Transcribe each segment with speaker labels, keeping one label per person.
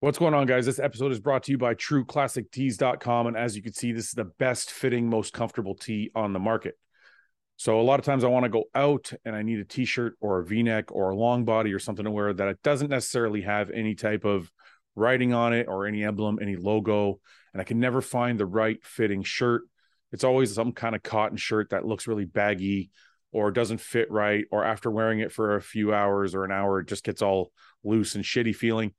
Speaker 1: What's going on, guys? This episode is brought to you by TrueClassicTees.com. And as you can see, this is the best fitting, most comfortable tee on the market. So, a lot of times I want to go out and I need a t shirt or a v neck or a long body or something to wear that it doesn't necessarily have any type of writing on it or any emblem, any logo. And I can never find the right fitting shirt. It's always some kind of cotton shirt that looks really baggy or doesn't fit right. Or after wearing it for a few hours or an hour, it just gets all loose and shitty feeling.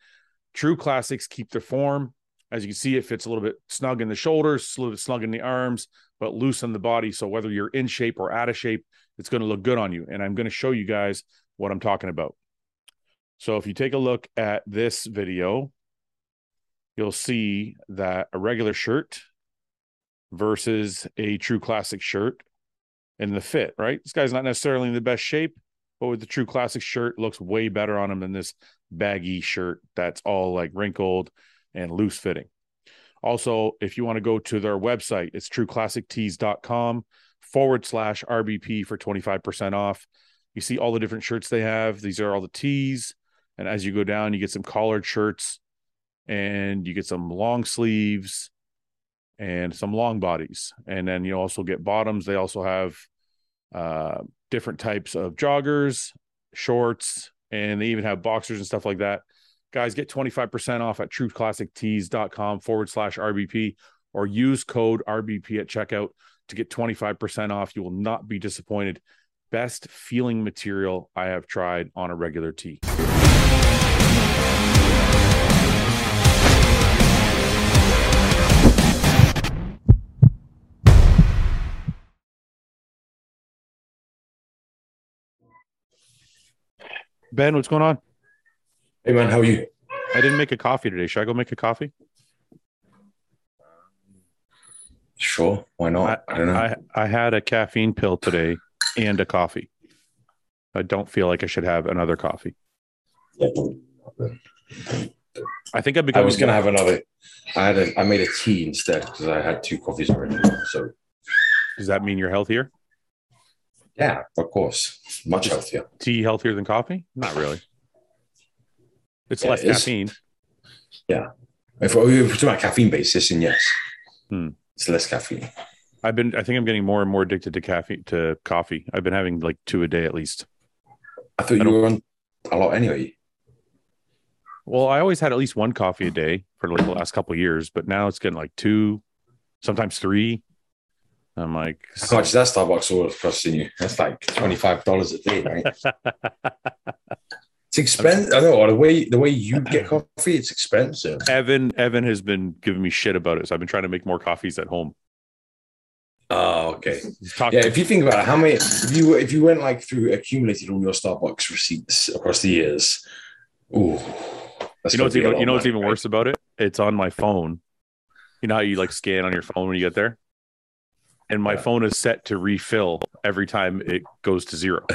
Speaker 1: True classics keep their form. As you can see, it fits a little bit snug in the shoulders, a little bit snug in the arms, but loose in the body. So whether you're in shape or out of shape, it's going to look good on you. And I'm going to show you guys what I'm talking about. So if you take a look at this video, you'll see that a regular shirt versus a true classic shirt and the fit, right? This guy's not necessarily in the best shape, but with the true classic shirt, looks way better on him than this baggy shirt that's all like wrinkled and loose fitting. Also, if you want to go to their website, it's trueclassictees.com forward slash RBP for 25% off. You see all the different shirts they have. These are all the tees. And as you go down, you get some collared shirts and you get some long sleeves and some long bodies. And then you also get bottoms. They also have uh, different types of joggers, shorts, and they even have boxers and stuff like that. Guys, get 25% off at trueclassictees.com forward slash RBP or use code RBP at checkout to get 25% off. You will not be disappointed. Best feeling material I have tried on a regular tee. Ben, what's going on?
Speaker 2: Hey man, how are you?
Speaker 1: I didn't make a coffee today. Should I go make a coffee?
Speaker 2: Sure, why not? I, don't know.
Speaker 1: I, I had a caffeine pill today and a coffee. I don't feel like I should have another coffee. I think I
Speaker 2: I
Speaker 1: become
Speaker 2: was gonna have another. I had a, I made a tea instead because I had two coffees already. So
Speaker 1: does that mean you're healthier?
Speaker 2: yeah, of course, much healthier.
Speaker 1: Tea healthier than coffee? Not really. It's
Speaker 2: Yeah,
Speaker 1: less
Speaker 2: it is.
Speaker 1: caffeine.
Speaker 2: If we're talking about caffeine basis, then yes,
Speaker 1: Hmm.
Speaker 2: it's less caffeine.
Speaker 1: I've been I think I'm getting more and more addicted to caffeine to coffee. I've been having like two a day at least.
Speaker 2: I thought
Speaker 1: I
Speaker 2: you
Speaker 1: don't-
Speaker 2: were on a lot anyway.
Speaker 1: Well, I always had at least one coffee a day for like the last couple of years, but now it's getting like two, sometimes three. I'm like,
Speaker 2: How much is that Starbucks order costing you? That's like twenty five dollars a day, right? it's expensive. I know the way the way you get coffee, it's expensive.
Speaker 1: Evan, Evan has been giving me shit about it, so I've been trying to make more coffees at home.
Speaker 2: Oh, okay.
Speaker 1: He's talked-
Speaker 2: Yeah, if you think about it, how many if you if you went like through accumulated all your Starbucks receipts across the years, ooh,
Speaker 1: you know
Speaker 2: that's gonna
Speaker 1: what's
Speaker 2: be a
Speaker 1: even
Speaker 2: lot
Speaker 1: you know
Speaker 2: of
Speaker 1: what's
Speaker 2: money,
Speaker 1: even
Speaker 2: right?
Speaker 1: worse about it? It's on my phone. You know how you like scan on your phone when you get there, and my
Speaker 2: Yeah.
Speaker 1: phone is set to refill every time it goes to zero.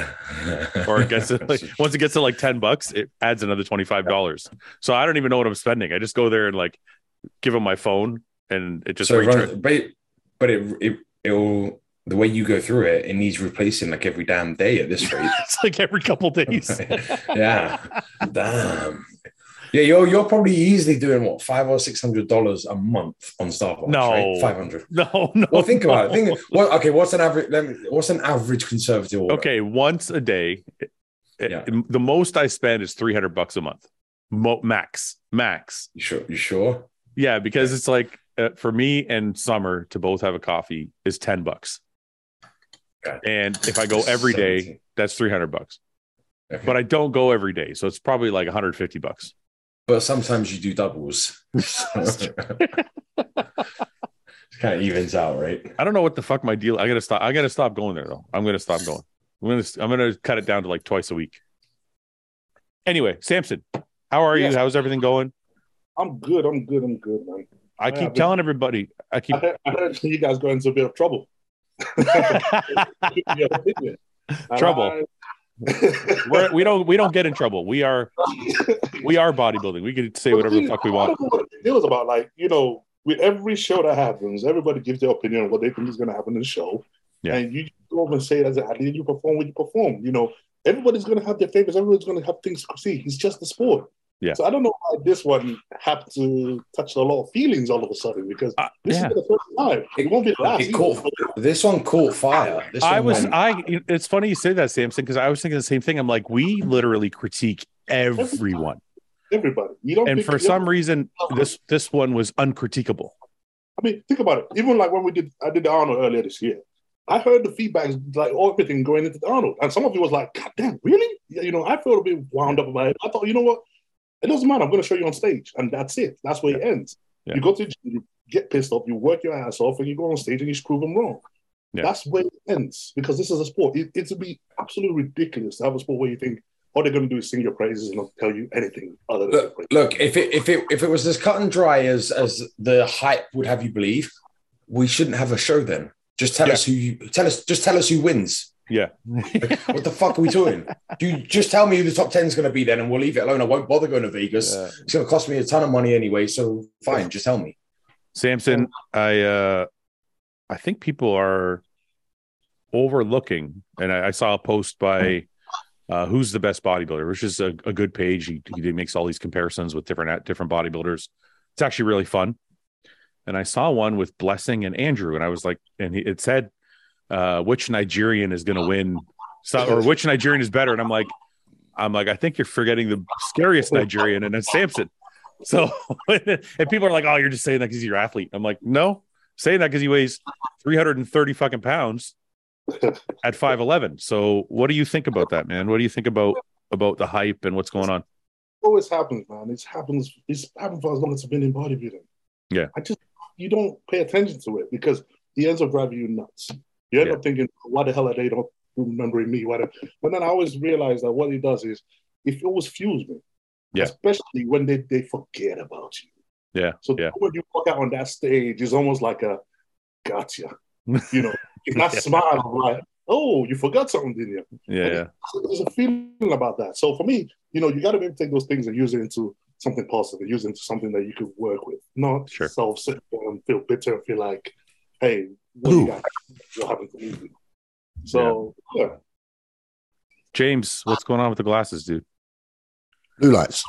Speaker 1: or it gets to like once it gets to like 10 bucks it adds another $25 so i don't even know what i'm spending i just go there and like give them my phone and it just
Speaker 2: so
Speaker 1: rates
Speaker 2: run,
Speaker 1: it.
Speaker 2: but it, but it it it'll the way you go through it, it needs replacing like every damn day at this rate.
Speaker 1: it's like every couple days
Speaker 2: yeah, damn. Yeah, you're you're probably easily doing what five or six hundred dollars a month on Starbucks.
Speaker 1: No.
Speaker 2: right? five hundred.
Speaker 1: no no
Speaker 2: Well, think about it.
Speaker 1: no.
Speaker 2: Think well, okay. What's an average? Let me, what's an average conservative order?
Speaker 1: okay once a day it- it-
Speaker 2: Yeah.
Speaker 1: the most i spend is 300 bucks a month Mo- max max
Speaker 2: You sure? You sure?
Speaker 1: yeah because it's like uh, for me and summer to both have a coffee is 10 bucks
Speaker 2: Okay.
Speaker 1: and if i go every day
Speaker 2: 70.
Speaker 1: that's 300 bucks
Speaker 2: Okay.
Speaker 1: but I don't go every day, so it's probably like 150 bucks.
Speaker 2: But sometimes you do doubles. it kind of evens out, right?
Speaker 1: I don't know what the fuck my deal. I gotta stop. I gotta stop going there though. I'm gonna stop going. I'm gonna I'm gonna cut it down to like twice a week. Anyway, Samson, how are
Speaker 3: Yes.
Speaker 1: you? How's everything going?
Speaker 3: I'm good. I'm good. I'm good,
Speaker 1: I
Speaker 3: man. Yeah,
Speaker 1: keep
Speaker 3: I've been-
Speaker 1: telling everybody. I keep.
Speaker 3: I heard, I heard you guys got into a bit of trouble. Yeah, didn't you? And
Speaker 1: Trouble.
Speaker 3: I-
Speaker 1: we're, we don't we don't get in trouble. We are we are bodybuilding. We can say whatever the fuck we
Speaker 3: I
Speaker 1: want.
Speaker 3: don't know what it was about. Like you know, with every show that happens, everybody gives their opinion on what they think is going to happen in the show,
Speaker 1: Yeah.
Speaker 3: and you go up and say, "As how did you perform? When you perform?" You know, everybody's going to have their favorites. Everybody's going to have things to see. It's just the sport.
Speaker 1: Yeah.
Speaker 3: So I don't know why this one had to touch a lot of feelings all of a sudden because
Speaker 1: Uh,
Speaker 3: this
Speaker 1: yeah.
Speaker 3: is the first time. It won't be the last.
Speaker 2: It caught, this one caught fire. This
Speaker 1: I
Speaker 2: one
Speaker 1: was
Speaker 2: went-
Speaker 1: I it's funny you say that, Samson, because I was thinking the same thing. I'm like, we literally critique everyone.
Speaker 3: Everybody. You don't
Speaker 1: And
Speaker 3: pick-
Speaker 1: for some reason this this one was uncritiquable.
Speaker 3: I mean, think about it. Even like when we did, I did the Arnold earlier this year. I heard the feedback, like all everything going into the Arnold, and some of you was like, "God damn, really?" Yeah, You know, I felt a bit wound up about it. I thought, you know what? It doesn't matter. I'm going to show you on stage, and that's it. That's where it ends.
Speaker 1: Yeah.
Speaker 3: You go to you get pissed off, you work your ass off, and you go on stage and you just prove them wrong.
Speaker 1: Yeah.
Speaker 3: That's where it ends because this is a sport. It, it'd be absolutely ridiculous to have a sport where you think all they're going to do is sing your praises and not tell you anything other than your
Speaker 2: Look,
Speaker 3: praises.
Speaker 2: look. If it if it if it was as cut and dry as as the hype would have you believe, we shouldn't have a show then. Just tell
Speaker 1: Yeah.
Speaker 2: us who you tell us. Just tell us who wins.
Speaker 1: Yeah.
Speaker 2: What the fuck are we doing? Do you just tell me who the top ten is going to be then, and we'll leave it alone. I won't bother going to Vegas.
Speaker 1: Uh,
Speaker 2: It's going to cost me a ton of money anyway. So fine, just tell me.
Speaker 1: Samson, I uh I think people are overlooking, and I, I saw a post by uh who's the best bodybuilder, which is a, a good page. He, he makes all these comparisons with different different bodybuilders. It's actually really fun. And I saw one with Blessing and Andrew, and I was like, and he, it said, uh, which Nigerian is going to win, so, or which Nigerian is better? And I'm like, I'm like, I think you're forgetting the scariest Nigerian, and that's Samson. So, and people are like, "Oh, you're just saying that because you're an athlete." I'm like, "No, saying that because he weighs 330 fucking pounds at 5'11." So, what do you think about that, man? What do you think about about the hype and what's going on?
Speaker 3: always happens, man. It's happens. It's happened for as long as I've been in bodybuilding.
Speaker 1: Yeah.
Speaker 3: I just you don't pay attention to it because the ends will drive you nuts. You end
Speaker 1: Yeah.
Speaker 3: up thinking, why the hell are they not remembering me? Why? the-" But then I always realize that what he does is it always fuels me.
Speaker 1: Yeah.
Speaker 3: Especially when they, they forget about you.
Speaker 1: Yeah,
Speaker 3: So
Speaker 1: yeah.
Speaker 3: when you walk out on that stage, it's almost like a gotcha. You know, that smile of like, oh, you forgot something, didn't you?
Speaker 1: Yeah, yeah,
Speaker 3: there's a feeling about that. So for me, you know, you got to be able to take those things and use it into something positive and use it into something that you could work with, not
Speaker 1: Sure.
Speaker 3: self sit there and feel bitter and feel like, hey, what,
Speaker 2: Ooh.
Speaker 3: you got, what happened to me? So yeah.
Speaker 1: James, what's going on with the glasses, dude?
Speaker 4: Blue lights.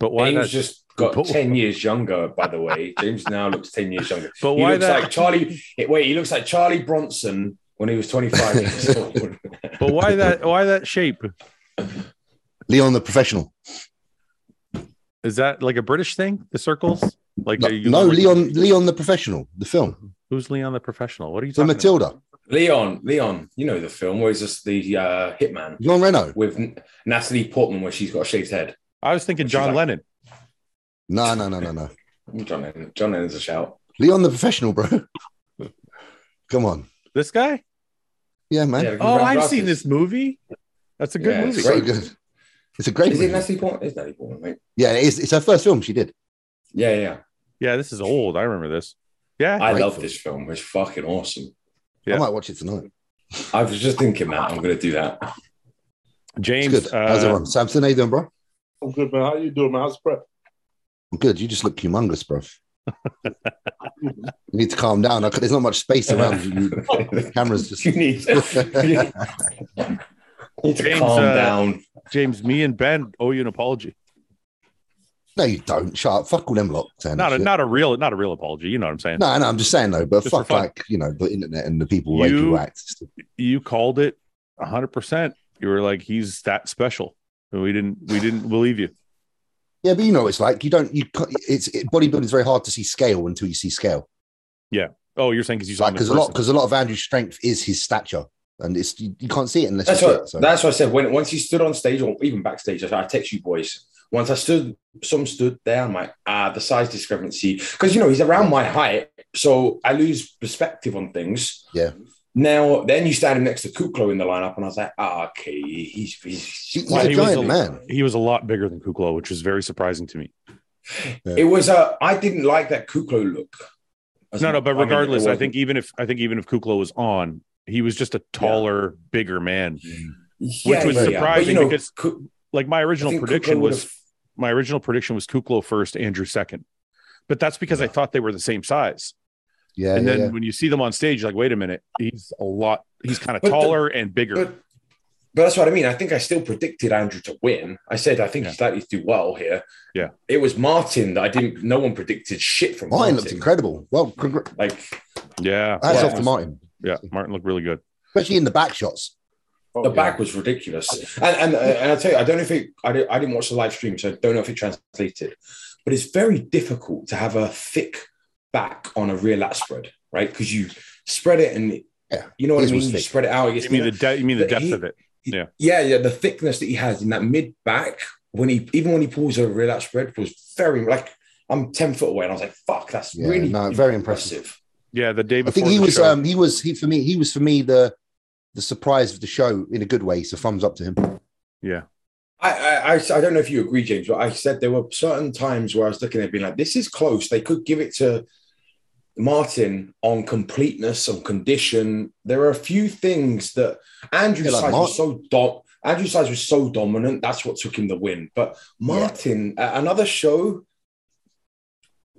Speaker 1: But why
Speaker 2: James
Speaker 1: that?
Speaker 2: just got
Speaker 1: But-
Speaker 2: ten years younger. By the way, James now looks ten years younger.
Speaker 1: but
Speaker 2: He
Speaker 1: why
Speaker 2: looks
Speaker 1: that?
Speaker 2: like Charlie. Wait, he looks like Charlie Bronson when he was twenty five years old.
Speaker 1: but why that? Why that shape?
Speaker 4: Leon the professional.
Speaker 1: Is that like a British thing? The circles? Like
Speaker 4: No,
Speaker 1: are you-
Speaker 4: no, Leon Leon the professional, the film.
Speaker 1: Who's Leon the professional? What are you
Speaker 4: So
Speaker 1: talking about?
Speaker 4: Matilda,
Speaker 2: Leon, Leon, you know the film where he's just the uh, hitman
Speaker 4: John Reno.
Speaker 2: with N- Natalie Portman, where she's got a shaved head.
Speaker 1: I was thinking
Speaker 2: She's
Speaker 1: John
Speaker 2: like-
Speaker 1: Lennon.
Speaker 4: No, no, no, no, no.
Speaker 2: John, Lennon- John Lennon's a shout.
Speaker 4: Leon the professional, bro. Come on.
Speaker 1: This guy?
Speaker 4: Yeah, man.
Speaker 2: Yeah,
Speaker 1: Oh,
Speaker 2: Ralph
Speaker 1: I've
Speaker 2: Ralph
Speaker 1: seen
Speaker 2: is-
Speaker 1: this movie. That's a good
Speaker 2: Yeah, it's
Speaker 1: movie.
Speaker 4: It's very good. It's a great
Speaker 2: Is it
Speaker 4: movie.
Speaker 2: Natalie Portman? Is Natalie Portman? Mate?
Speaker 4: Yeah, it is. It's her first film she did.
Speaker 2: Yeah, yeah.
Speaker 1: Yeah, this is old. I remember this. Yeah,
Speaker 2: I
Speaker 4: Great
Speaker 2: love
Speaker 4: film.
Speaker 2: this film. It's fucking awesome.
Speaker 1: Yeah.
Speaker 4: I might watch it tonight.
Speaker 2: I was just thinking that I'm gonna do that.
Speaker 4: It's
Speaker 1: James.
Speaker 4: good. How's
Speaker 1: uh,
Speaker 4: everyone? Samson, how you doing, bro?
Speaker 3: I'm good, man. How you doing, man? How's prep?
Speaker 4: I'm good. You just look humongous, bro. you need to calm down. I c- There's not much space around you. The camera's just.
Speaker 2: you need, you need to
Speaker 1: James,
Speaker 2: calm
Speaker 1: uh,
Speaker 2: down.
Speaker 1: James, me and Ben owe you an apology.
Speaker 4: No, you don't. Shut up. Fuck all them lot. Saying
Speaker 1: Not
Speaker 4: that
Speaker 1: a
Speaker 4: shit.
Speaker 1: not a real not a real apology. You know what I'm saying?
Speaker 4: No, no, I'm just saying though, but
Speaker 1: Just for
Speaker 4: fuck
Speaker 1: fun.
Speaker 4: like you know the internet and the people the way
Speaker 1: You-
Speaker 4: people act.
Speaker 1: You called it 100. percent You were like, he's that special, and we didn't we didn't believe you.
Speaker 4: Yeah, but you know what it's like you don't you ca- it's it, bodybuilding is very hard to see scale until you see scale.
Speaker 1: Oh, you're saying because you saw
Speaker 4: Like
Speaker 1: him in
Speaker 4: because a lot
Speaker 1: person.
Speaker 4: because a lot of Andrew's strength is his stature, and it's you, you can't see it unless
Speaker 2: That's
Speaker 4: you see
Speaker 2: what
Speaker 4: it. So
Speaker 2: that's what I said. When once he stood on stage or even backstage, I, I text you boys. Once I stood, some stood there. I'm like, ah, the size discrepancy because you know he's around my height, so I lose perspective on things.
Speaker 4: Yeah.
Speaker 2: Now, then you stand next to Kuklo in the lineup, and I was like, ah, okay, he's he's,
Speaker 4: He- he's
Speaker 1: Why,
Speaker 4: a
Speaker 1: he was
Speaker 4: giant
Speaker 1: a-
Speaker 4: man.
Speaker 1: He was a lot bigger than Kuklo, which was very surprising to me.
Speaker 2: It was uh, I didn't like that Kuklo look. As
Speaker 1: No, no,
Speaker 2: much- I
Speaker 1: but
Speaker 2: mean, it
Speaker 1: regardless, I
Speaker 2: wasn't-
Speaker 1: think even if I think even if Kuklo was on, he was just a taller, bigger man.
Speaker 2: Yeah,
Speaker 1: was
Speaker 2: yeah, yeah. But,
Speaker 1: surprising
Speaker 2: you know,
Speaker 1: because
Speaker 2: Ku-
Speaker 1: Like my
Speaker 2: I
Speaker 1: original
Speaker 2: think Kuklo
Speaker 1: prediction was
Speaker 2: would've-
Speaker 1: my original prediction was Kuklo first, Andrew second. But that's because I thought they were the same size.
Speaker 4: Yeah,
Speaker 1: and
Speaker 4: yeah,
Speaker 1: then
Speaker 4: yeah.
Speaker 1: when you see them on stage, you're like, wait a minute, he's a lot, he's kind of
Speaker 2: But the-
Speaker 1: taller and bigger.
Speaker 2: But But that's what I mean. I think I still predicted Andrew to win. I said I think
Speaker 1: Yeah.
Speaker 2: he's likely to do well here.
Speaker 1: Yeah.
Speaker 2: It was Martin that I didn't. No one predicted shit from
Speaker 4: Martin looked
Speaker 2: Martin.
Speaker 4: incredible. Well, congr-
Speaker 2: Like
Speaker 1: Yeah.
Speaker 4: hats
Speaker 2: Yeah.
Speaker 4: off to Martin,
Speaker 1: Yeah. Martin looked really good.
Speaker 4: especially in the back shots.
Speaker 2: the
Speaker 3: yeah.
Speaker 2: back was ridiculous. And and uh, and I tell you, I don't know if it. I didn't, I didn't watch the live stream, so I don't know if it translated. But it's very difficult to have a thick back on a real lat spread, right? Because you spread it and.
Speaker 4: Yeah.
Speaker 2: You know what
Speaker 4: His
Speaker 2: I
Speaker 4: was
Speaker 2: mean? You
Speaker 4: thick.
Speaker 2: spread it out. it gets
Speaker 1: You mean the de- you mean the
Speaker 2: But
Speaker 1: depth
Speaker 2: he-
Speaker 1: of it? Yeah.
Speaker 2: yeah, yeah. The thickness that he has in that mid back when he even when he pulls a real out spread was very like I'm ten foot away and I was like, fuck, that's
Speaker 4: Yeah,
Speaker 2: really
Speaker 4: no, very impressive.
Speaker 1: Yeah, the day
Speaker 4: I
Speaker 1: before.
Speaker 4: think he
Speaker 1: the
Speaker 4: was
Speaker 1: show.
Speaker 4: um, he was he for me he was for me the the surprise of the show in a good way. So thumbs up to him.
Speaker 2: I, I I I don't know if you agree, James, but I said there were certain times where I was looking at it being like, this is close. They could give it to Martin on completeness, on condition. There are a few things that Andrew's
Speaker 4: Yeah, like
Speaker 2: size was
Speaker 4: Martin.
Speaker 2: so dom- Andrew's size was so dominant. That's what took him the win. But Martin, at another show,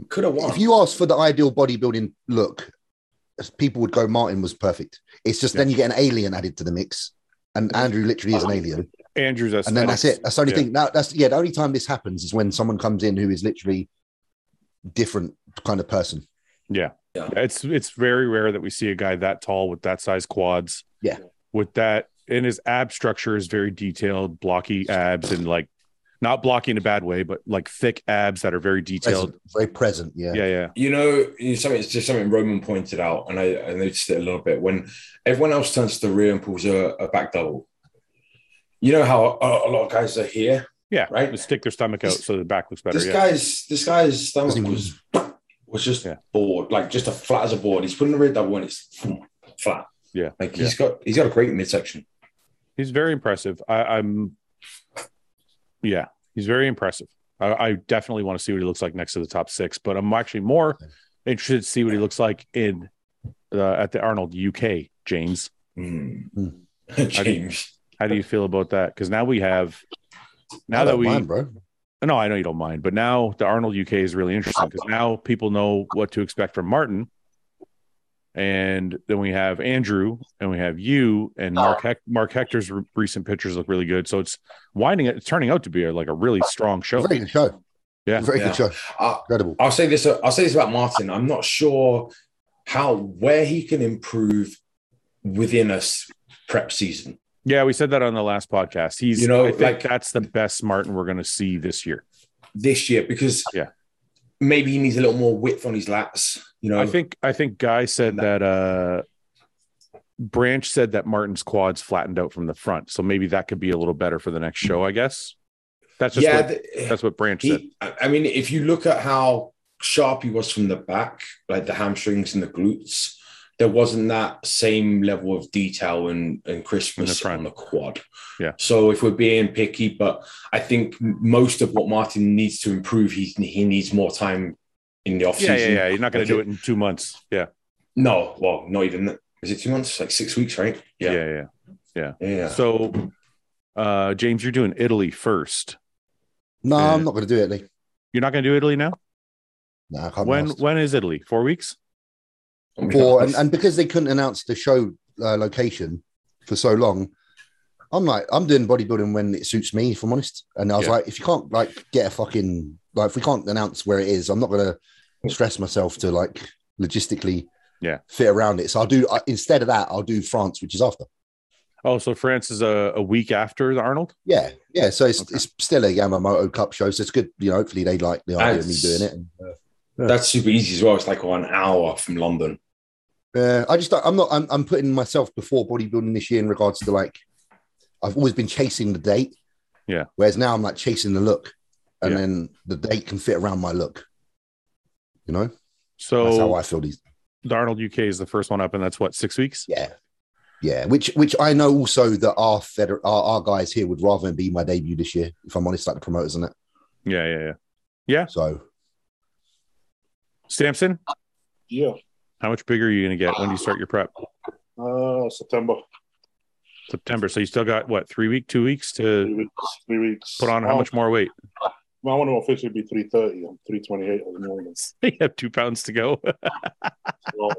Speaker 2: could have won.
Speaker 4: If you ask for the ideal bodybuilding look, people would go Martin was perfect. It's just then you get an alien added to the mix, and Andrew literally is an alien.
Speaker 1: Andrew's aesthetics.
Speaker 4: and then that's it. That's the only
Speaker 1: Yeah.
Speaker 4: thing. Now that's yeah. The only time this happens is when someone comes in who is literally different kind of person.
Speaker 1: It's it's very rare that we see a guy that tall with that size quads.
Speaker 4: Yeah.
Speaker 1: With that and his ab structure is very detailed, blocky abs and like not blocky in a bad way, but like thick abs that are very detailed.
Speaker 4: Present, very present. Yeah.
Speaker 1: Yeah, yeah.
Speaker 2: You know, it's something it's just something Roman pointed out, and I, I noticed it a little bit when everyone else turns to the rear and pulls a, a back double. You know how a, a lot of guys are here.
Speaker 1: Yeah.
Speaker 2: Right.
Speaker 1: Just stick their stomach out so the back looks better.
Speaker 2: this
Speaker 1: yeah.
Speaker 2: guy's this guy's stomach
Speaker 4: Doesn't even-
Speaker 2: was was just
Speaker 1: Yeah.
Speaker 2: bored, like just a flat as a board. He's putting the rear double and it's flat.
Speaker 1: Yeah.
Speaker 2: like he's got he's got a great midsection.
Speaker 1: he's very impressive. I, I'm yeah, he's very impressive. I, I definitely want to see what he looks like next to the top six, but I'm actually more interested to see what he looks like in uh, at the Arnold UK, James.
Speaker 2: Mm.
Speaker 4: Hmm.
Speaker 2: James,
Speaker 1: How do you feel about that? Because now we have now
Speaker 4: I
Speaker 1: that
Speaker 4: don't
Speaker 1: we
Speaker 4: mind, bro.
Speaker 1: no, I know you don't mind, but now the Arnold UK is really interesting because now people know what to expect from Martin. And then we have Andrew and we have you and Mark, Hec- Mark Hector's re- recent pictures look really good. So it's winding it, it's turning out to be a, like a really strong show.
Speaker 4: Very good show.
Speaker 1: Yeah.
Speaker 4: Very
Speaker 2: Yeah.
Speaker 4: good show.
Speaker 2: I,
Speaker 4: Incredible.
Speaker 2: Uh, I'll say this. I'll say this about Martin. I'm not sure how where he can improve within a s- prep season.
Speaker 1: Yeah, we said that on the last podcast. He's,
Speaker 2: You know,
Speaker 1: I think
Speaker 2: like-
Speaker 1: that's the best Martin we're going to see this year.
Speaker 2: this year because
Speaker 1: Yeah.
Speaker 2: maybe he needs a little more width on his lats. You know,
Speaker 1: I think, I think Guy said that, uh, Branch said that Martin's quads flattened out from the front. So maybe that could be a little better for the next show, I guess. That's just
Speaker 2: yeah,
Speaker 1: what
Speaker 2: th-
Speaker 1: That's what Branch said.
Speaker 2: he, I I mean, if you look at how sharp he was from the back, like the hamstrings and the glutes, there wasn't that same level of detail and, and
Speaker 1: In the
Speaker 2: crispness
Speaker 1: front.
Speaker 2: on the quad.
Speaker 1: Yeah.
Speaker 2: So if we're being picky, but I think m- most of what Martin needs to improve, he, he needs more time in the off
Speaker 1: Yeah,
Speaker 2: season.
Speaker 1: yeah, yeah. You're not going to
Speaker 2: Like
Speaker 1: do it in two months. Yeah,
Speaker 2: No, well, not even. Is it two months? Like six weeks, right?
Speaker 1: yeah,
Speaker 2: Yeah.
Speaker 1: yeah.
Speaker 2: Yeah.
Speaker 1: So, uh, James, you're doing Italy first.
Speaker 4: No,
Speaker 1: Yeah.
Speaker 4: I'm not going to do it. Lee.
Speaker 1: You're not going to do Italy now.
Speaker 4: No, I can't.
Speaker 1: when
Speaker 4: be asked.
Speaker 1: when is Italy? Four weeks.
Speaker 4: Or- and, and because they couldn't announce the show uh, location for so long, I'm like, I'm doing bodybuilding when it suits me, if I'm honest. And I was
Speaker 1: Yeah.
Speaker 4: like, if you can't like get a fucking like, if we can't announce where it is, I'm not gonna stress myself to like logistically
Speaker 1: Yeah.
Speaker 4: fit around it. So I'll do I, instead of that, I'll do France, which is after.
Speaker 1: Oh, so France is a, a week after the Arnold.
Speaker 4: Yeah, yeah. So it's
Speaker 1: Okay.
Speaker 4: it's still a Yamamoto Cup show, so it's good. You know, hopefully they like the idea of me
Speaker 2: Nice.
Speaker 4: doing it. And, uh,
Speaker 2: That's super easy as well. It's like an hour from London.
Speaker 4: Yeah, Uh, I just don't- I'm not I'm, I'm putting myself before bodybuilding this year in regards to like I've always been chasing the date.
Speaker 1: Yeah.
Speaker 4: Whereas now I'm like chasing the look, and
Speaker 1: Yeah.
Speaker 4: then the date can fit around my look. You know, that's how
Speaker 1: So
Speaker 4: I feel these.
Speaker 1: the Arnold UK is the first one up, and that's what six weeks.
Speaker 4: Yeah, yeah. Which which I know also that our feder our, our guys here would rather it be my debut this year. If I'm honest, like the promoters and that.
Speaker 1: Yeah, yeah, yeah.
Speaker 4: So
Speaker 1: Samson,
Speaker 3: Yeah.
Speaker 1: how much bigger are you going to get when do you start your prep?
Speaker 3: Uh, September.
Speaker 1: September. So you still got what three week, two weeks
Speaker 3: Three
Speaker 1: to
Speaker 3: weeks. Three weeks.
Speaker 1: put on how
Speaker 3: Oh,
Speaker 1: much more weight?
Speaker 3: I want to officially be 330. I'm 328 at the moment.
Speaker 1: you have two pounds to go.
Speaker 3: So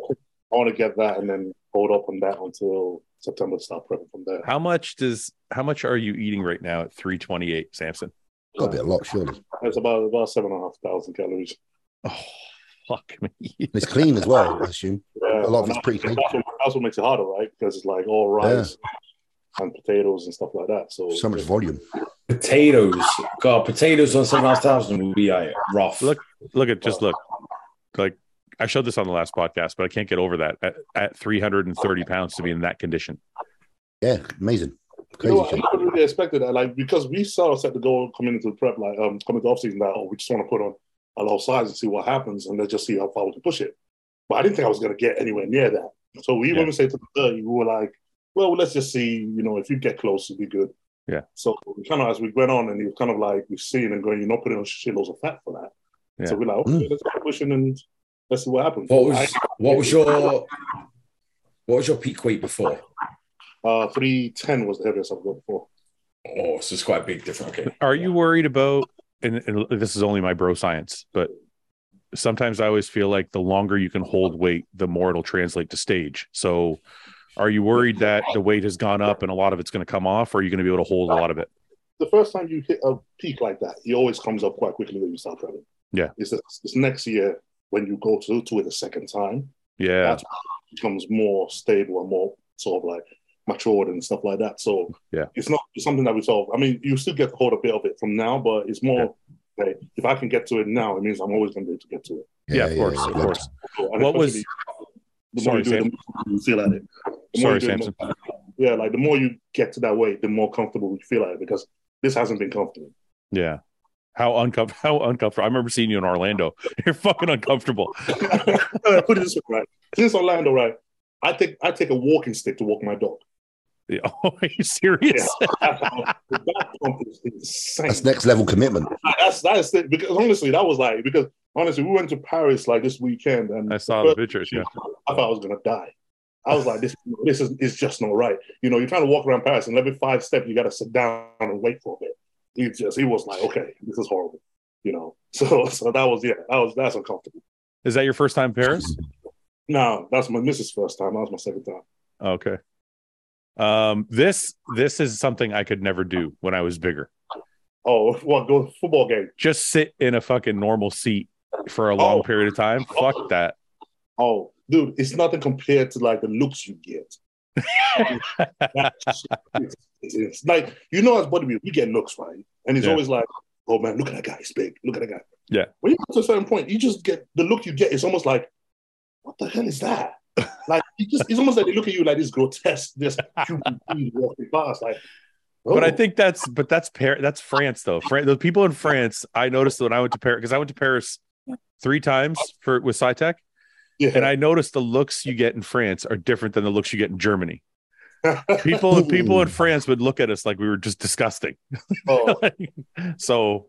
Speaker 3: I want to get that and then hold up on that until September. Start prepping from there.
Speaker 1: How much does how much are you eating right now at 328, Samson?
Speaker 4: Got to be a lot, surely.
Speaker 3: It's about about seven and a half thousand calories.
Speaker 1: Oh fuck me.
Speaker 4: And it's clean as well, I assume.
Speaker 3: Yeah,
Speaker 4: A lot of
Speaker 3: and
Speaker 4: it's pretty clean.
Speaker 3: That's what, that's what makes it harder, right? Because it's like all rice and potatoes and stuff like that. So,
Speaker 4: So much volume.
Speaker 2: Potatoes. God, potatoes on 7,000 would be like, rough.
Speaker 1: Look, Look at just look. Like I showed this on the last podcast, but I can't get over that. At, at 330 pounds to be in that condition.
Speaker 4: Yeah, amazing.
Speaker 3: you
Speaker 4: Crazy
Speaker 3: know, what, I
Speaker 4: shit.
Speaker 3: never really expected that, like because we sort of set the goal coming into the prep, like um, coming to off season that oh, we just want to put on a lot of size and see what happens, and then just see how far we can push it. But I didn't think I was going to get anywhere near that. So we
Speaker 1: Yeah.
Speaker 3: when we say to the thirty, we were like, well, let's just see. You know, if you get close, it'll be good.
Speaker 1: Yeah.
Speaker 3: So we kind of as we went on, and it was kind of like we've seen and going, you're not putting on shitloads of fat for that.
Speaker 1: Yeah.
Speaker 3: So we're like, okay,
Speaker 4: Mm.
Speaker 3: let's keep pushing and let's see what happens.
Speaker 2: What was what was your what was your peak weight before?
Speaker 3: uh, three ten was the heaviest I've got before.
Speaker 2: Oh, so it's quite a big difference. Okay.
Speaker 1: Are you worried about and, and this is only my bro science, but sometimes I always feel like the longer you can hold weight, the more it'll translate to stage. So are you worried that the weight has gone up and a lot of it's going to come off, or are you going to be able to hold a lot of it?
Speaker 3: the first time you hit a peak like that, it always comes up quite quickly when you start traveling.
Speaker 1: Yeah.
Speaker 3: It's, it's next year when you go to, to it a second time,
Speaker 1: Yeah,
Speaker 3: that's- it becomes more stable and more sort of like matured and stuff like that. So
Speaker 1: Yeah.
Speaker 3: it's not something that we solve. I mean, you still get to hold a bit of it from now, but it's more like if I can get to it now, it means I'm always going to be able to get to it.
Speaker 1: yeah, of course, of
Speaker 4: yeah.
Speaker 1: course.
Speaker 3: So, and
Speaker 1: What was-
Speaker 3: especially the more
Speaker 1: Sorry,
Speaker 3: you do it, the more you feel at it. The more
Speaker 1: Sorry,
Speaker 3: you do it, the
Speaker 1: Samson.
Speaker 3: more- yeah, like the more you get to that weight, the more comfortable you feel at it because this hasn't been comfortable.
Speaker 1: Yeah. How uncomfortable! How uncomfortable! I remember seeing you in Orlando. You're fucking uncomfortable.
Speaker 3: put it this way, right? Since Orlando, right? I take I take a walking stick to walk my dog.
Speaker 1: Yeah. Oh, are you serious?
Speaker 3: the back pump is insane.
Speaker 4: That's next level commitment.
Speaker 3: That's that's it. Because honestly, that was like because honestly, we went to Paris like this weekend, and
Speaker 1: I saw the pictures. Yeah,
Speaker 3: I thought I was gonna die. I was like, this this is is just not right. You know, you're trying to walk around Paris, and every five step you got to sit down and wait for a bit. He just he was like, okay, this is horrible. You know, so so that was yeah, that was that's uncomfortable.
Speaker 1: is that your first time in Paris?
Speaker 3: No, that's my missus' first time. That was my second time.
Speaker 1: Okay. Um, this this is something I could never do when I was bigger.
Speaker 3: Oh, what go football game?
Speaker 1: Just sit in a fucking normal seat for a long
Speaker 3: Oh.
Speaker 1: period of time. Fuck that.
Speaker 3: Oh, dude, it's nothing compared to like the looks you get. it's, it's like you know, as bodybuilders, we get looks, right? And it's
Speaker 1: Yeah.
Speaker 3: always like, oh man, look at that guy, he's big. Look at that guy.
Speaker 1: Yeah.
Speaker 3: When you get to a certain point, you just get the look you get. It's almost like, what the hell is that? Like it just, it's almost like they look at you like this grotesque, this human being walking past, like.
Speaker 1: But I
Speaker 3: oh.
Speaker 1: think that's but that's Par- that's France though. Fran- the people in France, I noticed when I went to Paris because I went to Paris three times for with SciTech,
Speaker 3: yeah.
Speaker 1: and I noticed the looks you get in France are different than the looks you get in Germany. People people in France would look at us like we were just disgusting.
Speaker 3: oh,
Speaker 1: so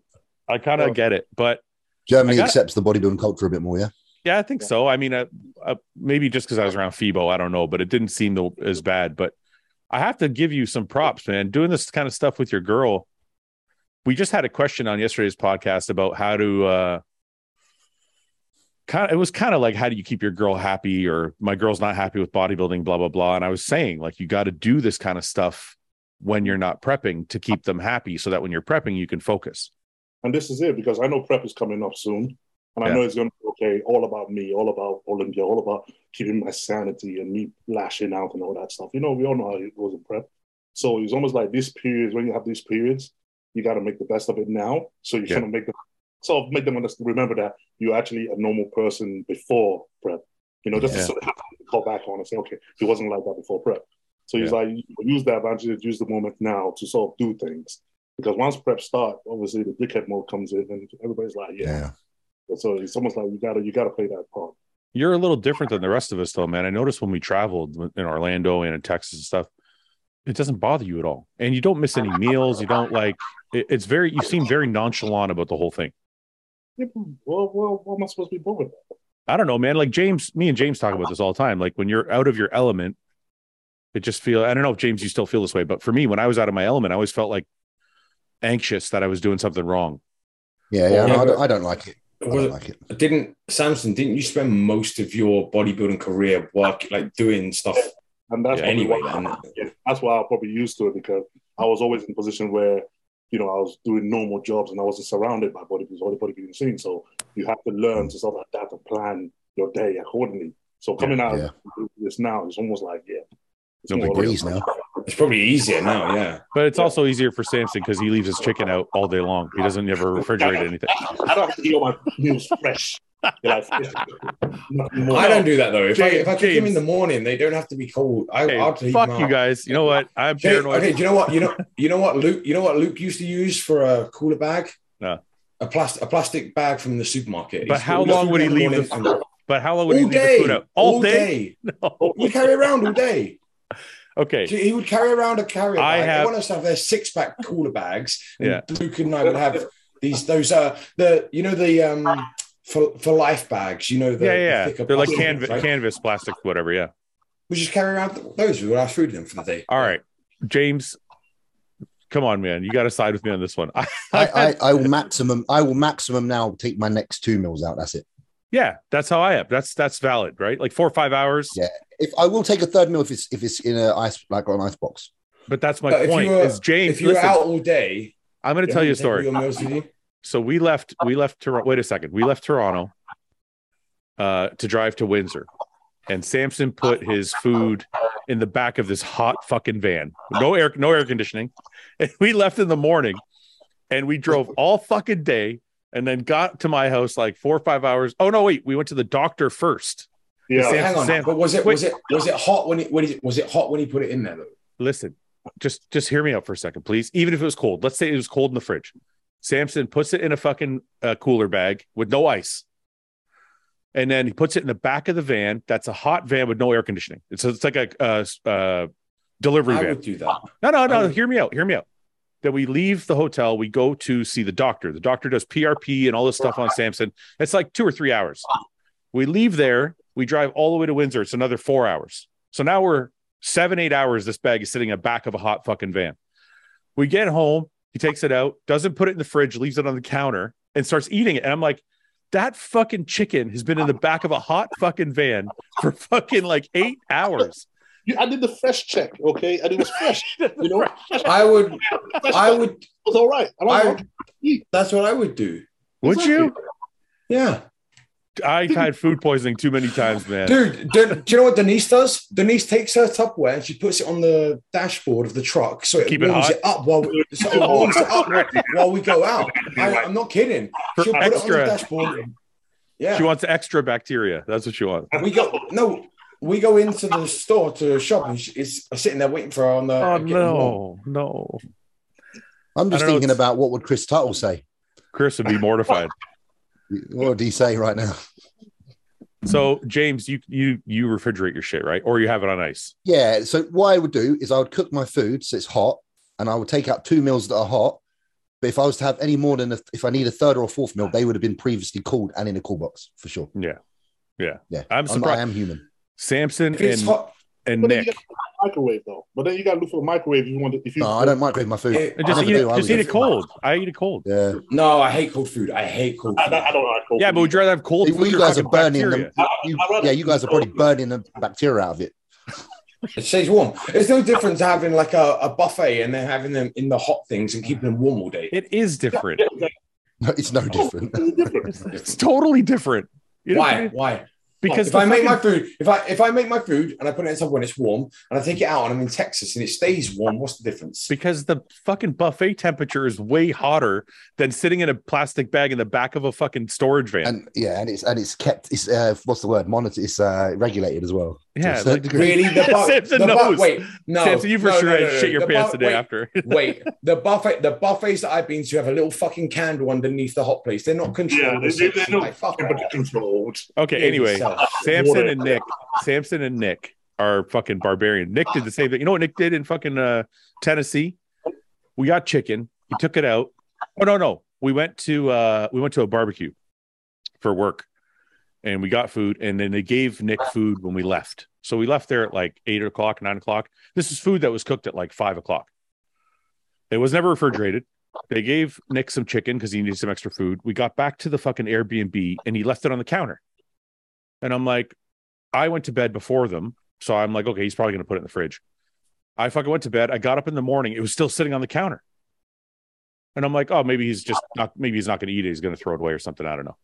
Speaker 1: I kind of get it, but I
Speaker 4: Germany
Speaker 1: got-
Speaker 4: accepts the bodybuilding culture a bit more, yeah?
Speaker 1: Yeah, I think so. I mean, uh, uh, maybe just because I was around FIBO, I don't know, but it didn't seem the, as bad. But I have to give you some props, man. Doing this kind of stuff with your girl. We just had a question on yesterday's podcast about how to uh, kind of. It was kind of like, how do you keep your girl happy, or my girl's not happy with bodybuilding, blah blah blah. And I was saying, like, you got to do this kind of stuff when you're not prepping to keep them happy, so that when you're prepping, you can focus.
Speaker 3: and this is it because I know prep is coming up soon, and I
Speaker 1: Yeah.
Speaker 3: know it's going to be okay, all about me, all about Olympia, all about keeping my sanity and me lashing out and all that stuff. You know, we all know how it goes in prep. So it's almost like these periods when you have these periods, you got to make the best of it now. So you
Speaker 1: Yeah.
Speaker 3: kind of make them, so make them understand, remember that you're actually a normal person before prep. You know, just
Speaker 1: Yeah.
Speaker 3: to sort of call back on and say, okay, he wasn't like that before prep. So he's like, use the advantage, use the moment now to sort of do things. Because once prep starts, obviously the dickhead mode comes in, and everybody's like, yeah. So it's almost like you gotta you gotta play that part.
Speaker 1: You're a little different than the rest of us, though, man. I noticed when we traveled in Orlando and in Texas and stuff, it doesn't bother you at all, and you don't miss any meals. You don't like it, it's very. You seem very nonchalant about the whole thing.
Speaker 3: Yeah, but well, well, what am I supposed to be bothered? about?
Speaker 1: I don't know, man. Like James, me and James talk about this all the time. Like when you're out of your element, it just feel. I don't know if James, you still feel this way, but for me, when I was out of my element, I always felt like anxious that I was doing something wrong.
Speaker 4: Yeah, yeah.
Speaker 2: Yeah,
Speaker 4: no, I,
Speaker 2: but-
Speaker 4: don't, I don't like it. I don't
Speaker 2: Was,
Speaker 4: like it.
Speaker 2: didn't Samson? Didn't you spend most of your bodybuilding career work like doing stuff
Speaker 3: And that's
Speaker 2: Yeah,
Speaker 3: probably
Speaker 2: anyway,
Speaker 3: why-
Speaker 2: man.
Speaker 3: yeah, that's why I probably used to it because I was always in a position where, you know, I was doing normal jobs and I wasn't surrounded by bodybuilders or the bodybuilding scene. So you have to learn to sort of adapt and plan your day accordingly. So coming out
Speaker 4: yeah.
Speaker 3: of this now is almost like, yeah. it's
Speaker 1: No big
Speaker 3: more
Speaker 1: deal.
Speaker 4: Breeze now.
Speaker 2: It's probably easier now, yeah.
Speaker 1: But it's also easier for Samson because he leaves his chicken out all day long. He doesn't ever refrigerate anything.
Speaker 3: I don't have to eat all my meals fresh. You're like, nothing more.
Speaker 2: I don't do that though. If I, if I cook them
Speaker 1: James.
Speaker 2: in the morning, they don't have to be cold. I,
Speaker 1: Hey,
Speaker 2: I'll leave them
Speaker 1: fuck you
Speaker 2: out.
Speaker 1: guys. You know what? I'm
Speaker 2: Jay- okay,
Speaker 1: paranoid.
Speaker 2: do you know what? You know, you know what Luke. You know what Luke used to use for a cooler bag.
Speaker 1: No.
Speaker 2: A plastic, a plastic bag from the supermarket.
Speaker 1: But
Speaker 2: He's-
Speaker 1: how
Speaker 2: he'll
Speaker 1: long
Speaker 2: do
Speaker 1: would he
Speaker 2: it in
Speaker 1: leave
Speaker 2: morning
Speaker 1: the-
Speaker 2: and-
Speaker 1: But how long would he
Speaker 2: all
Speaker 1: leave the
Speaker 2: day?
Speaker 1: food out? All day? No.
Speaker 2: He would carry around all day.
Speaker 1: Okay.
Speaker 2: He would carry around a carrier
Speaker 1: I
Speaker 2: bag.
Speaker 1: have-
Speaker 2: Everyone else have their six pack cooler bags. And
Speaker 1: Yeah.
Speaker 2: Luke and I would have these those uh the you know the um for, for life bags. You know the
Speaker 1: Yeah,
Speaker 2: the
Speaker 1: yeah.
Speaker 2: thicker
Speaker 1: They're like
Speaker 2: plastic ones,
Speaker 1: canvas,
Speaker 2: right?
Speaker 1: canvas, plastic, whatever. Yeah.
Speaker 2: We just carry around th- those. We would have food in them for the day.
Speaker 1: All right, James. Come on, man. You got to side with me on this one.
Speaker 4: I, I, I will maximum. I will maximum now. Take my next two meals out. That's it.
Speaker 1: yeah, that's how I am. That's that's valid, right? Like four or five hours.
Speaker 4: Yeah. If I will take a third meal if it's if it's in a ice like on an ice box.
Speaker 1: But that's my
Speaker 2: But if
Speaker 1: point.
Speaker 2: you were-
Speaker 1: Is James?
Speaker 2: If you're
Speaker 1: Listen,
Speaker 2: out all day,
Speaker 1: I'm going to tell you a story.
Speaker 2: Your meals with you.
Speaker 1: so we left we left Toronto. Wait a second, we left Toronto uh, to drive to Windsor, and Samson put his food in the back of this hot fucking van, no air no air conditioning. And we left in the morning, and we drove all fucking day, and then got to my house like four or five hours. Oh no, wait, we went to the doctor first.
Speaker 3: Yeah.
Speaker 1: Sam-
Speaker 2: Hang on,
Speaker 1: Sam-
Speaker 2: but was it
Speaker 1: wait.
Speaker 2: was it was it hot when it when he, was it hot when he put it in there though?
Speaker 1: listen, just just hear me out for a second, please. Even if it was cold, let's say it was cold in the fridge. Samson puts it in a fucking uh, cooler bag with no ice, and then he puts it in the back of the van. That's a hot van with no air conditioning. It's it's like a uh, uh, delivery
Speaker 2: I
Speaker 1: van.
Speaker 2: would do that.
Speaker 1: No, no, no.
Speaker 2: would-
Speaker 1: Hear me out. Hear me out. That we leave the hotel, we go to see the doctor. The doctor does PRP and all this stuff on Samson. It's like two or three hours. We leave there, we drive all the way to Windsor. It's another four hours. So now we're seven, eight hours. This bag is sitting in the back of a hot fucking van. We get home, he takes it out, doesn't put it in the fridge, leaves it on the counter, and starts eating it. And I'm like, that fucking chicken has been in the back of a hot fucking van for fucking like eight hours.
Speaker 3: You- I did the fresh check, okay? And it was fresh. You know, fresh,
Speaker 2: I would
Speaker 3: fresh
Speaker 2: I
Speaker 3: check
Speaker 2: would
Speaker 3: was all right. I don't
Speaker 2: I-
Speaker 3: know.
Speaker 2: that's what I would do.
Speaker 1: Would you?
Speaker 2: Yeah.
Speaker 1: I've had food poisoning too many times, man.
Speaker 2: Dude, do, do you know what Denise does? Denise takes her Tupperware and she puts it on the dashboard of the truck so it
Speaker 1: Keep it
Speaker 2: warms
Speaker 1: hot.
Speaker 2: it, up while we, so it warms it up while we go out. I, I'm not kidding.
Speaker 1: For
Speaker 2: She'll put it
Speaker 1: extra.
Speaker 2: on the
Speaker 3: Um,
Speaker 2: dashboard.
Speaker 1: She
Speaker 2: Yeah,
Speaker 1: wants extra bacteria. That's what she wants.
Speaker 2: we go no, we go into the store to shop and she- it's sitting there waiting for her on the.
Speaker 1: Oh
Speaker 2: getting warm.
Speaker 1: no, no.
Speaker 4: I'm
Speaker 1: I don't
Speaker 4: just
Speaker 1: know,
Speaker 4: thinking
Speaker 1: it's-
Speaker 4: about what would Chris Tuttle say.
Speaker 1: Chris would be mortified.
Speaker 4: What would he say right now?
Speaker 1: So James, you you you refrigerate your shit, right? Or you have it on ice.
Speaker 4: Yeah. So what I would do is I would cook my food so it's hot, and I would take out two meals that are hot. But if I was to have any more than a, if I need a third or a fourth meal, they would have been previously cooled and in a cool box for sure.
Speaker 1: Yeah. Yeah.
Speaker 4: Yeah.
Speaker 1: I'm surprised-
Speaker 4: I am human.
Speaker 1: Samson
Speaker 2: If it's
Speaker 1: and,
Speaker 2: hot,
Speaker 1: and
Speaker 3: But then
Speaker 1: Nick.
Speaker 3: you got a microwave though. But then you got to look for a microwave if you want to. If you,
Speaker 4: No, I don't microwave my food.
Speaker 2: Yeah.
Speaker 4: I
Speaker 1: Just
Speaker 4: never
Speaker 1: eat it,
Speaker 4: do.
Speaker 1: just
Speaker 4: I was
Speaker 1: eat
Speaker 4: a-
Speaker 1: it cold. I eat it cold.
Speaker 4: Yeah.
Speaker 2: no, I hate cold food. I hate cold
Speaker 3: I,
Speaker 2: food.
Speaker 3: I don't know. how to cook.
Speaker 1: Yeah, but would you rather have cold
Speaker 4: Hey,
Speaker 1: food
Speaker 4: well, you
Speaker 1: or
Speaker 4: guys are
Speaker 1: fucking
Speaker 4: burning
Speaker 1: bacteria?
Speaker 4: them.
Speaker 3: I-
Speaker 4: You,
Speaker 3: I'd rather
Speaker 4: yeah, you guys are
Speaker 3: cook
Speaker 4: probably
Speaker 3: food.
Speaker 4: burning the bacteria out of it.
Speaker 2: It stays warm. It's no difference having like a, a buffet and then having them in the hot things and keeping them warm all day.
Speaker 1: It is different.
Speaker 3: Yeah, exactly.
Speaker 4: No, it's
Speaker 1: Oh.
Speaker 4: no different.
Speaker 3: It's different.
Speaker 1: It's totally different. You know what I
Speaker 2: Why?
Speaker 1: mean?
Speaker 2: Why?
Speaker 1: Because
Speaker 2: if I
Speaker 1: the
Speaker 2: make my
Speaker 1: fucking-
Speaker 2: food, if I if I make my food and I put it inside when it's warm and I take it out and I'm in Texas and it stays warm, what's the difference?
Speaker 1: because the fucking buffet temperature is way hotter than sitting in a plastic bag in the back of a fucking storage van.
Speaker 4: And yeah, and it's and it's kept. It's uh, what's the word? Monitor. It's uh, regulated as well.
Speaker 1: Yeah,
Speaker 4: To a certain
Speaker 1: like-
Speaker 4: degree.
Speaker 2: Really, the bu-
Speaker 1: Samson
Speaker 2: the bu-
Speaker 1: knows.
Speaker 2: wait, no,
Speaker 1: Samson, you for
Speaker 2: no, no,
Speaker 1: sure
Speaker 2: no,
Speaker 1: had
Speaker 2: no, no.
Speaker 1: shit your
Speaker 2: The
Speaker 1: pants the
Speaker 2: bu-
Speaker 1: day
Speaker 2: wait,
Speaker 1: after.
Speaker 2: Wait, the buffet, the buffets that I've been to have a little fucking candle underneath the hot place. They're not
Speaker 3: Yeah,
Speaker 2: controlled.
Speaker 3: they, they, they
Speaker 2: essentially.
Speaker 3: know
Speaker 2: Like, fuck off.
Speaker 3: temperature controlled.
Speaker 1: Okay,
Speaker 2: Yeah,
Speaker 1: anyway,
Speaker 2: yourself.
Speaker 1: Samson
Speaker 3: Water.
Speaker 1: and Nick, Samson and Nick are fucking barbarian. Nick did the same thing. You know what Nick did in fucking uh, Tennessee? We got chicken. He took it out. Oh no, no, we went to uh, we went to a barbecue for work, and we got food, and then they gave Nick food when we left. So we left there at like eight o'clock, nine o'clock. This is food that was cooked at like five o'clock. It was never refrigerated. They gave Nick some chicken because he needed some extra food. We got back to the fucking Airbnb and he left it on the counter. And I'm like, I went to bed before them. So I'm like, okay, he's probably going to put it in the fridge. I fucking went to bed. I got up in the morning. It was still sitting on the counter. And I'm like, oh, maybe he's just not, maybe he's not going to eat it. He's going to throw it away or something. I don't know.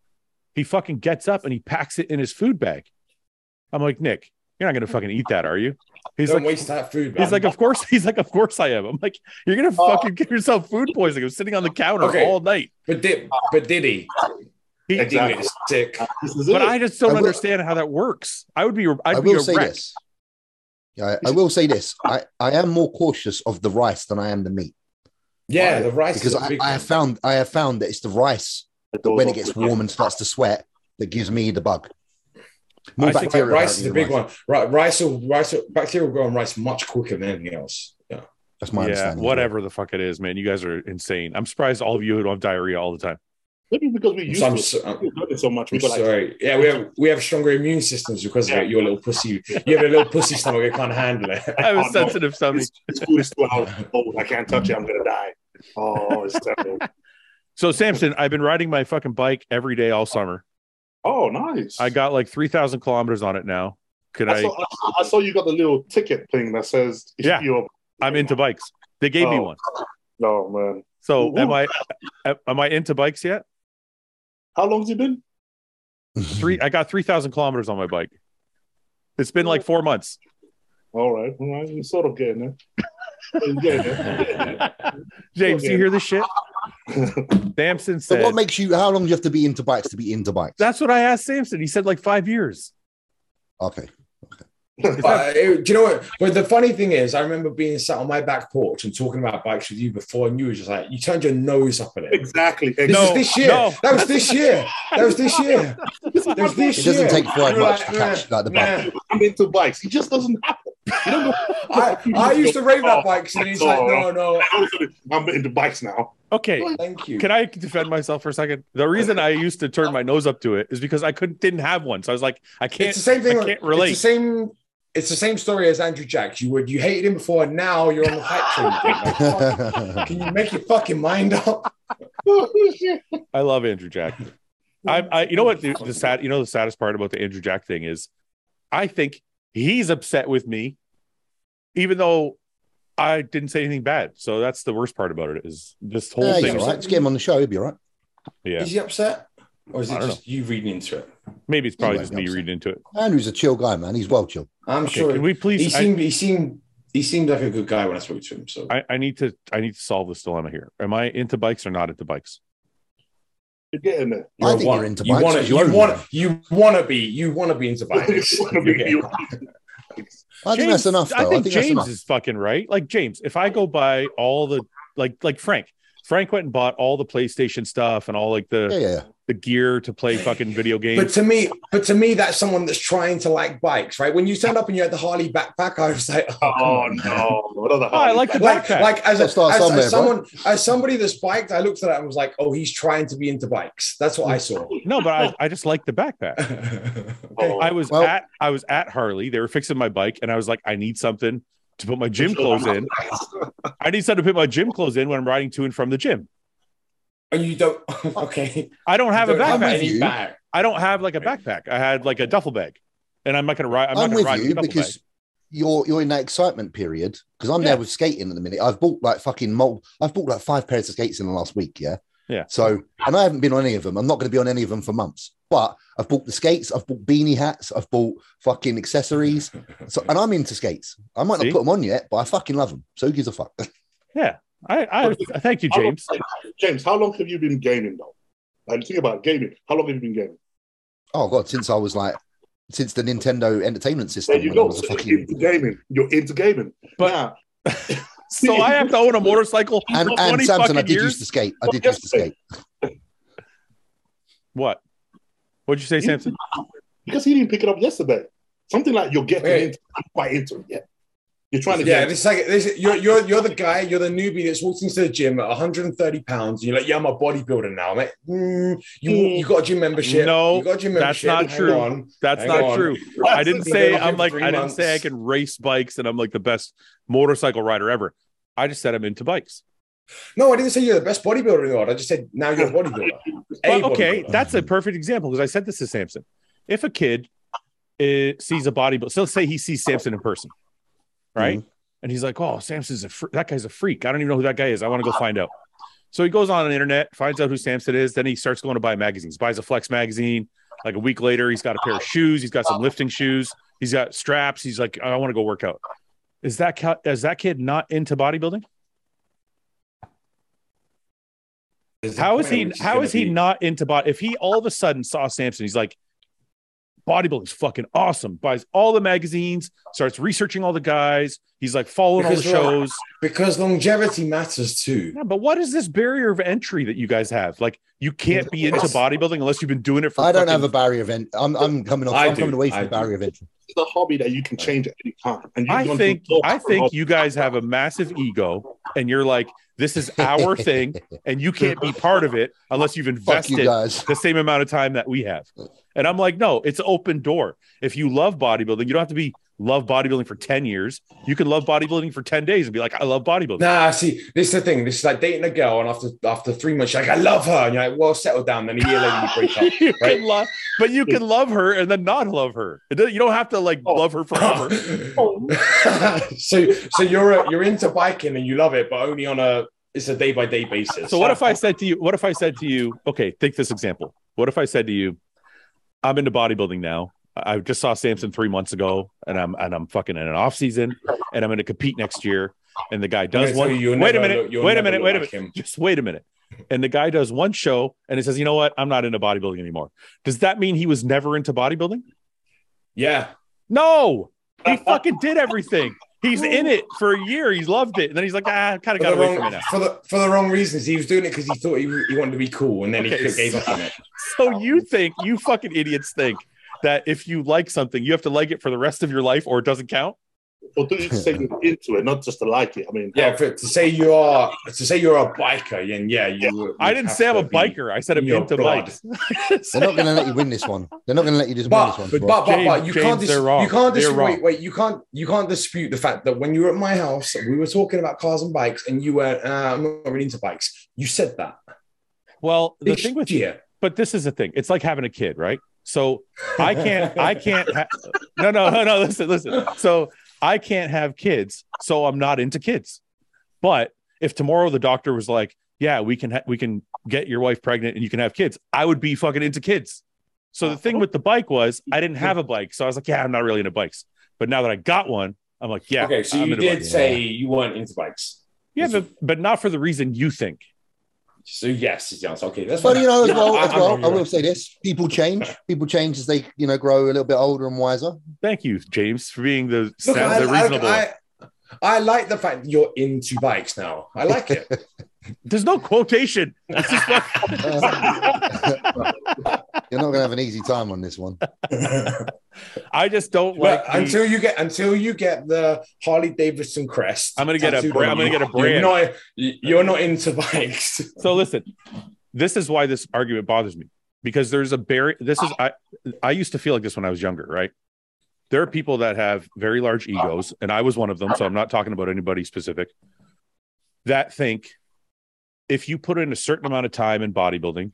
Speaker 1: He fucking gets up and he packs it in his food bag. I'm like, Nick, you're not going to fucking eat that, are you? He's
Speaker 2: Don't
Speaker 1: like,
Speaker 2: waste that food. Man.
Speaker 1: He's like, of course. He's like, of course I am. I'm like, you're gonna
Speaker 4: Uh,
Speaker 3: Oh.
Speaker 1: fucking give yourself food poisoning. I'm sitting on the counter
Speaker 2: Okay.
Speaker 1: all night.
Speaker 2: but did but did he?
Speaker 1: He-
Speaker 2: Did
Speaker 3: Exactly.
Speaker 2: he sick?
Speaker 3: This is
Speaker 1: But
Speaker 3: it.
Speaker 1: I just don't
Speaker 4: I will-
Speaker 1: understand how that works. I would be. I'd
Speaker 4: I
Speaker 1: be
Speaker 4: will
Speaker 1: a
Speaker 4: say
Speaker 1: wreck.
Speaker 4: this. Yeah, I, I will say this. I, I am more cautious of the rice than I am the meat
Speaker 2: Yeah, the rice is
Speaker 4: because
Speaker 2: a
Speaker 4: I,
Speaker 2: big
Speaker 4: I
Speaker 2: one.
Speaker 4: have found I have found that it's the rice that when
Speaker 1: Oh,
Speaker 4: it gets warm and starts to sweat that gives me the bug. More
Speaker 1: I think
Speaker 4: bacteria
Speaker 2: rice is a
Speaker 4: apparently
Speaker 2: big
Speaker 4: than
Speaker 2: one. Right, rice will rice will- bacteria will grow on rice much quicker than anything else. Yeah.
Speaker 4: That's my
Speaker 1: yeah,
Speaker 4: understanding.
Speaker 1: whatever the fuck it is, man. You guys are insane. I'm surprised all of you don't have diarrhea all the time.
Speaker 3: Maybe because we used
Speaker 2: So I'm,
Speaker 3: to
Speaker 2: so, I'm-
Speaker 3: we've done it so much. We
Speaker 2: I'm
Speaker 3: got like,
Speaker 2: sorry. Yeah, we have we have stronger immune systems because of
Speaker 3: Yeah.
Speaker 2: it. Your little pussy, you have a little pussy stomach. It can't handle it.
Speaker 1: I have a
Speaker 3: Oh, no.
Speaker 1: sensitive stomach.
Speaker 3: this, this food is two hours old. Oh, I can't touch it. I'm gonna die. Oh, it's terrible.
Speaker 1: So Samson, I've been riding my fucking bike every day all summer.
Speaker 3: Oh, nice.
Speaker 1: I got like three thousand kilometers on it now. Could
Speaker 3: I
Speaker 1: I?
Speaker 3: saw, I, I saw you got the little ticket thing that says if
Speaker 1: Yeah.
Speaker 3: you're.
Speaker 1: I'm into bikes. They gave me
Speaker 3: Oh.
Speaker 1: one.
Speaker 3: Oh man,
Speaker 1: So
Speaker 3: Ooh.
Speaker 1: am I? Am I into bikes yet?
Speaker 3: how long's it been?
Speaker 1: Three. I got three thousand kilometers on my bike. It's been like four months.
Speaker 3: All right, all right. You're sort of getting there. You're getting there.
Speaker 1: James, do you
Speaker 3: Okay.
Speaker 1: hear this shit? Samson
Speaker 4: So
Speaker 1: said,
Speaker 4: what makes you? How long do you have to be into bikes to be into bikes?
Speaker 1: That's what I asked Samson. He said like five years.
Speaker 4: okay.
Speaker 2: But, uh, do you know what? But the funny thing is, I remember being sat on my back porch and talking about bikes with you before, and you were just like, you turned your nose up at it.
Speaker 3: exactly.
Speaker 2: This
Speaker 3: exactly.
Speaker 1: No,
Speaker 2: is this year.
Speaker 1: no.
Speaker 2: That was this year. That was this year. That was this
Speaker 4: It doesn't
Speaker 2: year.
Speaker 4: take five
Speaker 2: You were
Speaker 4: much
Speaker 2: like,
Speaker 4: to catch like the bug.
Speaker 2: nah, nah.
Speaker 3: I'm into bikes. He just doesn't happen. You don't go,
Speaker 2: I, I used to rave that bikes, and he's like, no, no,
Speaker 3: I'm into bikes now.
Speaker 1: Okay.
Speaker 2: thank you.
Speaker 1: Can I defend myself for a second? The reason I used to turn my nose up to it is because I couldn't didn't have one. So I was like, I can't
Speaker 2: it's the same thing.
Speaker 1: I can't relate.
Speaker 2: It's the same. It's the same story as Andrew Jacks. You would you hated him before, and now you're on the hype train. again. Like, fuck, Can you make your fucking mind up?
Speaker 1: I love Andrew Jack. I, I you know what the, the sad you know the saddest part about the Andrew Jack thing is I think he's upset with me, even though I didn't say anything bad. So that's the worst part about it is this whole
Speaker 4: yeah,
Speaker 1: thing.
Speaker 4: he's
Speaker 1: is-
Speaker 4: all right. Let's get him on the show. He'll be all right.
Speaker 1: Yeah.
Speaker 2: Is he upset, or is
Speaker 1: I
Speaker 2: it
Speaker 1: don't
Speaker 2: just you reading into it?
Speaker 1: Maybe it's probably
Speaker 4: won't
Speaker 1: just
Speaker 4: be
Speaker 1: me
Speaker 4: upset.
Speaker 1: reading into it.
Speaker 4: Andrew's a chill guy, man. He's well chill.
Speaker 2: I'm
Speaker 1: Okay,
Speaker 2: sure
Speaker 1: can we
Speaker 2: he
Speaker 1: please I-
Speaker 2: seemed he seemed he seemed like a good guy when I spoke to him. So
Speaker 1: I, I need to I need to solve this dilemma here. Am I into bikes or not into bikes?
Speaker 3: You're getting there.
Speaker 4: I
Speaker 2: You're
Speaker 4: think
Speaker 2: one-
Speaker 4: you're into
Speaker 2: you
Speaker 4: bikes
Speaker 2: want
Speaker 4: 'cause
Speaker 2: you
Speaker 4: you own
Speaker 2: want
Speaker 4: one.
Speaker 2: you want to be you want to be into bikes.
Speaker 3: You're gonna
Speaker 2: You're
Speaker 3: be-
Speaker 2: getting-
Speaker 3: you're-
Speaker 4: I think that's enough. Though.
Speaker 1: I think
Speaker 4: that's
Speaker 1: James
Speaker 4: enough.
Speaker 1: is fucking right. Like James, if I go buy all the like like Frank, Frank went and bought all the PlayStation stuff and all like the
Speaker 4: Yeah, yeah, yeah.
Speaker 1: the gear to play fucking video
Speaker 2: But
Speaker 1: games.
Speaker 2: to me, but to me, that's someone that's trying to like bikes, right? When you turned up and you had the Harley backpack, I was like, oh, come
Speaker 3: Oh
Speaker 2: on, man.
Speaker 3: no! What are the
Speaker 1: Oh, I like the
Speaker 2: like,
Speaker 1: backpack.
Speaker 2: like as, a,
Speaker 4: Gotta
Speaker 2: as,
Speaker 4: start
Speaker 2: as
Speaker 4: somewhere, bro.
Speaker 2: someone, as somebody that's biked, I looked at that and was like, "Oh, he's trying to be into bikes." That's what I saw.
Speaker 1: no, but I, I just like the backpack.
Speaker 2: Okay.
Speaker 3: Oh,
Speaker 1: I was
Speaker 4: Well-
Speaker 1: at I was at Harley. They were fixing my bike, and I was like, I need something to put my gym clothes in. I need something to put my gym clothes in when I'm riding to and from the gym.
Speaker 2: And you don't. Okay.
Speaker 1: I don't have a
Speaker 2: Don't
Speaker 1: backpack.
Speaker 4: with
Speaker 2: any
Speaker 4: you.
Speaker 2: bag.
Speaker 1: I don't have like a backpack. I had like a duffel bag, and I'm not gonna ride. I'm,
Speaker 4: I'm,
Speaker 1: not gonna ride with a
Speaker 4: with you
Speaker 1: duffel
Speaker 4: because
Speaker 1: bag.
Speaker 4: you're you're in that excitement period because I'm
Speaker 1: Yeah.
Speaker 4: there with skating at the minute. I've bought like fucking mul- I've bought like five pairs of skates in the last week. Yeah.
Speaker 1: Yeah.
Speaker 4: So and I haven't been on any of them. I'm not going to be on any of them for months. But I've bought the skates. I've bought beanie hats. I've bought fucking accessories. So and I'm into skates. I might
Speaker 1: See?
Speaker 4: not put them on yet, but I fucking love them. So who gives a fuck?
Speaker 1: I, I thank you,
Speaker 3: How long-
Speaker 1: James.
Speaker 3: James, how long have you been gaming though? Like, think about it, gaming. How long have you been gaming?
Speaker 4: oh god, since I was like since the Nintendo Entertainment System.
Speaker 3: There you
Speaker 4: when I
Speaker 3: go.
Speaker 4: was a
Speaker 3: So
Speaker 4: fucking-
Speaker 3: you're into gaming. You're into gaming.
Speaker 1: But-
Speaker 3: Now,
Speaker 1: So I have to own a motorcycle for
Speaker 4: and,
Speaker 1: 20
Speaker 4: and Samson, I
Speaker 1: fucking
Speaker 4: did
Speaker 1: years.
Speaker 4: used to skate. I
Speaker 3: Well,
Speaker 4: did used to
Speaker 3: yesterday.
Speaker 4: skate.
Speaker 1: What? What'd you say, Samson?
Speaker 3: because he didn't pick it up yesterday. Something like you're getting
Speaker 2: Yeah.
Speaker 3: into. I'm quite into it. Yeah, you're trying to
Speaker 2: Yeah,
Speaker 3: get.
Speaker 2: this is like this. is- You're you're you're the guy. You're the newbie that's walked into the gym at 130 pounds. And you're like, "Yeah, I'm a bodybuilder now." I'm like, mm, "You you got a gym membership?
Speaker 1: No,
Speaker 2: you got a gym
Speaker 1: that's
Speaker 2: membership.
Speaker 1: not
Speaker 2: Hang
Speaker 1: true.
Speaker 2: on.
Speaker 1: That's
Speaker 2: Hang
Speaker 1: not
Speaker 2: on.
Speaker 1: true.
Speaker 3: Right,
Speaker 1: I didn't
Speaker 2: I've been
Speaker 1: say
Speaker 2: off here
Speaker 1: I'm
Speaker 2: for
Speaker 1: like
Speaker 2: three
Speaker 1: I didn't say I
Speaker 2: months.
Speaker 1: can race bikes and I'm like the best motorcycle rider ever. I just said I'm into bikes.
Speaker 2: No, I didn't say you're the best bodybuilder in the world. I just said now you're a bodybuilder. A
Speaker 1: But, okay,
Speaker 2: bodybuilder.
Speaker 1: that's a perfect example because I said this to Samson. If a kid it, sees a body, but so let's say he sees Samson in person, right? And he's like, "Oh, Samson's a fr- that guy's a freak. I don't even know who that guy is. I want to go find out." So he goes on the internet, finds out who Samson is. Then he starts going to buy magazines. Buys a Flex magazine. Like a week later, he's got a pair of shoes. He's got some lifting shoes. He's got straps. He's like, "I want to go work out." Is that ca- is that kid not into bodybuilding?
Speaker 2: There's a
Speaker 1: How
Speaker 2: point
Speaker 1: is
Speaker 2: at
Speaker 1: he?
Speaker 2: which it's
Speaker 1: How
Speaker 2: gonna
Speaker 1: is he
Speaker 2: be-
Speaker 1: not into body? If he all of a sudden saw Samson, he's like, bodybuilding's fucking awesome. Buys all the magazines, starts researching all the guys. He's like following all the
Speaker 2: Because
Speaker 4: uh,
Speaker 2: you're-
Speaker 1: shows.
Speaker 2: Because longevity matters too.
Speaker 1: Yeah, but what is this barrier of entry that you guys have? Like, you can't be into bodybuilding unless you've been doing it for.
Speaker 4: I don't
Speaker 1: fucking-
Speaker 4: have a barrier of entry. I'm, I'm coming off.
Speaker 2: I
Speaker 4: I'm
Speaker 2: do,
Speaker 4: coming away from
Speaker 2: I
Speaker 4: the barrier of entry.
Speaker 3: It's a hobby that you can change at any time. And you've
Speaker 1: I
Speaker 3: gone
Speaker 1: think
Speaker 3: through so
Speaker 1: I
Speaker 3: much
Speaker 1: think
Speaker 3: hobby.
Speaker 1: you guys have a massive ego, and you're like, this is our thing, and you can't be part of it unless you've
Speaker 4: Fuck you
Speaker 1: invested
Speaker 4: guys.
Speaker 1: the same amount of time that we have. And I'm like, no, it's open door. If you love bodybuilding, you don't have to be love bodybuilding for 10 years. You can love bodybuilding for 10 days and be like, I love bodybuilding.
Speaker 2: Nah, see, this is the thing. This is like dating a girl, and after after three months, you're like, I love her, and you're like, well, settle down. Then a year later, you break up.
Speaker 1: you
Speaker 2: right.
Speaker 1: can love, but you can love her and then not love her. It doesn't- You don't have to like
Speaker 3: Oh.
Speaker 1: love her forever.
Speaker 2: so so you're a, you're into biking and you love it, but only on a it's a day by day basis.
Speaker 1: So what if I said to you, what if I said to you, okay, take this example. What if I said to you, I'm into bodybuilding now. I I just saw Samson three months ago, and I'm and I'm fucking in an off season, and I'm going to compete next year. And the guy does
Speaker 2: tell
Speaker 1: one.
Speaker 2: you, you'll
Speaker 1: wait a
Speaker 2: never
Speaker 1: minute.
Speaker 2: look- you'll
Speaker 1: wait a
Speaker 2: never
Speaker 1: minute.
Speaker 2: look
Speaker 1: Wait a
Speaker 2: like
Speaker 1: minute.
Speaker 2: him.
Speaker 1: Just wait a minute. And the guy does one show, and he says, "You know what? I'm not into bodybuilding anymore." Does that mean he was never into bodybuilding?
Speaker 2: Yeah,
Speaker 1: No, he fucking did everything. He's in it for a year. He's loved it, and then he's like, "Ah, kind of
Speaker 2: for
Speaker 1: got
Speaker 2: the,
Speaker 1: away from it
Speaker 2: wrong,
Speaker 1: now."
Speaker 2: for the for the wrong reasons. He was doing it because he thought he, he wanted to be cool, and then
Speaker 1: Okay,
Speaker 2: he gave up on it.
Speaker 1: So you think you fucking idiots think that if you like something, you have to like it for the rest of your life, or it doesn't count?
Speaker 3: Or do you say you're into it, not just to like it? I mean,
Speaker 2: Yeah, for, to say you are to say you're a biker, and yeah, you. would
Speaker 1: I didn't
Speaker 2: have
Speaker 1: say I'm
Speaker 2: to
Speaker 1: a
Speaker 2: be-
Speaker 1: biker. I said I'm
Speaker 2: your
Speaker 1: into
Speaker 2: blood.
Speaker 1: bikes.
Speaker 4: They're not going to let you win this one. They're not going to let you just
Speaker 2: But
Speaker 4: win
Speaker 2: but,
Speaker 4: this
Speaker 2: but
Speaker 4: one.
Speaker 2: but but
Speaker 1: James-
Speaker 2: you
Speaker 1: James,
Speaker 2: can't dis-
Speaker 1: they're wrong.
Speaker 2: you can't
Speaker 1: They're
Speaker 2: dis-
Speaker 1: wrong.
Speaker 2: wait wait you can't you can't dispute the fact that when you were at my house we were talking about cars and bikes and you were uh, I'm not really into bikes. You said that.
Speaker 1: Well, the
Speaker 2: This
Speaker 1: thing with
Speaker 2: year.
Speaker 1: but this is the thing. It's like having a kid, right? So I can't, I can't. Ha- no, no, no, no. Listen, listen. So I can't have kids, so I'm not into kids. But if tomorrow the doctor was like, "Yeah, we can, ha- we can get your wife pregnant and you can have kids," I would be fucking into kids. So the thing with the bike was, I didn't have a bike, so I was like, "Yeah, I'm not really into bikes." But now that I got one, I'm like, "Yeah,
Speaker 2: okay, so
Speaker 1: I'm
Speaker 2: you
Speaker 1: into
Speaker 2: did
Speaker 1: bikes.
Speaker 2: say you weren't into bikes.
Speaker 1: yeah, but, but not for the reason you think."
Speaker 2: So yes is the answer. Okay, that's
Speaker 4: But
Speaker 2: fine.
Speaker 4: you know, as
Speaker 2: Yeah,
Speaker 4: well,
Speaker 2: I-
Speaker 4: as
Speaker 2: I'm
Speaker 4: well,
Speaker 2: wrong,
Speaker 4: I
Speaker 2: you're
Speaker 4: will
Speaker 2: right.
Speaker 4: say this: people change. People change as they, you know, grow a little bit older and wiser.
Speaker 1: Thank you, James, for being the,
Speaker 2: Look,
Speaker 1: sound-
Speaker 2: I,
Speaker 1: the
Speaker 2: I-
Speaker 1: reasonable.
Speaker 2: I, I like the fact that you're into bikes now. I like it.
Speaker 1: There's no quotation.
Speaker 4: You're not going to have an easy time on this one.
Speaker 1: I just don't like.
Speaker 2: But
Speaker 1: The,
Speaker 2: until you get until you get the Harley Davidson crest,
Speaker 1: I'm gonna get a
Speaker 2: tattooed
Speaker 1: bra-
Speaker 2: on
Speaker 1: I'm gonna
Speaker 2: you,
Speaker 1: get a brand.
Speaker 2: You're not, you're not into bikes.
Speaker 1: so listen, this is why this argument bothers me because there's a barrier. This is I. I used to feel like this when I was younger, right? There are people that have very large egos, and I was one of them. So I'm not talking about anybody specific. That think if you put in a certain amount of time in bodybuilding,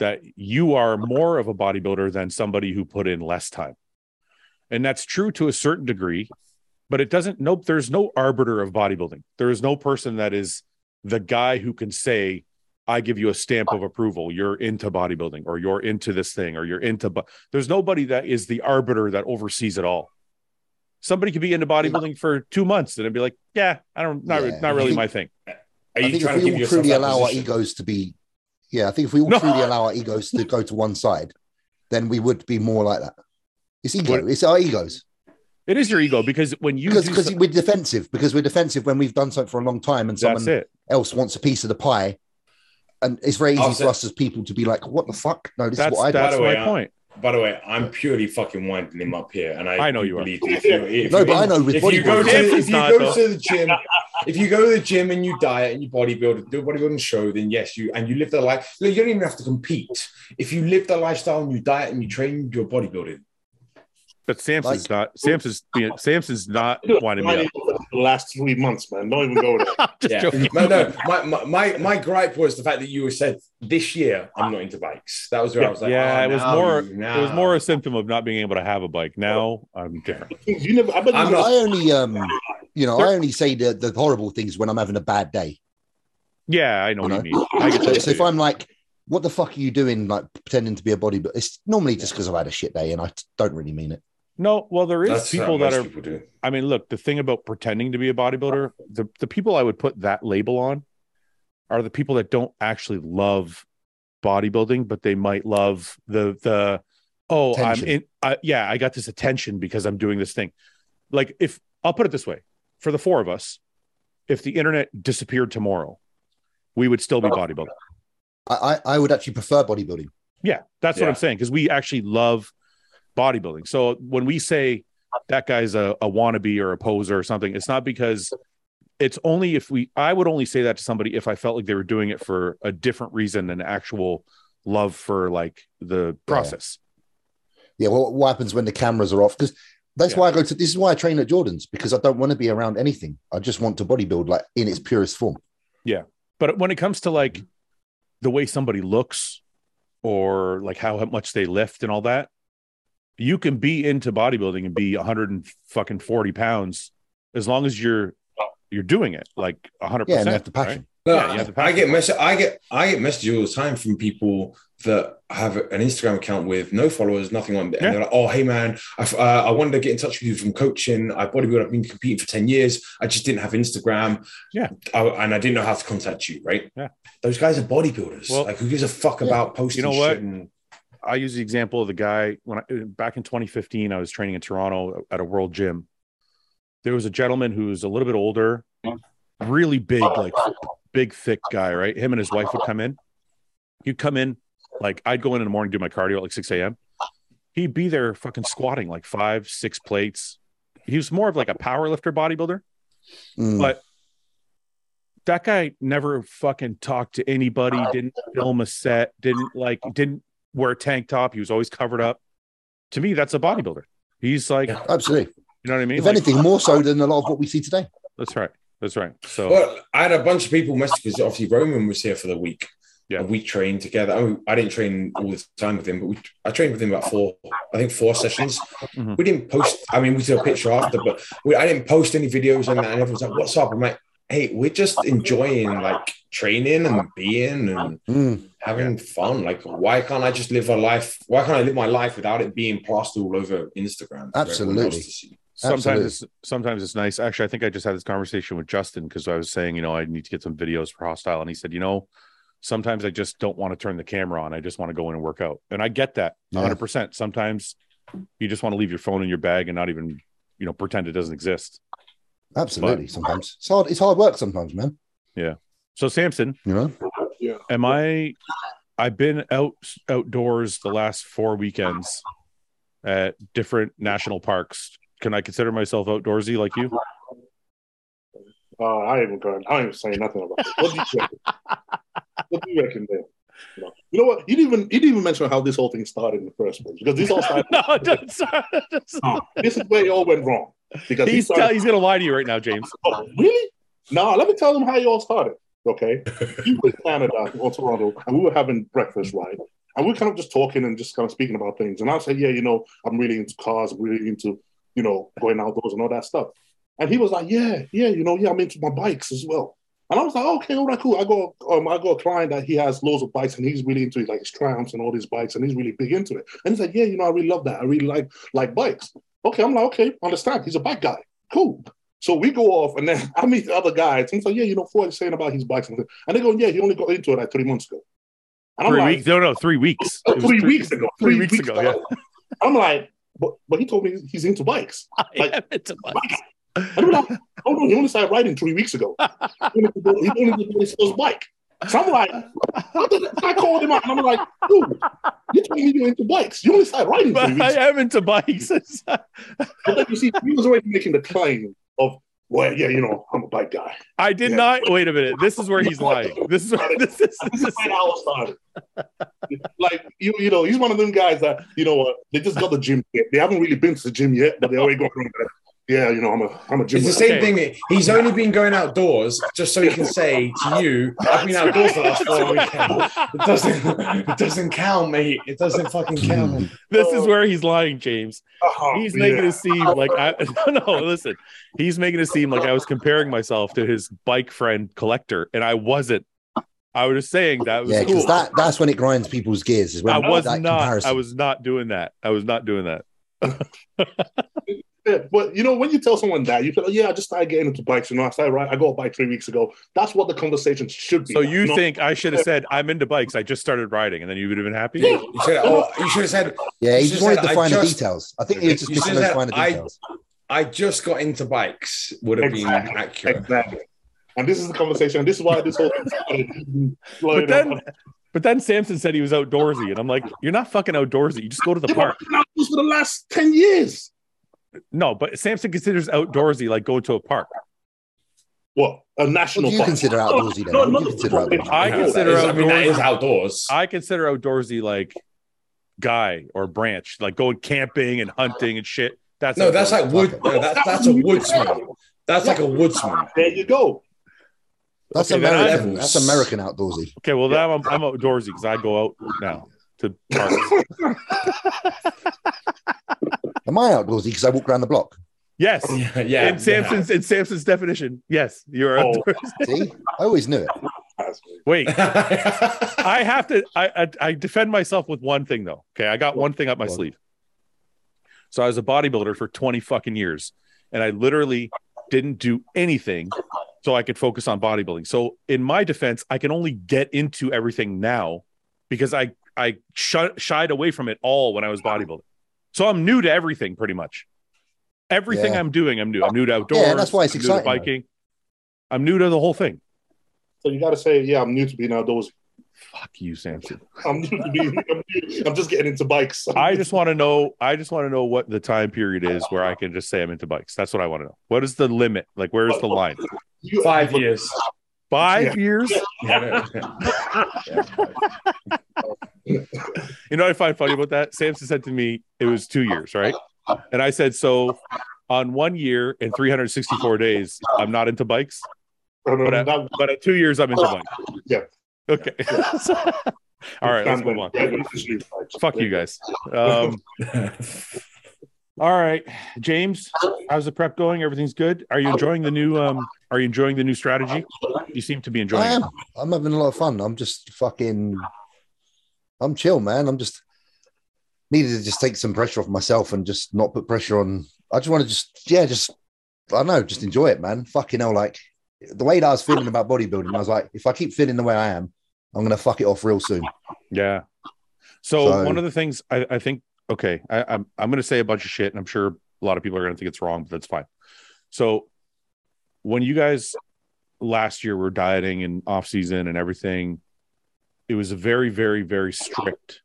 Speaker 1: that you are more of a bodybuilder than somebody who put in less time. And that's true to a certain degree, but it doesn't, nope, there's no arbiter of bodybuilding. There is no person that is the guy who can say, I give you a stamp of approval. You're into bodybuilding or you're into this thing or you're into, bo-" there's nobody that is the arbiter that oversees it all. Somebody could be into bodybuilding for two months and it'd be like, yeah, I don't, not,
Speaker 4: Yeah.
Speaker 1: not really my thing.
Speaker 2: Are
Speaker 4: I
Speaker 2: you
Speaker 4: think
Speaker 2: trying to
Speaker 4: if
Speaker 2: give
Speaker 4: we all
Speaker 2: yourself
Speaker 4: truly
Speaker 2: that
Speaker 4: allow
Speaker 2: position?
Speaker 4: our egos to be, yeah, I think if we all
Speaker 1: No.
Speaker 4: truly allow our egos to go to one side, then we would be more like that. It's ego.
Speaker 1: What-
Speaker 4: It's our egos
Speaker 1: It is your ego because when you,
Speaker 4: because
Speaker 1: do
Speaker 4: because
Speaker 1: some-
Speaker 4: we're defensive because we're defensive when we've done something for a long time and
Speaker 1: that's
Speaker 4: someone
Speaker 1: it.
Speaker 4: else wants a piece of the pie, and it's very easy
Speaker 2: I'll say-
Speaker 4: for us as people to be like, "What the fuck? No, this
Speaker 1: That's,
Speaker 4: is what I do."
Speaker 1: that's
Speaker 2: By the way,
Speaker 1: my
Speaker 2: I-
Speaker 1: point.
Speaker 2: By the way, I'm purely fucking winding him up here, and I,
Speaker 1: I know you are.
Speaker 2: believe me. If you're- if
Speaker 4: No,
Speaker 2: you're
Speaker 4: but I
Speaker 2: in-
Speaker 4: know with
Speaker 2: if you go,
Speaker 4: bodybuilding-
Speaker 2: to, if
Speaker 1: Danson's
Speaker 2: you
Speaker 1: not,
Speaker 2: go
Speaker 1: though.
Speaker 2: to the gym, if you go to the gym and you diet and you bodybuild, do a bodybuilding show, then yes, you and you live the life. Look, you don't even have to compete. If you live the lifestyle and you diet and you train, you're bodybuilding.
Speaker 1: But Samson's not. Samson's being, Samson's not winding me up.
Speaker 3: for the last three months, man. Don't even go there.
Speaker 1: Just
Speaker 2: Yeah.
Speaker 1: joking.
Speaker 2: No, no. My, my my my gripe was the fact that you said this year I'm not into bikes. That was where I was like,
Speaker 1: Yeah,
Speaker 2: oh,
Speaker 1: it was
Speaker 2: no,
Speaker 1: more- It
Speaker 2: no.
Speaker 1: was more a symptom of not being able to have a bike. Now I'm different.
Speaker 3: you never. I bet
Speaker 2: I'm
Speaker 3: you
Speaker 2: not-
Speaker 4: I only, um, you know, I only say the, the horrible things when I'm having a bad day.
Speaker 1: Yeah, I know what
Speaker 4: I
Speaker 1: you mean. I get that
Speaker 4: So if
Speaker 1: too.
Speaker 4: I'm like, what the fuck are you doing, like pretending to be a bodybuilder? It's normally just because I've had a shit day and I t- don't really mean it.
Speaker 1: No, well, there is
Speaker 2: That's
Speaker 1: people
Speaker 2: how
Speaker 1: that
Speaker 2: most
Speaker 1: are.
Speaker 2: people do.
Speaker 1: I mean, look, the thing about pretending to be a bodybuilder, the the people I would put that label on are the people that don't actually love bodybuilding, but they might love the the oh,
Speaker 4: Attention.
Speaker 1: I'm in. I, yeah, I got this attention because I'm doing this thing. Like, if I'll put it this way, for the four of us, if the internet disappeared tomorrow, we would still be bodybuilding.
Speaker 4: I, I, I would actually prefer bodybuilding.
Speaker 1: Yeah, that's what
Speaker 2: Yeah.
Speaker 1: I'm saying because we actually love bodybuilding. So when we say that guy's a, a wannabe or a poser or something, it's not because it's only if we. I would only say that to somebody if I felt like they were doing it for a different reason than actual love for like the process.
Speaker 4: Yeah, well, what happens when the cameras are off? Because that's
Speaker 1: Yeah.
Speaker 4: why I go to this is why I train at Jordan's because I don't want to be around anything. I just want to bodybuild like in its purest form.
Speaker 1: But when it comes to
Speaker 4: Mm-hmm.
Speaker 1: like the way somebody looks or like how much they lift and all that, you can be into bodybuilding and be 100 and fucking 40 pounds as long as you're you're doing it like 100
Speaker 4: Yeah, and
Speaker 1: percent
Speaker 4: have the passion.
Speaker 2: No,
Speaker 1: Yeah, you have the
Speaker 2: I get
Speaker 1: passion.
Speaker 2: mess- I get I get messages all the time from people that have an Instagram account with no followers, nothing on, and
Speaker 1: Yeah.
Speaker 2: they're like, "Oh, hey man, I, f- uh, I wanted to get in touch with you from coaching. I bodybuild. I've been competing for ten years. I just didn't have Instagram.
Speaker 1: Yeah.
Speaker 2: I, and I didn't know how to contact you. Right?
Speaker 1: Yeah.
Speaker 2: Those guys are bodybuilders.
Speaker 1: Well-
Speaker 2: like, who gives a fuck
Speaker 4: Yeah.
Speaker 2: about posting?
Speaker 1: You know what?
Speaker 2: shit and-
Speaker 1: I use the example of the guy when I, back in 2015, I was training in Toronto at a world gym. There was a gentleman who was a little bit older, really big, like big, thick guy, right? Him and his wife would come in. He'd come in, like I'd go in in the morning, do my cardio at like 6 a.m. He'd be there fucking squatting like five, six plates. He was more of like a power lifter bodybuilder.
Speaker 4: Mm.
Speaker 1: But- That guy never fucking talked to anybody,
Speaker 4: Oh.
Speaker 1: didn't film a set, didn't like, didn't wear a tank top. He was always covered up. To me, that's a bodybuilder. He's like,
Speaker 2: Yeah.
Speaker 4: Absolutely.
Speaker 1: you know what I mean?
Speaker 4: If
Speaker 1: Like,
Speaker 4: anything, more so than a lot of what we see today.
Speaker 1: That's right. That's right. So
Speaker 2: Well, I had a bunch of people message because obviously Roman was here for the week.
Speaker 1: Yeah.
Speaker 2: And we trained together. I, mean, I didn't train all the time with him, but we, I trained with him about four, I think four sessions.
Speaker 1: Mhm.
Speaker 2: We didn't post, I mean, we took a picture after, but we, I didn't post any videos and, that, and everyone's like, what's up? I'm like, hey, we're just enjoying like training and being and
Speaker 4: Mm.
Speaker 2: having fun. Like, why can't I just live a life? Why can't I live my life without it being plastered all over Instagram? for everyone else
Speaker 4: Absolutely.
Speaker 2: to see?
Speaker 1: sometimes
Speaker 4: absolutely.
Speaker 1: it's sometimes it's nice. Actually, I think I just had this conversation with Justin because I was saying, you know, I need to get some videos for hostile. And he said, you know, sometimes I just don't want to turn the camera on. I just want to go in and work out. And I get that
Speaker 4: Yeah.
Speaker 1: 100 percent Sometimes you just want to leave your phone in your bag and not even, you know, pretend it doesn't exist.
Speaker 4: Absolutely. sometimes it's hard. It's hard work sometimes, man.
Speaker 1: So Samson,
Speaker 4: You know.
Speaker 3: Yeah.
Speaker 1: am I I've been out outdoors the last four weekends at different national parks. Can I consider myself outdoorsy like you?
Speaker 3: Uh, I ain't even going. I ain't even saying nothing about it. What do you reckon? what do you reckon, Dan? You know, you know what? He didn't even he didn't even mention how this whole thing started in the first place because this all started.
Speaker 1: no, it doesn't. sound- it doesn't-
Speaker 3: this is where it all went wrong. Because he
Speaker 1: He's
Speaker 3: started-
Speaker 1: he's gonna lie to you right now, James.
Speaker 3: Oh, really? No, let me tell them how you all started. Okay. You were in Canada or Toronto, and we were having breakfast, right? And we were kind of just talking and just kind of speaking about things. And I said, Yeah, you know, I'm really into cars, I'm really into, you know, going outdoors and all that stuff. And he was like, Yeah, yeah, you know, yeah, I'm into my bikes as well. And I was like, okay, all right, cool. I got um, I got a client that he has loads of bikes and he's really into like his triumphs and all these bikes and he's really big into it. And he's like, yeah, you know, I really love that. I really like like bikes. Okay, I'm like, okay, understand. He's a bike guy. Cool. So we go off, and then I meet the other guys. And he's like, yeah, you know, Floyd's saying about his bikes. And things." And they go, yeah, he only got into it like three months ago. And I'm
Speaker 1: Three
Speaker 3: like,
Speaker 1: weeks? No, no, three weeks.
Speaker 3: "Oh,
Speaker 1: It was
Speaker 3: three weeks ago.
Speaker 1: Three, weeks, ago.
Speaker 3: I'm like, but, but he told me he's into bikes.
Speaker 1: Yeah, I am into bikes.
Speaker 3: And I'm like, oh no, he only started riding three weeks ago. He only did- he only did his first bike. So I'm like, how did- I called him out and I'm like, dude, you told me you're into bikes. You only started riding three
Speaker 1: But I
Speaker 3: weeks.
Speaker 1: am into bikes. It's-
Speaker 3: But then you see, he was already making the claim of, well, yeah, you know, I'm a bike guy.
Speaker 1: I did
Speaker 3: Yeah.
Speaker 1: not. Wait a minute. This is where he's lying. This is where this is.
Speaker 3: This
Speaker 1: This
Speaker 3: is
Speaker 1: is
Speaker 3: how it started. like you, you know, he's one of them guys that you know what they just got the gym. kit. They haven't really been to the gym yet, but they already got around that. Yeah, you know, I'm a, I'm a gym.
Speaker 2: It's the
Speaker 3: rat.
Speaker 2: same thing. He's only been going outdoors just so he can say to you, I've been outdoors the last four weekends. It doesn't, it doesn't count, mate. It doesn't fucking count.
Speaker 1: This is where he's lying, James.
Speaker 3: Oh,
Speaker 1: He's
Speaker 3: yeah.
Speaker 1: making it seem like I no, no, listen. He's making it seem like I was comparing myself to his bike friend collector, and I wasn't. I was just saying that was
Speaker 4: yeah,
Speaker 1: cool.
Speaker 4: because that, that's when it grinds people's gears. Is when
Speaker 1: I
Speaker 4: we get
Speaker 1: was
Speaker 4: that
Speaker 1: not.
Speaker 4: Comparison.
Speaker 1: I was not doing that. I was not doing that.
Speaker 3: Yeah, but you know, when you tell someone that, you feel like, yeah, I just started getting into bikes. You know, I started right. I got a bike three weeks ago. That's what the conversation should be.
Speaker 1: So you
Speaker 3: know?
Speaker 1: think I should have said I'm into bikes? I just started riding, and then you would have been happy.
Speaker 2: You should have, oh, you should have said, You
Speaker 4: yeah, he
Speaker 2: just
Speaker 4: just wanted
Speaker 2: said,
Speaker 4: the
Speaker 2: "I
Speaker 4: finer
Speaker 2: just-
Speaker 4: details. I think he was
Speaker 2: You
Speaker 4: just
Speaker 2: said
Speaker 4: picking those
Speaker 2: that
Speaker 4: finer
Speaker 2: I-
Speaker 4: details.
Speaker 2: I just got into bikes, would have been
Speaker 3: Exactly.
Speaker 2: accurate.
Speaker 3: exactly. And this is the conversation. This is why this whole thing started. Like, um,
Speaker 1: But then, but then Samson said he was outdoorsy, and I'm like, you're not fucking outdoorsy. You just go to the
Speaker 3: yeah,
Speaker 1: park.
Speaker 3: but I've been out this for the last ten years.
Speaker 1: No, but Samson considers outdoorsy like going to a park.
Speaker 3: What a
Speaker 4: What
Speaker 3: national.
Speaker 4: do you
Speaker 3: park. Oh,
Speaker 4: consider outdoorsy then?
Speaker 3: No,
Speaker 4: What do
Speaker 3: no,
Speaker 4: you consider
Speaker 3: no,
Speaker 4: outdoorsy?
Speaker 1: I
Speaker 2: No,
Speaker 1: consider
Speaker 2: that is, I mean, that is outdoors.
Speaker 1: I consider outdoorsy like guy or branch, like going camping and hunting and shit. That's
Speaker 2: no, that's
Speaker 1: outdoorsy.
Speaker 2: like wood. No, that's, that's a woodsman. That's like a woodsman.
Speaker 3: There you go.
Speaker 4: That's
Speaker 1: Okay, then I-
Speaker 4: American. That's American outdoorsy.
Speaker 1: okay. Well, now I'm, I'm outdoorsy because I go out now to parks.
Speaker 4: Am I outdoorsy because I walk around the block?
Speaker 1: yes,
Speaker 2: Yeah, yeah.
Speaker 1: in Samson's in Samson's definition, yes, you're
Speaker 3: Oh.
Speaker 1: outdoorsy.
Speaker 4: See, I always knew it.
Speaker 1: Wait,
Speaker 2: yeah.
Speaker 1: I have to. I, I I defend myself with one thing though. Okay, I got one thing up my
Speaker 4: What?
Speaker 1: sleeve. So I was a bodybuilder for twenty fucking years, and I literally didn't do anything so I could focus on bodybuilding. So in my defense, I can only get into everything now because I I shu- shied away from it all when I was bodybuilding. So I'm new to everything pretty much. Everything
Speaker 4: Yeah.
Speaker 1: I'm doing, I'm new. I'm new to outdoors.
Speaker 4: that's why it's
Speaker 1: I'm new to
Speaker 4: exciting, though.
Speaker 1: biking. I'm new to the whole thing.
Speaker 3: So you got to say, yeah, I'm new to being outdoors.
Speaker 1: Fuck you, Samson.
Speaker 3: I'm new to being. I'm, new. I'm just getting into bikes.
Speaker 1: I just want to know. I just want to know what the time period is where I can just say I'm into bikes. That's what I want to know. What is the limit? Like, where is the line?
Speaker 3: You-
Speaker 2: Five years.
Speaker 1: Five
Speaker 3: Yeah.
Speaker 1: years?
Speaker 2: Yeah.
Speaker 1: You know what I find funny about that? Samson said to me it was two years, right? And I said, so on one year and 364 days, I'm not into bikes,
Speaker 3: No, no,
Speaker 1: But I-
Speaker 3: no, that-
Speaker 1: but at two years, I'm into bikes.
Speaker 3: Yeah.
Speaker 1: Okay. All right. Let's move on.
Speaker 3: Yeah, you just leave bikes.
Speaker 1: Fuck you guys. Um, all right, James, how's the prep going? Everything's good. Are you enjoying the new? Um, are you enjoying the new strategy? You seem to be enjoying.
Speaker 4: I
Speaker 1: it.
Speaker 4: am. I'm having a lot of fun. I'm just fucking. I'm chill, man. I'm just needed to just take some pressure off myself and just not put pressure on. I just want to just yeah, just I don't know, just enjoy it, man. Fucking hell, like the way that I was feeling about bodybuilding, I was like, if I keep feeling the way I am, I'm gonna fuck it off real soon.
Speaker 1: Yeah. So,
Speaker 4: So-
Speaker 1: one of the things I, I think, okay, I, I'm I'm going to say a bunch of shit, and I'm sure a lot of people are going to think it's wrong, but that's fine. So, when you guys last year were dieting and off season and everything, it was a very, very, very strict,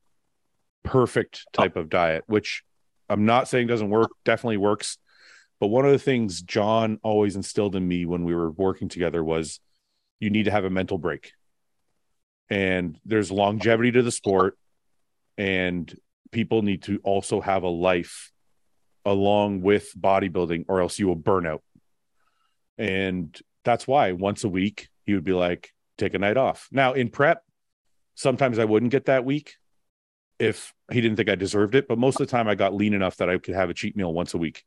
Speaker 1: perfect type of diet, which I'm not saying doesn't work. Definitely works. But one of the things John always instilled in me when we were working together was you need to have a mental break and there's longevity to the sport and people need to also have a life along with bodybuilding or else you will burn out and that's why once a week he would be like take a night off now in prep sometimes i wouldn't get that week if he didn't think i deserved it but most of the time i got lean enough that i could have a cheat meal once a week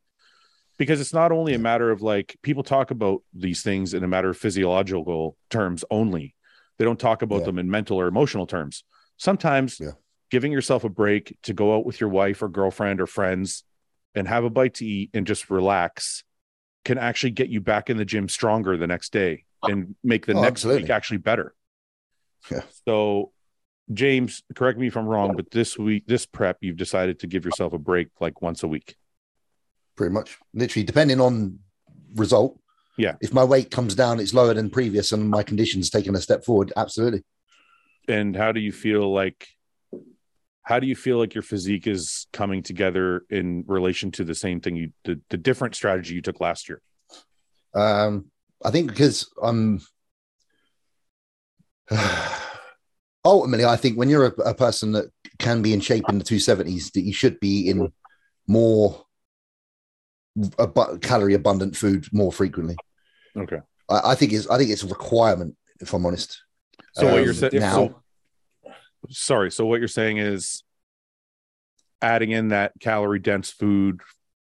Speaker 1: because it's not only a matter of like people talk about these things in a matter of physiological terms only they don't talk about
Speaker 4: Yeah.
Speaker 1: them in mental or emotional terms sometimes
Speaker 4: Yeah.
Speaker 1: giving yourself a break to go out with your wife or girlfriend or friends and have a bite to eat and just relax can actually get you back in the gym stronger the next day and make the
Speaker 4: Oh,
Speaker 1: next week
Speaker 4: absolutely.
Speaker 1: actually better
Speaker 4: Yeah.
Speaker 1: so james correct me if i'm wrong but this week this prep you've decided to give yourself a break like once a week
Speaker 4: pretty much literally depending on result
Speaker 1: Yeah.
Speaker 4: if my weight comes down it's lower than previous and my condition's taken a step forward absolutely
Speaker 1: and how do you feel like how do you feel like your physique is coming together in relation to the same thing you the, the different strategy you took last year
Speaker 4: um i think because i'm i ultimately, I think when you're a, a person that can be in shape in the 270s, that you should be in more abu- calorie abundant food more frequently.
Speaker 1: Okay.
Speaker 4: I, I think it's I think it's a requirement, if I'm honest.
Speaker 1: So what
Speaker 4: Um,
Speaker 1: you're saying?
Speaker 4: now,
Speaker 1: So, sorry. So what you're saying is adding in that calorie dense food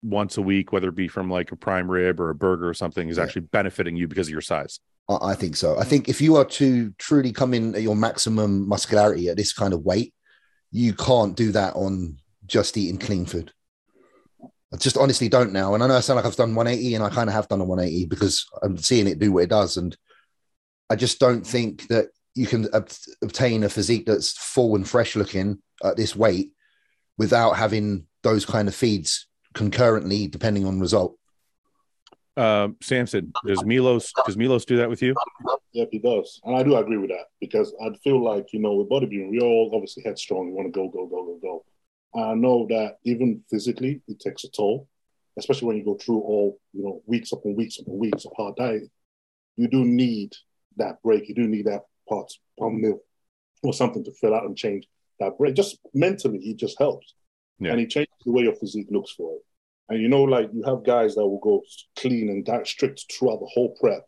Speaker 1: once a week, whether it be from like a prime rib or a burger or something, is
Speaker 4: Yeah.
Speaker 1: actually benefiting you because of your size.
Speaker 4: I, I think so. I think if you are to truly come in at your maximum muscularity at this kind of weight, you can't do that on just eating clean food. I just honestly don't now. And I know I sound like I've done 180 and I kind of have done a 180 because I'm seeing it do what it does. And I just don't think that you can ob- obtain a physique that's full and fresh looking at this weight without having those kind of feeds concurrently, depending on result.
Speaker 1: Um, Samson, does Milos does Milos do that with you?
Speaker 3: Yep, he does. And I do agree with that because I feel like, you know, with bodybuilding, we all obviously headstrong. We want to go, go, go, go, go. And I know that even physically, it takes a toll, especially when you go through all, you know, weeks upon weeks upon weeks of hard diet. You do need that break. You do need that part, one meal or something to fill out and change that break. Just mentally, it just helps.
Speaker 1: Yeah.
Speaker 3: And it changes the way your physique looks for it. And you know, like you have guys that will go clean and diet strict throughout the whole prep.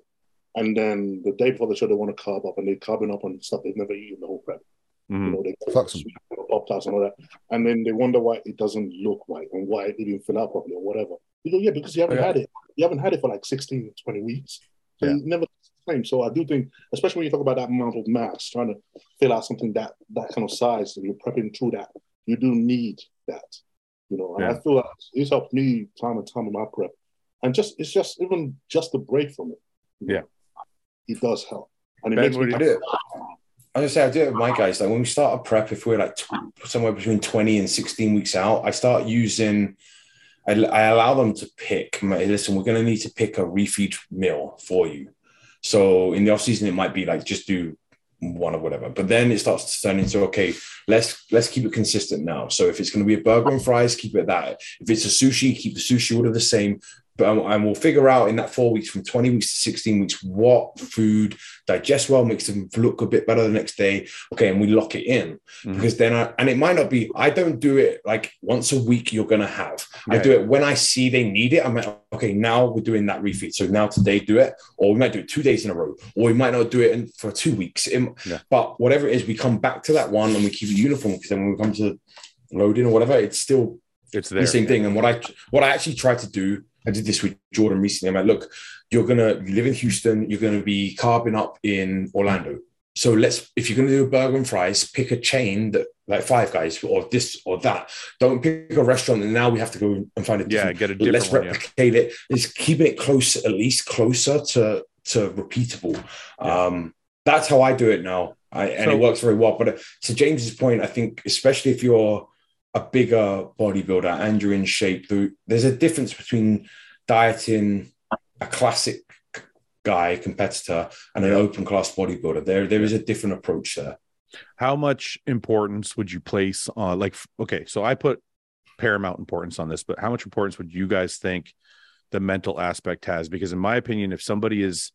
Speaker 3: And then the day before the show, they want to carb up and they're carbing up on stuff they've never eaten the whole prep. You
Speaker 1: Mhm.
Speaker 3: know, they
Speaker 4: Fuck some-
Speaker 3: pop tarts and all that. And then they wonder why it doesn't look right and why it didn't fill out properly or whatever. You go, yeah, because you haven't
Speaker 1: Yeah.
Speaker 3: had it. You haven't had it for like 16, 20 weeks. So
Speaker 1: Yeah.
Speaker 3: you never claim. So I do think, especially when you talk about that amount of mass, trying to fill out something that that kind of size and you're prepping through that, you do need that. You know, and
Speaker 1: Yeah.
Speaker 3: I feel like it's helped me time and time in my prep. And just it's just even just a break from it. you know,
Speaker 1: Yeah.
Speaker 3: It does help. And it
Speaker 1: Ben,
Speaker 3: makes
Speaker 1: what
Speaker 3: me
Speaker 1: do
Speaker 2: I do it. I just say I do it with my guys. Like when we start a prep, if we're like tw- somewhere between twenty and sixteen weeks out, I start using. I, I allow them to pick. I'm like, Listen, we're going to need to pick a refeed meal for you. So in the off season, it might be like just do one or whatever. But then it starts to turn into okay, let's let's keep it consistent now. So if it's going to be a burger and fries, keep it that. If it's a sushi, keep the sushi order the same. But um, and we'll figure out in that four weeks, from twenty weeks to sixteen weeks, what food digest well, makes them look a bit better the next day. Okay, and we lock it in
Speaker 1: Mhm.
Speaker 2: because then I and it might not be. I don't do it like once a week. You're gonna have. I
Speaker 1: Yeah.
Speaker 2: do it when I see they need it. I'm like, okay, now we're doing that refeed. So now today do it, or we might do it two days in a row, or we might not do it in, for two weeks. It-
Speaker 1: Yeah.
Speaker 2: But whatever it is, we come back to that one and we keep it uniform because then when we come to loading or whatever, it's still
Speaker 1: It's there.
Speaker 2: the same thing. And what I what I actually tried to do, I did this with Jordan recently. I'm like, look, you're gonna you live in Houston, you're gonna be carving up in Orlando. So let's if you're gonna do a burger and fries, pick a chain that like Five Guys or this or that. Don't pick a restaurant and now we have to go and find a
Speaker 1: Yeah,
Speaker 2: different.
Speaker 1: get a
Speaker 2: Yeah,
Speaker 1: different
Speaker 2: let's
Speaker 1: one. Yeah.
Speaker 2: replicate it. Let's keep it close, at least closer to to repeatable. Um, that's how I do it now, I,
Speaker 1: So-
Speaker 2: and it works very well. But uh, to James's point, I think especially if you're a bigger bodybuilder and you're in shape, there- there's a difference between dieting a classic guy competitor and an open class bodybuilder. There, there is a different approach there.
Speaker 1: How much importance would you place on like f- okay, so I put paramount importance on this, but how much importance would you guys think the mental aspect has? Because in my opinion, if somebody is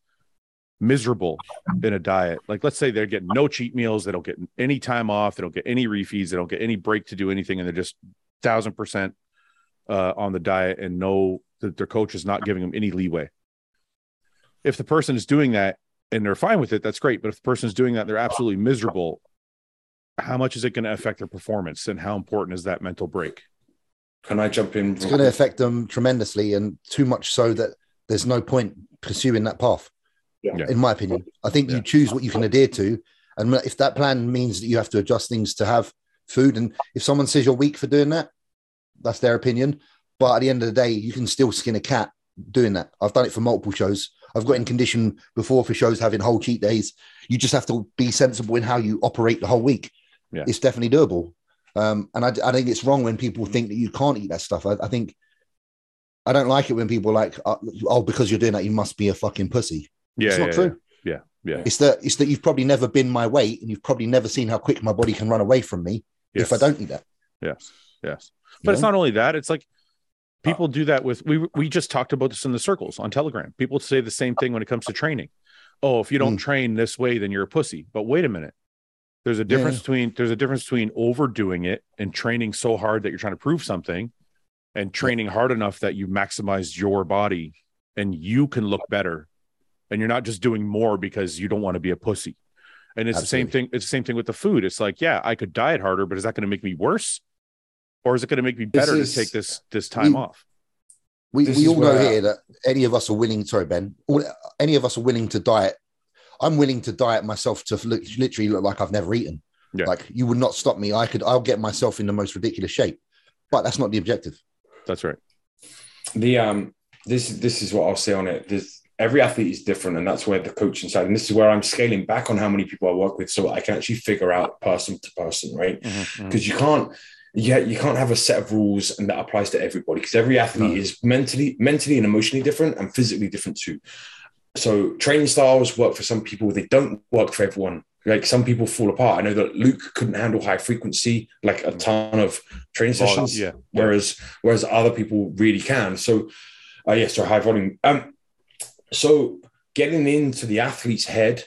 Speaker 1: miserable in a diet, like let's say they're getting no cheat meals, they don't get any time off, they don't get any refeeds, they don't get any break to do anything, and they're just thousand percent uh, on the diet and know that their coach is not giving them any leeway. If the person is doing that and they're fine with it, that's great. But if the person is doing that, they're absolutely miserable. How much is it going to affect their performance, and how important is that mental break?
Speaker 2: Can I jump in?
Speaker 4: it's going to affect them tremendously and too much so that there's no point pursuing that path
Speaker 3: Yeah.
Speaker 1: Yeah.
Speaker 4: in my opinion i think
Speaker 1: Yeah.
Speaker 4: you choose what you can adhere to and if that plan means that you have to adjust things to have food and if someone says you're weak for doing that that's their opinion but at the end of the day you can still skin a cat doing that i've done it for multiple shows i've got in condition before for shows having whole cheat days you just have to be sensible in how you operate the whole week
Speaker 1: Yeah.
Speaker 4: it's definitely doable um, and I, I think it's wrong when people think that you can't eat that stuff I, I think I don't like it when people are like, uh, oh, because you're doing that, you must be a fucking pussy.
Speaker 1: Yeah,
Speaker 4: it's not
Speaker 1: yeah,
Speaker 4: true.
Speaker 1: yeah. Yeah, yeah.
Speaker 4: It's that it's that you've probably never been my weight, and you've probably never seen how quick my body can run away from me
Speaker 1: yeah.
Speaker 4: if I don't eat that.
Speaker 1: Yes. Yes. But it's
Speaker 4: Yeah.
Speaker 1: not only that, it's like people do that with we we just talked about this in the circles on Telegram. People say the same thing when it comes to training. Oh, if you don't train this way, then you're a pussy. But wait a minute. There's a difference between there's a difference between overdoing it and training so hard that you're trying to prove something and training hard enough that you maximize your body and you can look better and you're not just doing more because you don't want to be a pussy. And it's the same thing it's the same thing with the food. It's like, yeah, I could diet harder, but is that going to make me worse? Or is it going to make me better
Speaker 2: is-
Speaker 1: to take this this time
Speaker 4: You-
Speaker 1: off?
Speaker 4: We,
Speaker 2: This
Speaker 4: we
Speaker 2: is
Speaker 4: all know
Speaker 2: where- uh,
Speaker 4: here that any of us are willing. Sorry, Ben. All, any of us are willing to diet. I'm willing to diet myself to look, literally look like I've never eaten.
Speaker 1: Yeah.
Speaker 4: Like you would not stop me. I could. I'll get myself in the most ridiculous shape. But that's not the objective.
Speaker 1: That's right.
Speaker 2: the um this this is what I'll say on it. There's every athlete is different, and that's where the coaching side, and this is where I'm scaling back on how many people I work with so I can actually figure out person to person, right?
Speaker 1: Mm.
Speaker 2: Because you can't yeah, you can't have a set of rules and that applies to everybody because every athlete
Speaker 4: No.
Speaker 2: is mentally mentally and emotionally different and physically different too. So training styles work for some people, they don't work for everyone. Like some people fall apart. I know that Luke couldn't handle high frequency, like a ton of training
Speaker 1: Vol-
Speaker 2: sessions
Speaker 1: yeah.
Speaker 2: whereas whereas other people really can. So, uh, yes, yeah, so high volume. Um, so getting into the athlete's head,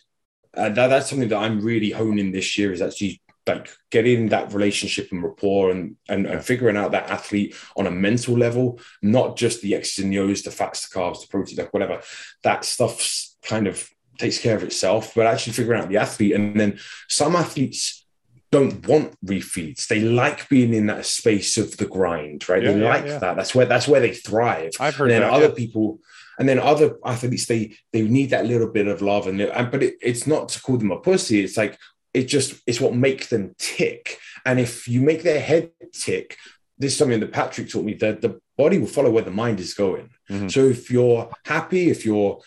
Speaker 2: uh, that, that's something that I'm really honing this year is actually like getting that relationship and rapport and, and and figuring out that athlete on a mental level, not just the X's and the O's, the fats, the carbs, the protein, like whatever. That stuff's kind of takes care of itself, but actually figuring out the athlete and then some athletes don't want refeeds. They like being in that space of the grind, right? they
Speaker 1: Yeah, yeah,
Speaker 2: like
Speaker 1: yeah.
Speaker 2: that. That's where that's where they thrive.
Speaker 1: I've heard
Speaker 2: And then
Speaker 1: that.
Speaker 2: other
Speaker 1: yeah.
Speaker 2: people, and then other athletes, they they need that little bit of love, and, they- and but it, it's not to call them a pussy. It's like it just it's what makes them tick. And if you make their head tick, this is something that Patrick taught me that the body will follow where the mind is going.
Speaker 1: Mhm.
Speaker 2: So if you're happy, if you're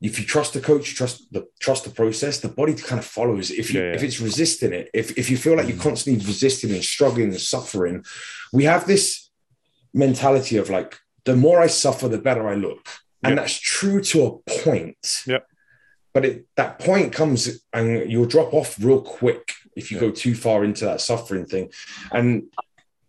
Speaker 2: if you trust the coach, you trust the trust the process, the body kind of follows. If you
Speaker 1: Yeah, Mm-hmm. yeah.
Speaker 2: if it's resisting it, if if you feel like you're constantly resisting and struggling and suffering, we have this mentality of like the more I suffer, the better I look. And
Speaker 1: Yeah.
Speaker 2: that's true to a point.
Speaker 1: Yeah.
Speaker 2: But it, that point comes and you'll drop off real quick if you
Speaker 1: Yeah.
Speaker 2: go too far into that suffering thing. And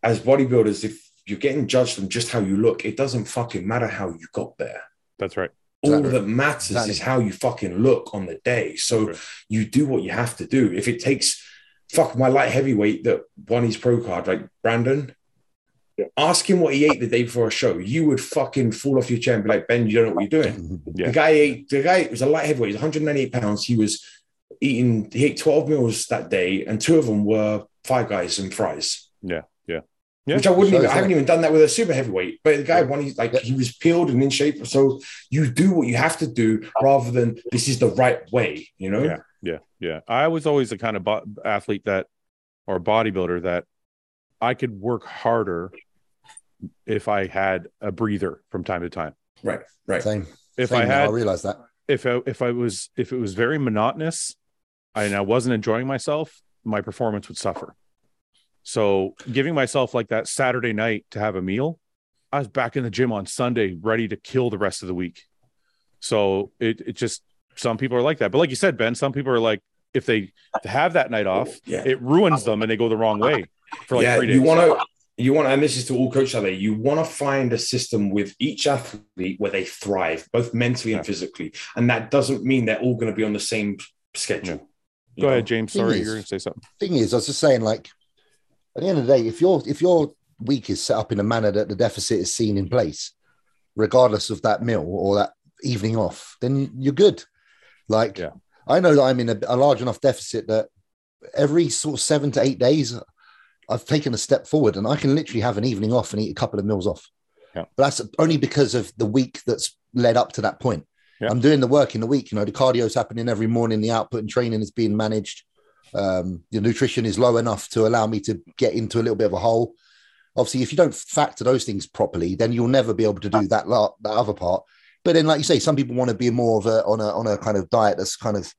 Speaker 2: as bodybuilders, if you're getting judged on just how you look, it doesn't fucking matter how you got there.
Speaker 1: That's right.
Speaker 2: All
Speaker 4: Exactly.
Speaker 2: that matters
Speaker 4: Exactly.
Speaker 2: is how you fucking look on the day. So
Speaker 1: Right.
Speaker 2: you do what you have to do. If it takes, fuck my light heavyweight that won his pro card, like Brandon,
Speaker 3: Yeah.
Speaker 2: ask him what he ate the day before a show. You would fucking fall off your chair and be like, Ben, you don't know what you're doing.
Speaker 1: Yeah.
Speaker 2: The guy ate the guy it was a light heavyweight, he was 198 pounds. He was eating he ate 12 meals that day, and two of them were five guys and fries.
Speaker 1: Yeah, yeah, yeah.
Speaker 2: Which I wouldn't
Speaker 4: So
Speaker 2: even,
Speaker 4: it's
Speaker 2: I haven't
Speaker 4: like-
Speaker 2: even done that with a super heavyweight. But the guy
Speaker 4: Yeah.
Speaker 2: one he like
Speaker 4: Yeah.
Speaker 2: he was peeled and in shape. So you do what you have to do rather than this is the right way, you know?
Speaker 1: Yeah. Yeah, yeah. I was always the kind of bo- athlete that, or bodybuilder that, I could work harder if I had a breather from time to time.
Speaker 2: Right.
Speaker 4: Same.
Speaker 1: If
Speaker 4: Same
Speaker 1: I
Speaker 4: now,
Speaker 1: had,
Speaker 4: I realize that.
Speaker 1: if I, if I was, if it was very monotonous, and I wasn't enjoying myself, my performance would suffer. So, giving myself like that Saturday night to have a meal, I was back in the gym on Sunday, ready to kill the rest of the week. So it it just some people are like that, but like you said, Ben, some people are like if they have that night off,
Speaker 2: Yeah.
Speaker 1: it ruins them and they go the wrong way for like
Speaker 2: yeah,
Speaker 1: three days.
Speaker 2: you want to, you want, and this is to all coaches out there. You want to find a system with each athlete where they thrive, both mentally and
Speaker 1: Yeah.
Speaker 2: physically, and that doesn't mean they're all going to be on the same schedule. You
Speaker 1: go
Speaker 2: know?
Speaker 1: ahead, James.
Speaker 4: Thing
Speaker 1: Sorry,
Speaker 4: is-
Speaker 1: you're gonna say something.
Speaker 4: Thing is, I was just saying, like at the end of the day, if your if your week is set up in a manner that the deficit is seen in place, regardless of that meal or that evening off, then you're good. Like
Speaker 1: Yeah.
Speaker 4: I know that I'm in a, a large enough deficit that every sort of seven to eight days, I've taken a step forward and I can literally have an evening off and eat a couple of meals off.
Speaker 1: Yeah.
Speaker 4: But that's only because of the week that's led up to that point.
Speaker 1: Yeah.
Speaker 4: I'm doing the work in the week. You know, the cardio's happening every morning, the output and training is being managed. Um, your nutrition is low enough to allow me to get into a little bit of a hole. Obviously, if you don't factor those things properly, then you'll never be able to do that la- that other part. But then, like you say, some people want to be more of a on a on a kind of diet that's kind of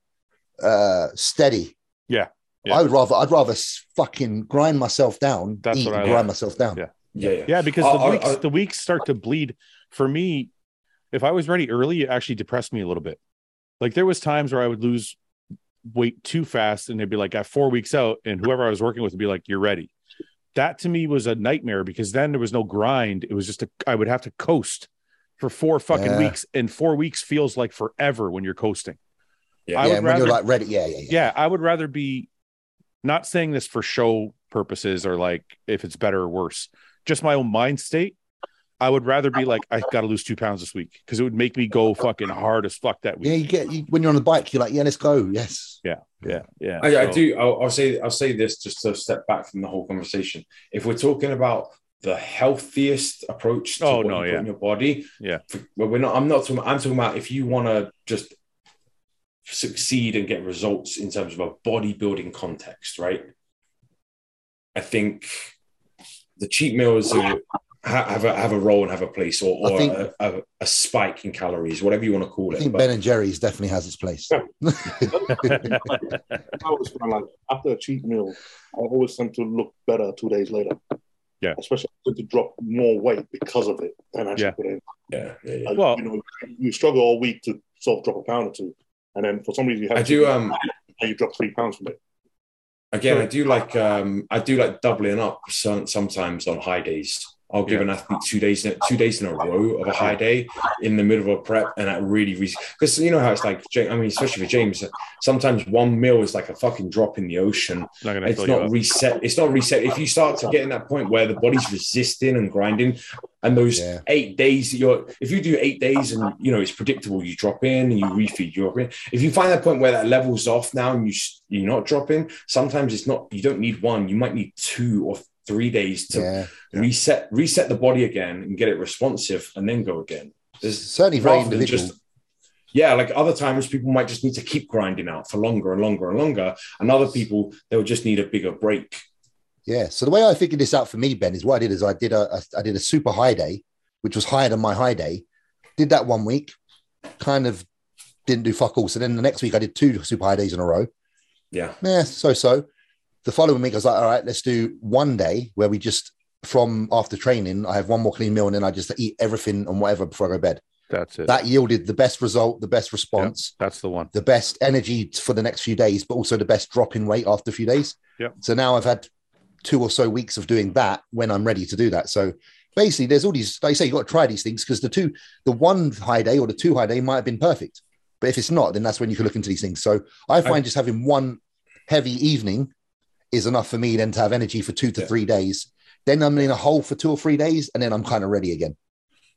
Speaker 4: uh steady.
Speaker 1: Yeah. Yeah.
Speaker 4: I would rather I'd rather s- fucking grind myself down,
Speaker 1: That's
Speaker 4: eat
Speaker 1: what
Speaker 4: and
Speaker 1: I
Speaker 4: grind
Speaker 1: like.
Speaker 4: myself down.
Speaker 1: Yeah.
Speaker 2: Yeah, yeah.
Speaker 1: Yeah, because
Speaker 2: Uh,
Speaker 1: the
Speaker 2: uh,
Speaker 1: weeks
Speaker 2: uh,
Speaker 1: the weeks start to bleed. For me, if I was ready early, it actually depressed me a little bit. Like there was times where I would lose weight too fast, and they'd be like, "At four weeks out," and whoever I was working with would be like, "You're ready." That to me was a nightmare because then there was no grind. It was just a I would have to coast for four fucking
Speaker 4: Yeah.
Speaker 1: weeks, and four weeks feels like forever when you're coasting.
Speaker 2: Yeah.
Speaker 1: I
Speaker 4: yeah,
Speaker 1: would
Speaker 4: and when
Speaker 1: rather
Speaker 4: you're like ready, yeah, yeah, yeah.
Speaker 1: yeah, I would rather be not saying this for show purposes or like if it's better or worse, just my own mind state. I would rather be like, I got to lose two pounds this week because it would make me go fucking hard as fuck that
Speaker 4: Yeah,
Speaker 1: week.
Speaker 4: you get you, when you're on the bike, you're like, yeah, let's go. Yes.
Speaker 1: Yeah. Yeah.
Speaker 2: I, I
Speaker 1: So-
Speaker 2: do. I'll, I'll say. I'll say this just to step back from the whole conversation. If we're talking about the healthiest approach to
Speaker 1: Oh,
Speaker 2: what
Speaker 1: no,
Speaker 2: you put
Speaker 1: yeah.
Speaker 2: in your body,
Speaker 1: Yeah.
Speaker 2: f- well, we're not. I'm not talking. I'm talking about if you want to just succeed and get results in terms of a bodybuilding context, right? I think the cheat meals are, ha- have a have a role and have a place, or,
Speaker 4: I
Speaker 2: or
Speaker 4: think-
Speaker 2: a, a, a spike in calories, whatever you want to call
Speaker 4: I
Speaker 2: it.
Speaker 4: think
Speaker 2: but-
Speaker 4: Ben and Jerry's definitely has its place.
Speaker 3: I always find like after a cheat meal, I always tend to look better two days later.
Speaker 1: Yeah.
Speaker 3: Especially if I tend to drop more weight because of it than actually
Speaker 1: Yeah.
Speaker 3: put in.
Speaker 2: yeah, yeah, yeah.
Speaker 3: Like,
Speaker 1: Well-
Speaker 3: you know, you struggle all week to sort of drop a pound or two. And then for some reason you have
Speaker 2: I
Speaker 3: to-
Speaker 2: do. Um,
Speaker 3: and you drop three pounds from it.
Speaker 2: again, I do like um, I do like doubling up some, sometimes on high days. I'll give
Speaker 1: Yeah.
Speaker 2: an athlete two days in- two days in a row of a high day in the middle of a prep, and that really because you know how it's like. Ja- I mean, especially for James, sometimes one meal is like a fucking drop in the ocean.
Speaker 1: not going to
Speaker 2: It's
Speaker 1: fill you
Speaker 2: not
Speaker 1: up.
Speaker 2: reset. It's not reset. If you start to get in that point where the body's resisting and grinding, and those
Speaker 4: Yeah.
Speaker 2: eight days that you're, if you do eight days and you know it's predictable, you drop in and you refeed, you drop in. If you find that point where that levels off now and you s- you're not dropping, sometimes it's not. You don't need one. You might need two or three days to
Speaker 4: Yeah.
Speaker 2: reset, reset the body again and get it responsive, and then go again. There's
Speaker 4: Certainly very
Speaker 2: rather than
Speaker 4: individual.
Speaker 2: just- yeah, like other times people might just need to keep grinding out for longer and longer and longer, and other people they'll just need a bigger break.
Speaker 4: Yeah. So the way I figured this out for me, Ben, is what I did is I did a I- I did a super high day, which was higher than my high day. Did that one week, kind of didn't do fuck all. So then the next week I did two super high days in a row.
Speaker 2: Yeah,
Speaker 4: Yeah, so so. The following week I was like, all right, let's do one day where we just from after training, I have one more clean meal and then I just eat everything and whatever before I go to bed.
Speaker 1: That's it.
Speaker 4: That yielded the best result, the best response,
Speaker 1: That's the one.
Speaker 4: the best energy for the next few days, but also the best drop in weight after a few days.
Speaker 1: Yep.
Speaker 4: So now I've had two or so weeks of doing that when I'm ready to do that. So basically, there's all these, like you say, you got to try these things because the two, the one high day or the two high day might have been perfect. But if it's not, then that's when you can look into these things. So I find just having one heavy evening is enough for me then to have energy for two to
Speaker 2: Yeah.
Speaker 4: three days. Then I'm in a hole for two or three days and then I'm kind of ready again.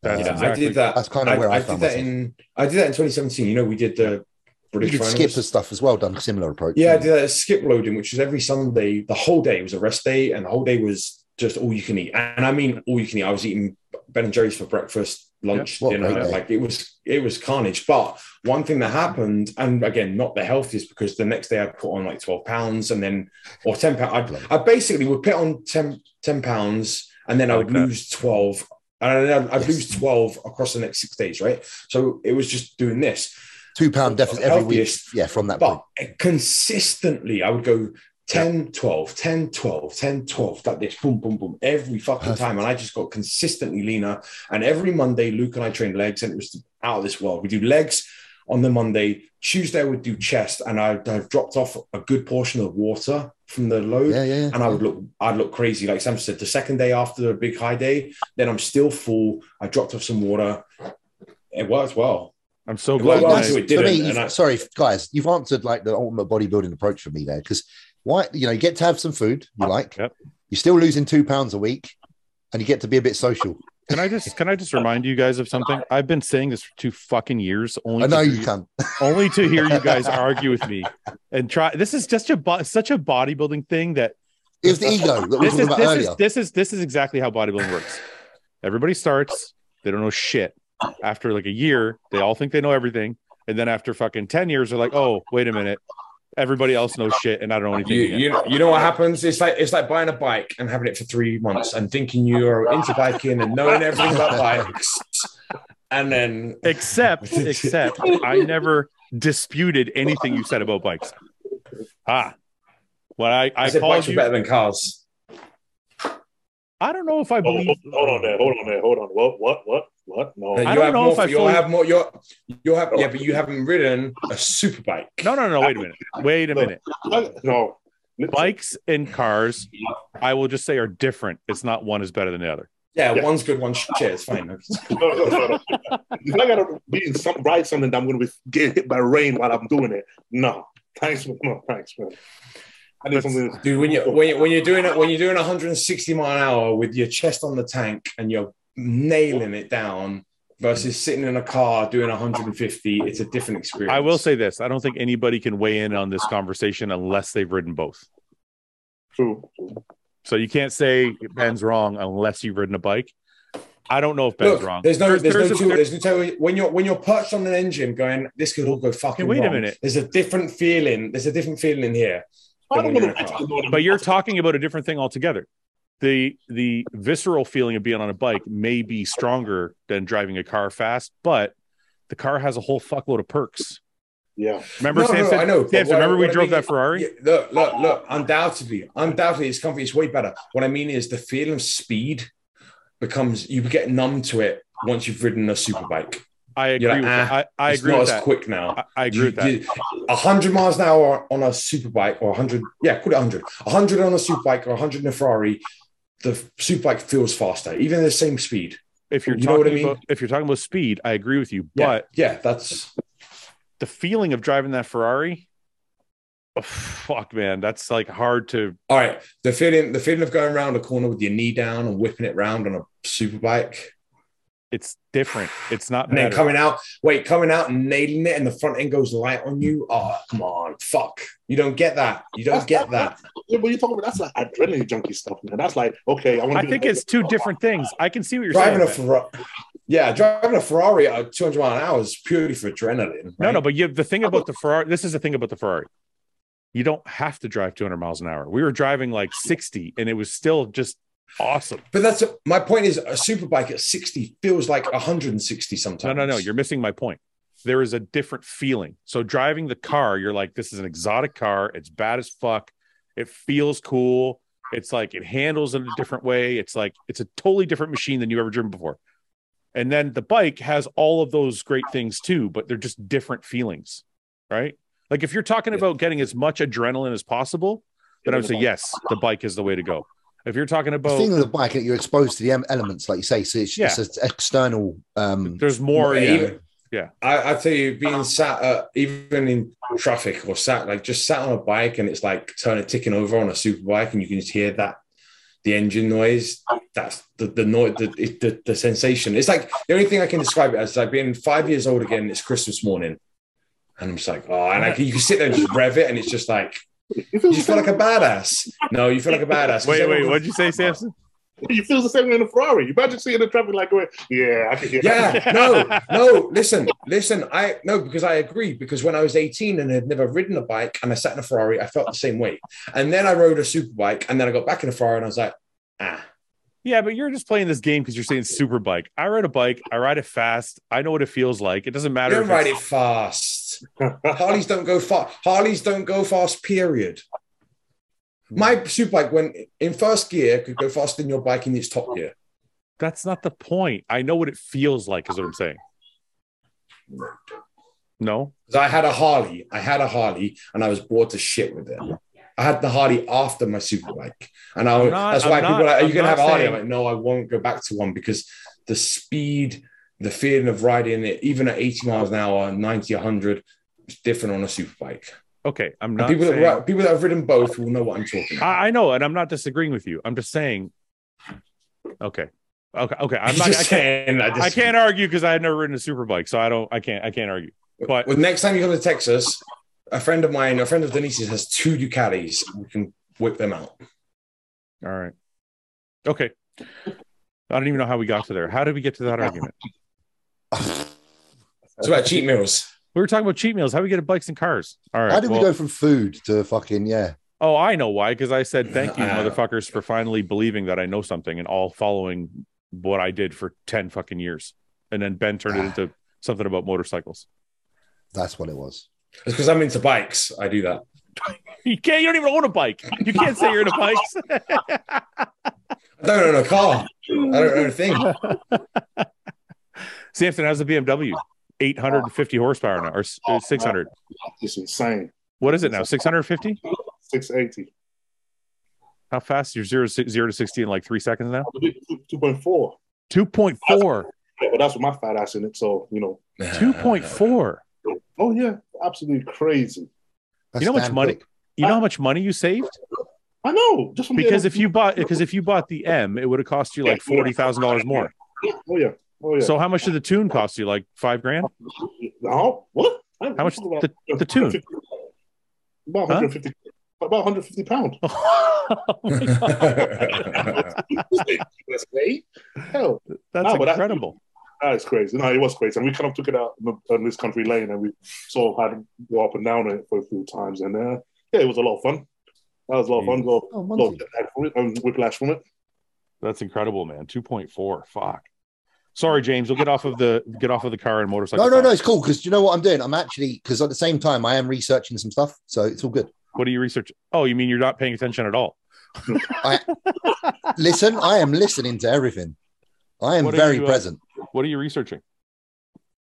Speaker 1: That's
Speaker 4: Uh,
Speaker 2: yeah.
Speaker 1: exactly-
Speaker 2: I did that.
Speaker 4: That's kind of where I,
Speaker 2: I did
Speaker 4: found
Speaker 2: that
Speaker 4: myself.
Speaker 2: in. I did that in 2017. You know, we did the
Speaker 4: you
Speaker 2: British
Speaker 4: did
Speaker 2: finals.
Speaker 4: skipper stuff as well, done a similar approach.
Speaker 2: Yeah, I did that skip loading, which was every Sunday. The whole day was a rest day, and the whole day was just all you can eat. And I mean, all you can eat. I was eating Ben and Jerry's for breakfast, lunch,
Speaker 4: Yeah. What a
Speaker 2: dinner.
Speaker 4: great day.
Speaker 2: Like it was, it was carnage. But one thing that happened, and again, not the healthiest, because the next day I put on like twelve pounds, and then or ten pounds. I basically would put on 10, 10 pounds, and then I would
Speaker 1: Like that.
Speaker 2: lose twelve, and then I'd, I'd
Speaker 4: Yes.
Speaker 2: lose twelve across the next six days, right? So it was just doing this.
Speaker 4: two pound deficit every week.
Speaker 2: Healthiest.
Speaker 4: Yeah, from that point.
Speaker 2: But consistently, I would go 10, 12, 10, 12, 10, 12, like this, boom, boom, boom, every fucking
Speaker 4: Perfect.
Speaker 2: time. And I just got consistently leaner. And every Monday, Luke and I trained legs, and it was out of this world. We do legs on the Monday. Tuesday, I would do chest, and I'd have dropped off a good portion of water from the load
Speaker 4: Yeah, yeah, yeah.
Speaker 2: and I would look, I'd look crazy. Like Sam said, the second day after a big high day, then I'm still full. I dropped off some water. It worked well.
Speaker 1: I'm so
Speaker 2: Well,
Speaker 1: glad.
Speaker 2: well,
Speaker 1: my-
Speaker 2: that's- it
Speaker 4: for
Speaker 2: didn't,
Speaker 4: me,
Speaker 2: and
Speaker 4: you've-
Speaker 2: I-
Speaker 4: sorry, guys, you've answered like the ultimate bodybuilding approach for me there because why? You know, you get to have some food you like.
Speaker 1: Yep.
Speaker 4: You're still losing two pounds a week, and you get to be a bit social.
Speaker 1: Can I just can I just remind you guys of something? I've been saying this for two fucking years. Only
Speaker 4: I know
Speaker 1: to,
Speaker 4: you can.
Speaker 1: only to hear you guys argue with me and try. This is just a bo- such a bodybuilding thing that
Speaker 4: It was the ego that we were
Speaker 1: this
Speaker 4: talking
Speaker 1: is
Speaker 4: about
Speaker 1: this is
Speaker 4: earlier.
Speaker 1: this is this is exactly how bodybuilding works. Everybody starts, they don't know shit. After like a year, they all think they know everything, and then after fucking ten years, they're like, "Oh, wait a minute, everybody else knows shit, and I don't know anything."
Speaker 2: You,
Speaker 1: yet."
Speaker 2: you, you know what happens? It's like it's like buying a bike and having it for three months and thinking you're into biking and knowing everything about bikes, and then
Speaker 1: except except I never disputed anything you said about bikes. Ah, when I
Speaker 2: I,
Speaker 1: I
Speaker 2: said
Speaker 1: called
Speaker 2: bikes are
Speaker 1: you,
Speaker 2: better than cars.
Speaker 1: I don't know if I
Speaker 3: Hold,
Speaker 1: believe.
Speaker 3: hold- hold on there, hold on there, hold on. What, what, what, what? No.
Speaker 2: And
Speaker 1: Oh. I
Speaker 2: you'll
Speaker 1: don't
Speaker 2: have
Speaker 1: know
Speaker 2: more.
Speaker 1: if I
Speaker 2: you'll
Speaker 1: fully-
Speaker 2: have more. You'll, you'll have yeah, but you haven't ridden a super bike.
Speaker 1: No, no, no. Wait a minute. Wait a minute.
Speaker 3: no.
Speaker 1: Bikes and cars, I will just say, are different. It's not one is better than the other.
Speaker 2: Yeah,
Speaker 3: Yeah.
Speaker 2: one's good, one's shit. It's fine.
Speaker 3: No, no, no, no. If I gotta be in some ride something that I'm gonna be getting hit by rain while I'm doing it, no. Thanks, man. no, thanks, man. I need
Speaker 1: That's-
Speaker 3: something.
Speaker 2: dude. When you when you when you're doing it when you're doing 160 mile an hour with your chest on the tank and you're nailing it down versus sitting in a car doing 150, it's a different experience.
Speaker 1: I will say this: I don't think anybody can weigh in on this conversation unless they've ridden both.
Speaker 3: True.
Speaker 1: So you can't say Ben's wrong unless you've ridden a bike. I don't know if Ben's
Speaker 2: Look,
Speaker 1: wrong.
Speaker 2: there's no, there's, no,
Speaker 1: a-
Speaker 2: two, there's no two, when you're when you're perched on an engine, going, this could all go fucking.
Speaker 1: Hey, wait a
Speaker 2: wrong.
Speaker 1: minute.
Speaker 2: There's a different feeling. There's a different feeling in here.
Speaker 3: I
Speaker 2: Then
Speaker 3: don't want
Speaker 2: you're in a car.
Speaker 3: to.
Speaker 1: but you're talking about a different thing altogether. The the visceral feeling of being on a bike may be stronger than driving a car fast, but the car has a whole fuckload of perks.
Speaker 3: yeah.
Speaker 1: Remember,
Speaker 2: No, no,
Speaker 1: Samson?
Speaker 2: I know, but
Speaker 1: Samson,
Speaker 2: what I-
Speaker 1: remember we
Speaker 2: what I
Speaker 1: drove
Speaker 2: mean
Speaker 1: that
Speaker 2: is-
Speaker 1: Ferrari?
Speaker 2: Yeah, look, look, look. Undoubtedly, undoubtedly, it's comfy. It's way better. What I mean is the feeling of speed becomes you get numb to it once you've ridden a superbike.
Speaker 1: I agree
Speaker 2: You're like, "Ah,
Speaker 1: with that. I, I
Speaker 2: it's
Speaker 1: agree
Speaker 2: not
Speaker 1: with
Speaker 2: as
Speaker 1: that.
Speaker 2: quick now.
Speaker 1: I, I agree with that.
Speaker 2: A hundred miles an hour on a superbike, or hundred, yeah, call it hundred. hundred on a superbike, or hundred in a Ferrari. The superbike feels faster, even at the same speed.
Speaker 1: If you're
Speaker 2: you know
Speaker 1: talking
Speaker 2: what I mean?
Speaker 1: about if you're talking about speed, I agree with you.
Speaker 2: Yeah,
Speaker 1: But
Speaker 2: yeah, that's
Speaker 1: the feeling of driving that Ferrari, oh, fuck, man, that's like hard to.
Speaker 2: all right. The feeling, the feeling of going around a corner with your knee down and whipping it round on a superbike.
Speaker 1: It's different. It's not.
Speaker 2: And then
Speaker 1: better.
Speaker 2: coming out, wait, coming out and nailing it, and the front end goes light on you. Oh, come on, fuck! You don't get that. You don't get that.
Speaker 3: Yeah, but you're talking about that's like adrenaline junkie stuff, man. That's like okay, I want.
Speaker 1: I think it's two different things. I can see what you're
Speaker 2: Driving a
Speaker 1: saying. Ben.
Speaker 2: Ferrari, yeah, driving a Ferrari at 200 mile an hour is purely for adrenaline.
Speaker 1: No,
Speaker 2: right?
Speaker 1: no, but you, the thing about the Ferrari, this is the thing about the Ferrari. You don't have to drive 200 miles an hour. We were driving like 60, and it was still just awesome.
Speaker 2: But that's my point. Is a superbike at 60 feels like 160 sometimes.
Speaker 1: No, no, no. You're missing my point. There is a different feeling. So driving the car, you're like, this is an exotic car. It's bad as fuck. It feels cool. It's like it handles in a different way. It's like it's a totally different machine than you've ever driven before. And then the bike has all of those great things too, but they're just different feelings, right? Like if you're talking
Speaker 2: Yeah.
Speaker 1: about getting as much adrenaline as possible, then I would say yes, the bike is the way to go. If you're talking
Speaker 4: The thing
Speaker 1: about
Speaker 4: with the bike, you're exposed to the em- elements, like you say. So it's,
Speaker 1: Yeah.
Speaker 4: it's an external. Um,
Speaker 1: there's more,
Speaker 2: Yeah,
Speaker 1: yeah.
Speaker 2: even-
Speaker 1: Yeah.
Speaker 2: I, I tell you, being sat uh, even in traffic or sat like just sat on a bike and it's like turning ticking over on a super bike and you can just hear that the engine noise. That's the the noise, the, it- the the sensation. It's like the only thing I can describe it as is like being five years old again. It's Christmas morning, and I'm just like, oh, and like you can sit there and just rev it, and it's just like
Speaker 3: It
Speaker 2: you
Speaker 3: feels
Speaker 2: just
Speaker 3: the
Speaker 2: feel like
Speaker 3: same-
Speaker 2: a badass. No, you feel like a badass. 'cause
Speaker 1: Wait, wait,
Speaker 2: everyone-
Speaker 1: what'd you say, Samson?
Speaker 3: you feel the same way in a Ferrari. You imagine seeing the traffic light going, yeah, I can hear that.
Speaker 2: yeah, no, no. Listen, listen. I no because I agree because when I was 18 and had never ridden a bike and I sat in a Ferrari, I felt the same way. And then I rode a super bike and then I got back in a Ferrari and I was like, ah,
Speaker 1: Yeah, but you're just playing this game because you're saying super bike. I ride a bike. I ride it fast. I know what it feels like. It doesn't
Speaker 2: you
Speaker 1: matter.
Speaker 2: don't
Speaker 1: if
Speaker 2: ride
Speaker 1: it's-
Speaker 2: it fast. Harleys don't go fast. Harleys don't go fast. Period. My super bike went in first gear could go faster than your bike in its top gear.
Speaker 1: That's not the point. I know what it feels like. Is what I'm saying. No,
Speaker 2: 'Cause I had a Harley. I had a Harley and I was bored to shit with it. I had the Harley after my superbike. And I
Speaker 1: I'm
Speaker 2: was,
Speaker 1: not-
Speaker 2: that's why
Speaker 1: I'm
Speaker 2: people
Speaker 1: not-
Speaker 2: are like, are
Speaker 1: I'm
Speaker 2: you going to
Speaker 1: not
Speaker 2: have a Harley? I'm
Speaker 1: saying-
Speaker 2: like, no, I won't go back to one because the speed, the feeling of riding it, even at 80 miles an hour, 90, 100, is different on a superbike.
Speaker 1: okay. I'm
Speaker 2: And
Speaker 1: not.
Speaker 2: people, that,
Speaker 1: saying-
Speaker 2: ri- people that have ridden both will know what I'm talking about.
Speaker 1: I, I know, and I'm not disagreeing with you. I'm just saying. Okay, okay, okay. I'm not. I
Speaker 2: just
Speaker 1: can't,
Speaker 2: saying, I, just,
Speaker 1: I can't argue because I had never ridden a super bike, so I don't. I can't. I can't argue. But
Speaker 2: Well, next time you come to Texas, a friend of mine, a friend of Denise's has two Ducatis. We can whip them out.
Speaker 1: all right. Okay. I don't even know how we got to there. How did we get to that argument?
Speaker 2: It's about cheat meals.
Speaker 1: We were talking about cheat meals. How do we get at bikes and cars? All right.
Speaker 4: How did
Speaker 1: well-
Speaker 4: we go from food to fucking yeah?
Speaker 1: Oh, I know why. Because I said thank you,
Speaker 2: I know.
Speaker 1: motherfuckers, for finally believing that I know something and all following what I did for ten fucking years. And then Ben turned it
Speaker 4: Ah.
Speaker 1: into something about motorcycles.
Speaker 4: That's what it was.
Speaker 2: It's because I'm into bikes. I do that.
Speaker 1: You can't. You don't even own a bike. You can't say you're in a bike.
Speaker 2: I don't own a car. I don't own a thing.
Speaker 1: Samson has a BMW, eight hundred and fifty horsepower now, or uh, six hundred.
Speaker 3: It's insane.
Speaker 1: What is it now? Six hundred fifty.
Speaker 3: 680.
Speaker 1: How fast? You're zero, si- zero to sixty in like three seconds now.
Speaker 3: I did two- 2.4.
Speaker 1: Two point four.
Speaker 3: Yeah, But that's with my fat ass in it. So, you know,
Speaker 1: Two point four.
Speaker 3: oh yeah, absolutely crazy.
Speaker 4: That's
Speaker 1: You know how much
Speaker 4: damn
Speaker 1: money-
Speaker 4: quick.
Speaker 1: you know how much money you saved?
Speaker 3: I know. Just from the-
Speaker 1: Because if you bought because if you bought the M, it would have cost you like
Speaker 3: Yeah.
Speaker 1: forty thousand dollars more.
Speaker 3: oh yeah, oh yeah.
Speaker 1: So how much did the tune cost you? Like five grand?
Speaker 3: Oh, what?
Speaker 1: How much the- the tune?
Speaker 3: About
Speaker 1: Huh?
Speaker 3: 150, about 150 pounds. That's great. Hell,
Speaker 1: That's
Speaker 3: No, but that-
Speaker 1: incredible.
Speaker 3: that's crazy. No, it was crazy. And we kind of took it out on the- on this country lane and we sort of had to go up and down it for a few times. And uh, yeah, it was a lot of fun. That was a lot of
Speaker 1: Mm.
Speaker 3: fun. Got,
Speaker 4: Oh,
Speaker 3: got
Speaker 4: Monty.
Speaker 3: um, whiplash from it.
Speaker 1: That's incredible, man. Two point four. Fuck. Sorry, James. We'll get off of the get off of the car and motorcycle.
Speaker 4: No, no,
Speaker 1: talk.
Speaker 4: no. It's cool because you know what I'm doing. I'm actually because at the same time I am researching some stuff, so it's all good.
Speaker 1: What do you research? Oh, you mean you're not paying attention at all?
Speaker 4: Listen, I am listening to everything. I am
Speaker 1: What are
Speaker 4: very
Speaker 1: you, uh,
Speaker 4: present.
Speaker 1: What are you researching?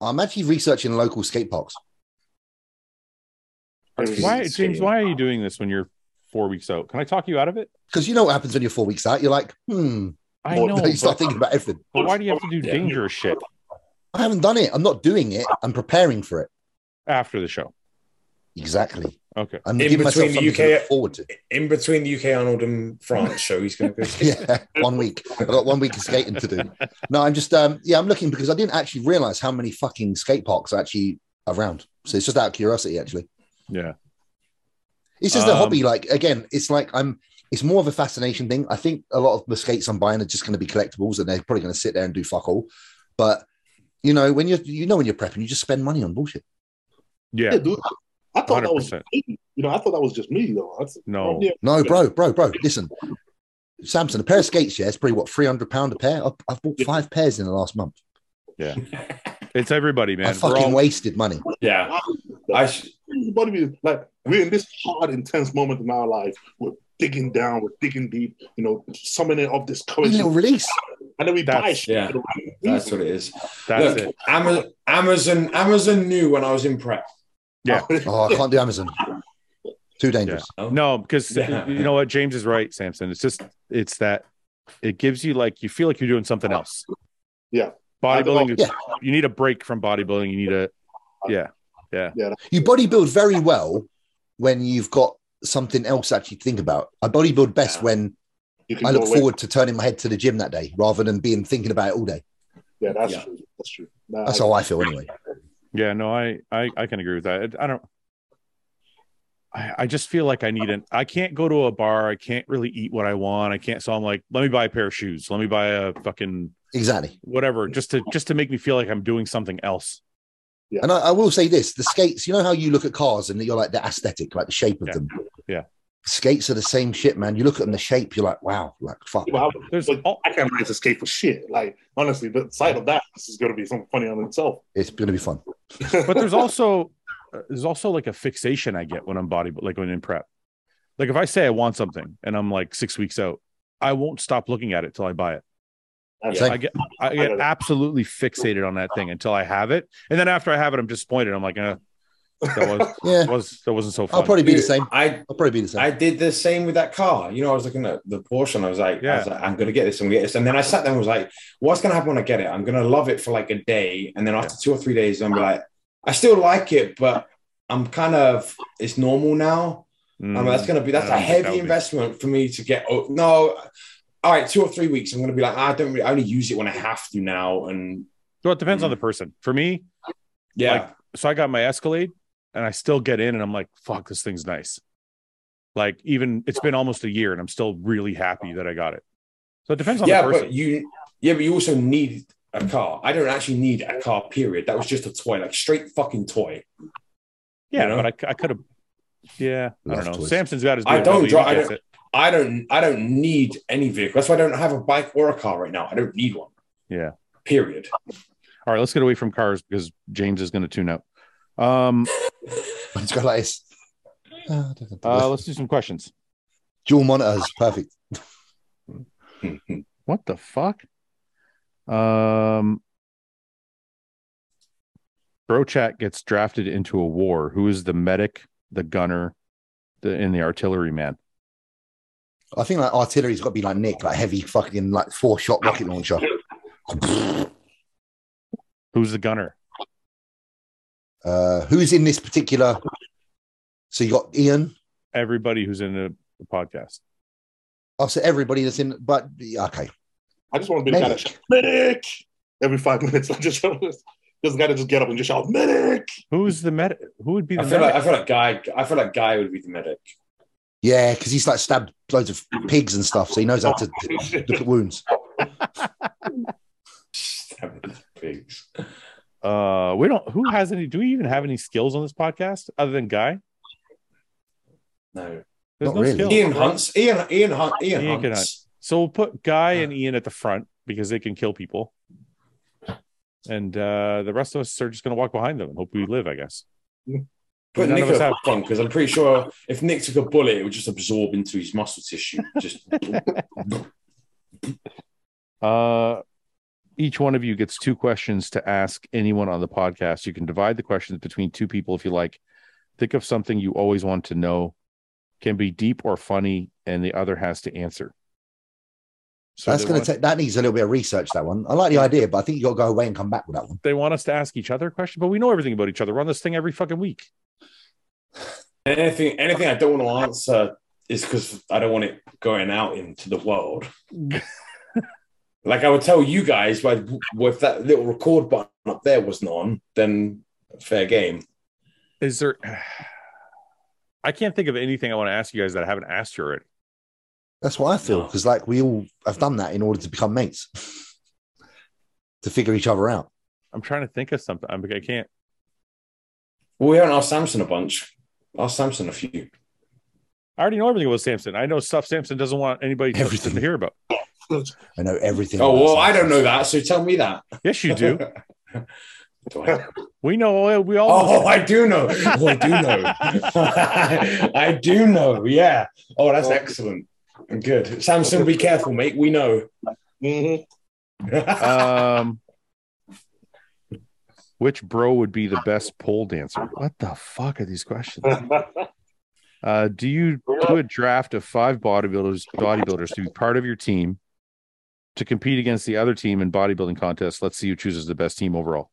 Speaker 4: I'm actually researching local skate parks.
Speaker 1: Why, James? Why are you doing this when you're four weeks out? Can I talk you out of it?
Speaker 4: Because you know what happens when you're four weeks out. You're like, hmm.
Speaker 1: I
Speaker 3: Well,
Speaker 1: know.
Speaker 4: you start
Speaker 1: But,
Speaker 4: thinking about everything.
Speaker 1: but why do you have to do
Speaker 2: Yeah.
Speaker 1: dangerous shit
Speaker 4: I haven't done it. I'm not doing it. I'm preparing for it.
Speaker 1: after the show?
Speaker 4: Exactly.
Speaker 1: Okay.
Speaker 4: I'm
Speaker 2: In
Speaker 4: giving myself
Speaker 2: between the
Speaker 4: something to
Speaker 2: UK
Speaker 4: look forward to.
Speaker 2: in between the UK Arnold and France show, he's going to go.
Speaker 4: Yeah, one week. I've got one week of skating to do. No, I'm just, um, yeah, I'm looking because I didn't actually realize how many fucking skate parks are actually around. So it's just out of curiosity, actually.
Speaker 1: Yeah.
Speaker 4: It's just a
Speaker 1: Um,
Speaker 4: hobby. Like again, it's like I'm. It's more of a fascination thing. I think a lot of the skates I'm buying are just going to be collectibles, and they're probably going to sit there and do fuck all. But you know, when you're you know when you're prepping, you just spend money on bullshit.
Speaker 1: Yeah.
Speaker 3: Yeah, dude. I thought that was
Speaker 1: 100%.
Speaker 3: you know I thought that was just me though. That's,
Speaker 1: No.
Speaker 3: yeah,
Speaker 4: No, bro, bro, bro. Listen, Samson, a pair of skates, yeah, it's probably what three hundred pound a pair. I've, I've bought five pairs in the last month.
Speaker 1: It's everybody,
Speaker 4: I
Speaker 1: man. We're
Speaker 4: fucking
Speaker 1: all,
Speaker 4: wasted money.
Speaker 2: yeah, I sh-
Speaker 3: What do you mean? Like we're in this hard, intense moment in our life. We're digging down, we're digging deep, you know, summoning of this
Speaker 4: One
Speaker 3: courage,
Speaker 4: little release.
Speaker 3: and then we buy
Speaker 1: That's-
Speaker 3: shit.
Speaker 2: yeah.
Speaker 3: for the wrong
Speaker 2: that's
Speaker 3: reason.
Speaker 2: what it is.
Speaker 1: that's
Speaker 2: Look,
Speaker 1: it.
Speaker 2: Ama- Amazon, Amazon knew when I was in prep.
Speaker 4: Oh, I can't do Amazon. Too dangerous.
Speaker 1: No, because
Speaker 2: Yeah.
Speaker 1: you know what? James is right, Samson. It's just, it's that it gives you like, you feel like you're doing something else.
Speaker 3: Yeah.
Speaker 1: Bodybuilding,
Speaker 4: Yeah.
Speaker 1: you need a break from bodybuilding. You need a, yeah.
Speaker 4: You bodybuild very well when you've got something else actually to think about. I bodybuild best
Speaker 2: Yeah.
Speaker 4: when
Speaker 3: You can
Speaker 4: I
Speaker 3: go
Speaker 4: look
Speaker 3: away.
Speaker 4: forward to turning my head to the gym that day rather than being thinking about it all day.
Speaker 3: Yeah, that's
Speaker 2: Yeah.
Speaker 3: true. That's true.
Speaker 4: That's how I feel anyway.
Speaker 1: Yeah. No, I, I, I can agree with that. I don't, I, I just feel like I need an, I can't go to a bar. I can't really eat what I want. I can't. So I'm like, let me buy a pair of shoes. Let me buy a fucking
Speaker 4: Exactly.
Speaker 1: whatever, just to, just to make me feel like I'm doing something else.
Speaker 4: And I, I will say this the skates, you know how you look at cars and you're like the aesthetic, like the shape of
Speaker 1: Yeah.
Speaker 4: them.
Speaker 1: Yeah.
Speaker 4: Skates are the same shit, man. You look at them, the shape, you're like, wow, like fuck.
Speaker 3: Well,
Speaker 1: There's
Speaker 3: But-
Speaker 1: all,
Speaker 3: I can't manage to skate for shit. Like honestly, the sight of that is going to be something funny on itself.
Speaker 4: It's gonna be fun.
Speaker 1: but there's also uh, there's also like a fixation I get when I'm body like when in prep. Like if I say I want something and I'm like six weeks out, I won't stop looking at it till I buy it.
Speaker 3: That's
Speaker 4: Yeah.
Speaker 1: I get I get absolutely fixated on that thing until I have it, and then after I have it, I'm disappointed. I'm like, uh, that was,
Speaker 4: Yeah.
Speaker 1: that was that wasn't so fun.
Speaker 4: I'll probably be the same.
Speaker 2: I
Speaker 4: I'll probably be the same.
Speaker 2: I did the same with that car. You know, I was looking at the Porsche and I was like, I was like I'm gonna get this, I'm gonna get this. And then I sat there and was like, what's gonna happen when I get it? I'm gonna love it for like a day, and then after two or three days, I'm like, I still like it, but I'm kind of it's normal now.
Speaker 1: Mm,
Speaker 2: I mean, that's gonna be that's
Speaker 1: I
Speaker 2: a
Speaker 1: don't think that would
Speaker 2: heavy
Speaker 1: be-
Speaker 2: investment for me to get. Oh, no, all right, two or three weeks. I'm gonna be like, I don't. Really, I only use it when I have to now, and
Speaker 1: well, it depends on
Speaker 2: Mm.
Speaker 1: the person. For me,
Speaker 2: yeah,
Speaker 1: Like, so I got my Escalade and I still get in and I'm like, fuck, this thing's nice. Like even it's been almost a year and I'm still really happy that I got it. So it depends on
Speaker 2: yeah,
Speaker 1: the person.
Speaker 2: but you, yeah, but you also need a car. I don't actually need a car. Period. That was just a toy, like straight fucking toy.
Speaker 1: yeah,
Speaker 2: you know?
Speaker 1: but I, could have. Yeah, I
Speaker 4: Love
Speaker 1: don't know.
Speaker 4: toys.
Speaker 1: Samson's got his.
Speaker 2: I
Speaker 1: BMW,
Speaker 2: don't
Speaker 1: he
Speaker 2: drive- I
Speaker 1: gets
Speaker 2: don't-
Speaker 1: it.
Speaker 2: I don't. I don't need any vehicle. That's why I don't have a bike or a car right now. I don't need one.
Speaker 1: Yeah.
Speaker 2: Period.
Speaker 1: All right, let's get away from cars because James is going to tune out. Um,
Speaker 4: it's got like this.
Speaker 1: uh, let's do some questions.
Speaker 4: Dual monitors, perfect.
Speaker 2: Hmm,
Speaker 1: What the fuck? Um, Brochat gets drafted into a war. Who is the medic, the gunner, the and the artillery man?
Speaker 4: I think like artillery's got to be like Nick, like heavy fucking like four shot rocket launcher.
Speaker 1: Who's the gunner?
Speaker 4: Uh, who's in this particular? So you got Ian,
Speaker 1: everybody who's in the, the podcast.
Speaker 4: I'll say Oh, everybody that's in, but okay.
Speaker 3: I just want to be the guy that shouts, medic every five minutes. I just this guy to just get up and just shout medic.
Speaker 1: Who's the med? Who would be the
Speaker 2: I feel
Speaker 1: medic?
Speaker 2: like I feel like guy. I feel like guy would be the medic.
Speaker 4: Yeah, because he's like stabbed loads of pigs and stuff, so he knows how to look at wounds.
Speaker 2: Stabbing pigs.
Speaker 1: uh, we don't. Who has any? Do we even have any skills on this podcast other than Guy?
Speaker 2: No.
Speaker 1: There's
Speaker 4: Not
Speaker 1: no
Speaker 4: really.
Speaker 1: skills.
Speaker 2: Ian Hunts. Ian Ian Hunt. Ian,
Speaker 1: Ian can
Speaker 2: Hunts.
Speaker 1: So we'll put Guy and Ian at the front because they can kill people, and uh, the rest of us are just going to walk behind them and hope we live. I guess.
Speaker 2: Put
Speaker 1: None
Speaker 2: Nick
Speaker 1: of us
Speaker 2: in
Speaker 1: have-
Speaker 2: a front because I'm pretty sure if Nick took a bullet, it would just absorb into his muscle tissue. Just
Speaker 1: Uh, each one of you gets two questions to ask anyone on the podcast. You can divide the questions between two people if you like. Think of something you always want to know, can be deep or funny, and the other has to answer. So
Speaker 4: That's
Speaker 1: they
Speaker 4: going
Speaker 1: want-
Speaker 4: to take. That needs a little bit of research. That one. I like the idea, but I think you got to go away and come back with that one.
Speaker 1: They want us to ask each other a question, but we know everything about each other. We're on this thing every fucking week.
Speaker 2: anything anything I don't want to answer is because I don't want it going out into the world. like I would tell you guys, but if that little record button up there wasn't on, then fair game.
Speaker 1: Is there? I can't think of anything I want to ask you guys that I haven't asked you already.
Speaker 4: That's what I feel
Speaker 2: No.
Speaker 4: because, like, we all have done that in order to become mates, to figure each other out.
Speaker 1: I'm trying to think of something. I'm, I can't.
Speaker 2: Well, we haven't asked Samson a bunch. Ask Samson a few.
Speaker 1: I already know everything about Samson. I know stuff Samson doesn't want anybody to,
Speaker 4: Everything.
Speaker 1: to hear about.
Speaker 4: I know everything.
Speaker 2: Oh
Speaker 4: about
Speaker 2: well,
Speaker 4: that.
Speaker 2: I don't know that, so tell me that.
Speaker 1: Yes, you do.
Speaker 2: Do I?
Speaker 1: We know. We all.
Speaker 2: Oh, I do know. Oh, I do know. I do know. Yeah. Oh, that's excellent. Good. Samson, be careful, mate. We know.
Speaker 3: Mhm.
Speaker 4: Uh,
Speaker 1: Um, which bro would be the best pole dancer? What the fuck are these questions? Uh, do you do a draft of five bodybuilders bodybuilders to be part of your team to compete against the other team in bodybuilding contests? Let's see who chooses the best team overall.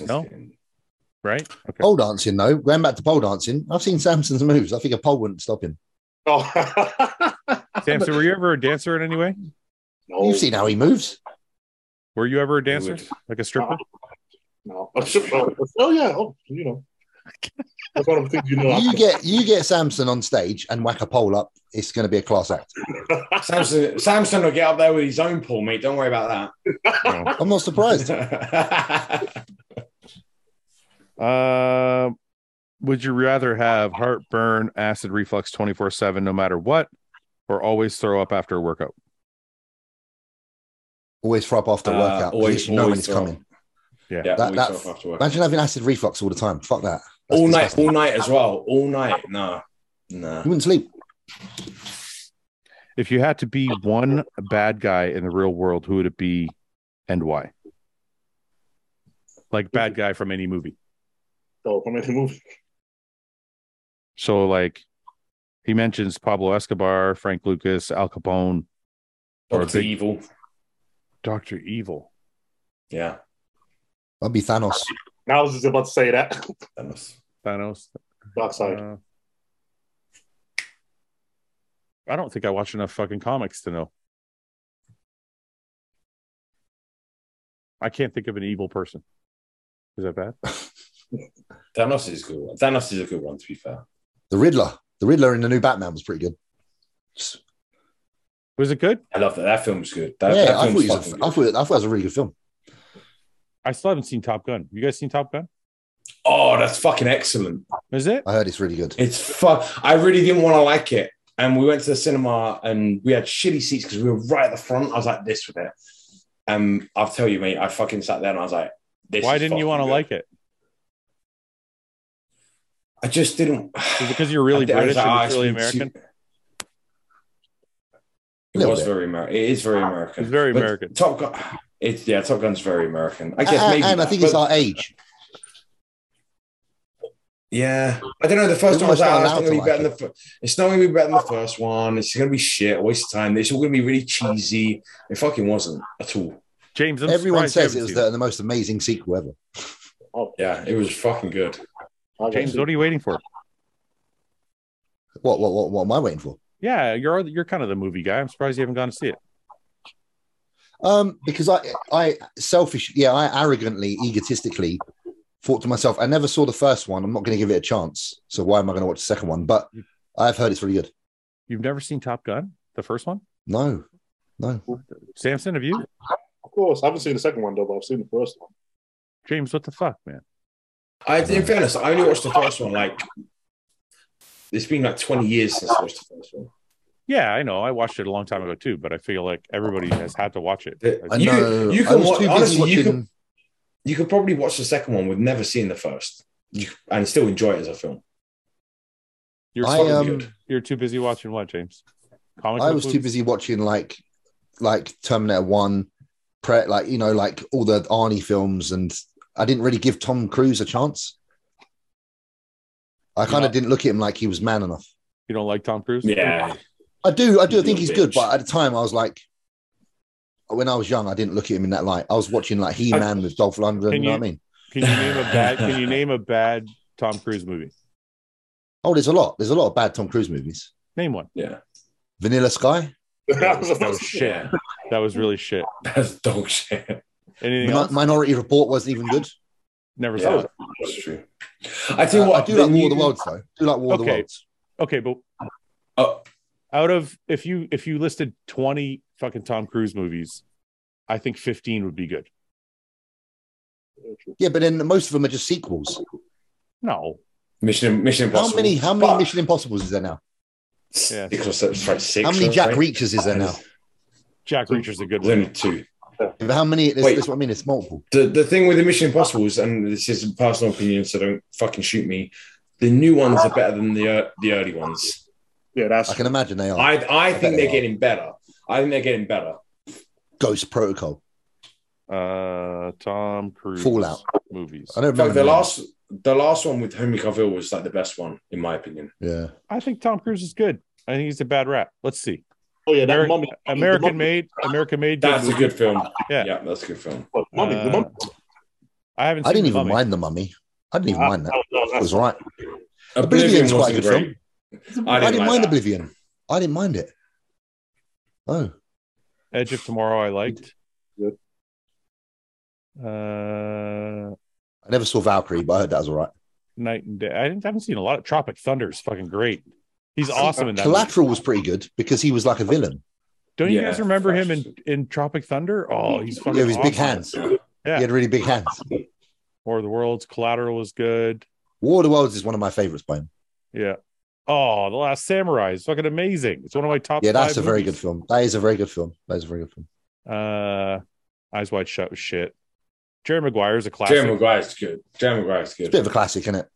Speaker 1: No? Right? Okay.
Speaker 4: Pole dancing, though. Going back to pole dancing, I've seen Samson's moves. I think a pole wouldn't stop him.
Speaker 3: oh.
Speaker 1: Samson, were you ever a dancer in any way?
Speaker 3: no.
Speaker 4: You've seen how he moves.
Speaker 1: Were you ever a dancer, like a stripper?
Speaker 3: No. oh yeah. Oh, you know. That's one of the things you know.
Speaker 4: You get you get Samson on stage and whack a pole up. It's going to be a class act.
Speaker 2: Samson, Samson will get up there with his own pull, mate. Don't worry about
Speaker 1: No.
Speaker 4: I'm not surprised.
Speaker 2: that.
Speaker 1: Uh, would you rather have heartburn, acid reflux 24 7, no matter what, or always throw up after a workout?
Speaker 4: Always throw up after a
Speaker 2: Uh,
Speaker 4: workout. 'cause
Speaker 2: always-
Speaker 4: you know when
Speaker 2: always
Speaker 4: it's
Speaker 2: throw up.
Speaker 4: coming.
Speaker 2: yeah,
Speaker 4: That-
Speaker 2: always
Speaker 4: that-
Speaker 2: off after work.
Speaker 4: Imagine having acid reflux all the time. Fuck that. That's
Speaker 2: all night,
Speaker 4: disgusting.
Speaker 2: all night as well. All night. Nah. Nah.
Speaker 4: You wouldn't sleep.
Speaker 1: If you had to be one bad guy in the real world, who would it be and why? Like bad guy from any movie.
Speaker 3: So from any movie.
Speaker 1: So like he mentions Pablo Escobar, Frank Lucas, Al Capone, Or a
Speaker 2: Dr.
Speaker 1: big-
Speaker 2: Evil.
Speaker 1: Dr. Evil.
Speaker 2: Yeah.
Speaker 4: I'd be Thanos.
Speaker 3: Now I was just about to say that.
Speaker 2: That was-
Speaker 1: Thanos.
Speaker 3: Dark side.
Speaker 1: Uh, I don't think I watch enough fucking comics to know. I can't think of an evil person. Is that bad?
Speaker 2: Thanos is a good one. Thanos is a good one, to be fair.
Speaker 4: The Riddler. The Riddler in the new Batman was pretty good.
Speaker 1: Was it good?
Speaker 2: I love that. That film's good. That,
Speaker 4: yeah,
Speaker 2: that
Speaker 4: I thought,
Speaker 2: film's
Speaker 4: it was a-
Speaker 2: fucking
Speaker 4: I,
Speaker 2: good.
Speaker 4: thought, I thought it was a really good film.
Speaker 1: I still haven't seen Top Gun. You guys seen Top Gun?
Speaker 2: Oh, that's fucking excellent.
Speaker 1: Is it?
Speaker 4: I heard it's really good.
Speaker 2: It's fu- I really didn't want to like it. And we went to the cinema and we had shitty seats because we were right at the front. I was like, this with it. Um, I'll tell you, mate, I fucking sat there and I was like, this
Speaker 1: Why
Speaker 2: is
Speaker 1: didn't you
Speaker 2: fucking
Speaker 1: want to
Speaker 2: good.
Speaker 1: like it?
Speaker 2: I just didn't.
Speaker 1: Is it because you're really
Speaker 2: I did- I was
Speaker 1: British and it's
Speaker 2: like, "Oh,
Speaker 1: really American?
Speaker 2: it's too- It was
Speaker 4: Little bit. Ah,
Speaker 2: very American. It is very American.
Speaker 1: It's very
Speaker 2: But
Speaker 1: American.
Speaker 2: Top Gun. It's yeah, Top Gun's very American. I guess
Speaker 4: and,
Speaker 2: maybe.
Speaker 4: and I
Speaker 2: that,
Speaker 4: think
Speaker 2: but-
Speaker 4: it's our age.
Speaker 2: Yeah, I don't know. The first
Speaker 4: People
Speaker 2: one I was
Speaker 4: are
Speaker 2: like, oh,
Speaker 4: not
Speaker 2: it's
Speaker 4: allowed
Speaker 2: not gonna
Speaker 4: to
Speaker 2: be
Speaker 4: like
Speaker 2: better than
Speaker 4: it.
Speaker 2: the. Fir- it's not gonna be better than the first one. It's gonna be shit, a waste of time. It's all gonna be really cheesy. It fucking wasn't at all.
Speaker 1: James, I'm
Speaker 4: Everyone
Speaker 1: surprised you
Speaker 4: says
Speaker 1: haven't seen
Speaker 4: it was the, the most amazing sequel ever.
Speaker 3: Oh,
Speaker 2: Yeah, it was fucking good.
Speaker 3: I got
Speaker 1: James,
Speaker 3: you.
Speaker 1: what are you waiting for?
Speaker 4: What, what, what, what am I waiting for?
Speaker 1: Yeah, you're you're kind of the movie guy. I'm surprised you haven't gone to see it.
Speaker 4: Um, because I, I selfish, yeah, I arrogantly, egotistically thought to myself, I never saw the first one. I'm not going to give it a chance. So why am I going to watch the second one? But I've heard it's really good.
Speaker 1: You've never seen Top Gun, the first one?
Speaker 4: No, no.
Speaker 1: Samson, have you?
Speaker 3: Of course, I haven't seen the second one though, but I've seen the first one.
Speaker 1: James, what the fuck, man?
Speaker 2: I, in fairness, I only watched the first one. Like, it's been like 20 years since I watched the first one.
Speaker 1: Yeah, I know. I watched it a long time ago too, but I feel like everybody has had to watch it.
Speaker 2: The-
Speaker 4: I
Speaker 2: You-
Speaker 4: know.
Speaker 2: you
Speaker 4: I
Speaker 2: can
Speaker 4: was
Speaker 2: wa-
Speaker 4: too busy
Speaker 2: honestly, you can- You could probably watch the second one with never seeing the first you, and still enjoy it as a film.
Speaker 1: You're
Speaker 4: I,
Speaker 1: fucking-
Speaker 4: um,
Speaker 1: you're too busy watching what, James? Comic
Speaker 4: I
Speaker 1: book
Speaker 4: was too
Speaker 1: movies?
Speaker 4: busy watching like like Terminator One, pre- like you know, like all the Arnie films, and I didn't really give Tom Cruise a chance. I kind
Speaker 1: Yeah.
Speaker 4: of didn't look at him like he was man enough.
Speaker 1: You don't like Tom Cruise?
Speaker 2: Yeah.
Speaker 4: I do, I do
Speaker 2: He's a
Speaker 4: think
Speaker 2: little
Speaker 4: he's good,
Speaker 2: bitch.
Speaker 4: but at the time I was like, when I was young, I didn't look at him in that light. I was watching like He Man with Dolph Lundgren. You
Speaker 1: Can
Speaker 4: know what I
Speaker 1: you-
Speaker 4: mean?
Speaker 1: Can you name a bad? Can you name a bad Tom Cruise movie?
Speaker 4: Oh, there's a lot. There's a lot of bad Tom Cruise movies.
Speaker 1: Name one.
Speaker 2: Yeah.
Speaker 4: Vanilla Sky,
Speaker 3: I was
Speaker 1: That
Speaker 3: about
Speaker 1: was
Speaker 3: to-
Speaker 1: shit. That was really shit.
Speaker 2: That's dog shit.
Speaker 1: Anything
Speaker 4: Min-
Speaker 1: else?
Speaker 4: Minority Report wasn't even good.
Speaker 1: Never
Speaker 2: Yeah.
Speaker 1: saw it.
Speaker 2: That's true. I tell you
Speaker 4: Uh,
Speaker 2: what,
Speaker 4: I
Speaker 2: the
Speaker 4: do like War of
Speaker 2: new-
Speaker 4: the Worlds though. I do like War of the
Speaker 1: Okay.
Speaker 4: Worlds.
Speaker 1: Okay, but
Speaker 2: Oh,
Speaker 1: out of if you if you listed twenty fucking Tom Cruise movies, I think fifteen would be good.
Speaker 4: Yeah, but then most of them are just sequels.
Speaker 1: No,
Speaker 2: Mission Mission Impossible.
Speaker 4: How many? How many
Speaker 2: But-
Speaker 4: Mission Impossibles is there now?
Speaker 1: Yeah.
Speaker 2: Six or seven, right, six
Speaker 4: How many
Speaker 2: or
Speaker 4: Jack
Speaker 2: eight.
Speaker 4: Reachers is there now?
Speaker 1: Jack Reacher's a good
Speaker 2: There's only
Speaker 1: one.
Speaker 2: two.
Speaker 4: How many? That's,
Speaker 2: Wait.
Speaker 4: that's what I mean. It's multiple.
Speaker 2: The the thing with the Mission Impossible's, and this is a personal opinion, so don't fucking shoot me. The new ones are better than the uh, the early ones.
Speaker 3: Yeah, that's
Speaker 4: I can imagine they are.
Speaker 2: I I think
Speaker 4: bet
Speaker 2: they're
Speaker 4: they are.
Speaker 2: getting better. I think they're getting better.
Speaker 4: Ghost Protocol,
Speaker 1: Uh, Tom Cruise
Speaker 4: Fallout.
Speaker 1: movies.
Speaker 4: I don't
Speaker 2: In fact,
Speaker 4: remember
Speaker 2: the
Speaker 4: the
Speaker 2: last the last one with Henry Cavill was like the best one in my opinion.
Speaker 4: Yeah,
Speaker 1: I think Tom Cruise is good. I think he's a bad rap. Let's see.
Speaker 3: oh yeah, that
Speaker 1: Ameri-
Speaker 3: mummy. the
Speaker 1: American
Speaker 3: mummy-
Speaker 1: made. American made.
Speaker 2: That's a
Speaker 1: movie.
Speaker 2: good film.
Speaker 1: Yeah.
Speaker 2: yeah that's a good film.
Speaker 3: Mummy, the
Speaker 1: Uh,
Speaker 3: mummy.
Speaker 1: I haven't. Seen
Speaker 4: I didn't even
Speaker 1: Mummy.
Speaker 4: mind the Mummy. I didn't even
Speaker 3: Ah,
Speaker 4: mind that.
Speaker 3: that was-
Speaker 4: It
Speaker 3: that was-
Speaker 4: uh, was all right.
Speaker 2: Oblivion
Speaker 4: Oblivion's quite a
Speaker 2: wasn't
Speaker 4: good
Speaker 2: great.
Speaker 4: I didn't,
Speaker 2: like
Speaker 4: mind
Speaker 2: that.
Speaker 4: Oblivion. I didn't mind it. Oh,
Speaker 1: Edge of Tomorrow. I liked.
Speaker 3: Good.
Speaker 1: Uh,
Speaker 4: I never saw Valkyrie, but I heard that was all right.
Speaker 1: Night and Day. I, didn't, I haven't seen a lot of Tropic Thunder. Is fucking great. He's awesome in that. movie.
Speaker 4: Collateral was pretty good because he was like a villain.
Speaker 1: Don't you
Speaker 2: Yeah,
Speaker 1: guys remember him
Speaker 2: that's-
Speaker 1: in in Tropic Thunder? Oh, he's fucking.
Speaker 4: Yeah, with his big
Speaker 1: awesome.
Speaker 4: hands.
Speaker 1: Yeah.
Speaker 4: He had really big hands.
Speaker 1: Or the World's Collateral was good.
Speaker 4: War of the Worlds is one of my favorites by him.
Speaker 1: Yeah. Oh, The Last Samurai is fucking amazing. It's one of my top.
Speaker 4: Yeah, that's a
Speaker 1: five
Speaker 4: very
Speaker 1: movies.
Speaker 4: good film. That is a very good film. That is a very good film.
Speaker 1: Uh, Eyes Wide Shut was shit. Jerry Maguire is a classic.
Speaker 2: Jerry Maguire's good. Jerry Maguire's
Speaker 4: It's a
Speaker 2: good.
Speaker 4: bit of a classic, isn't it?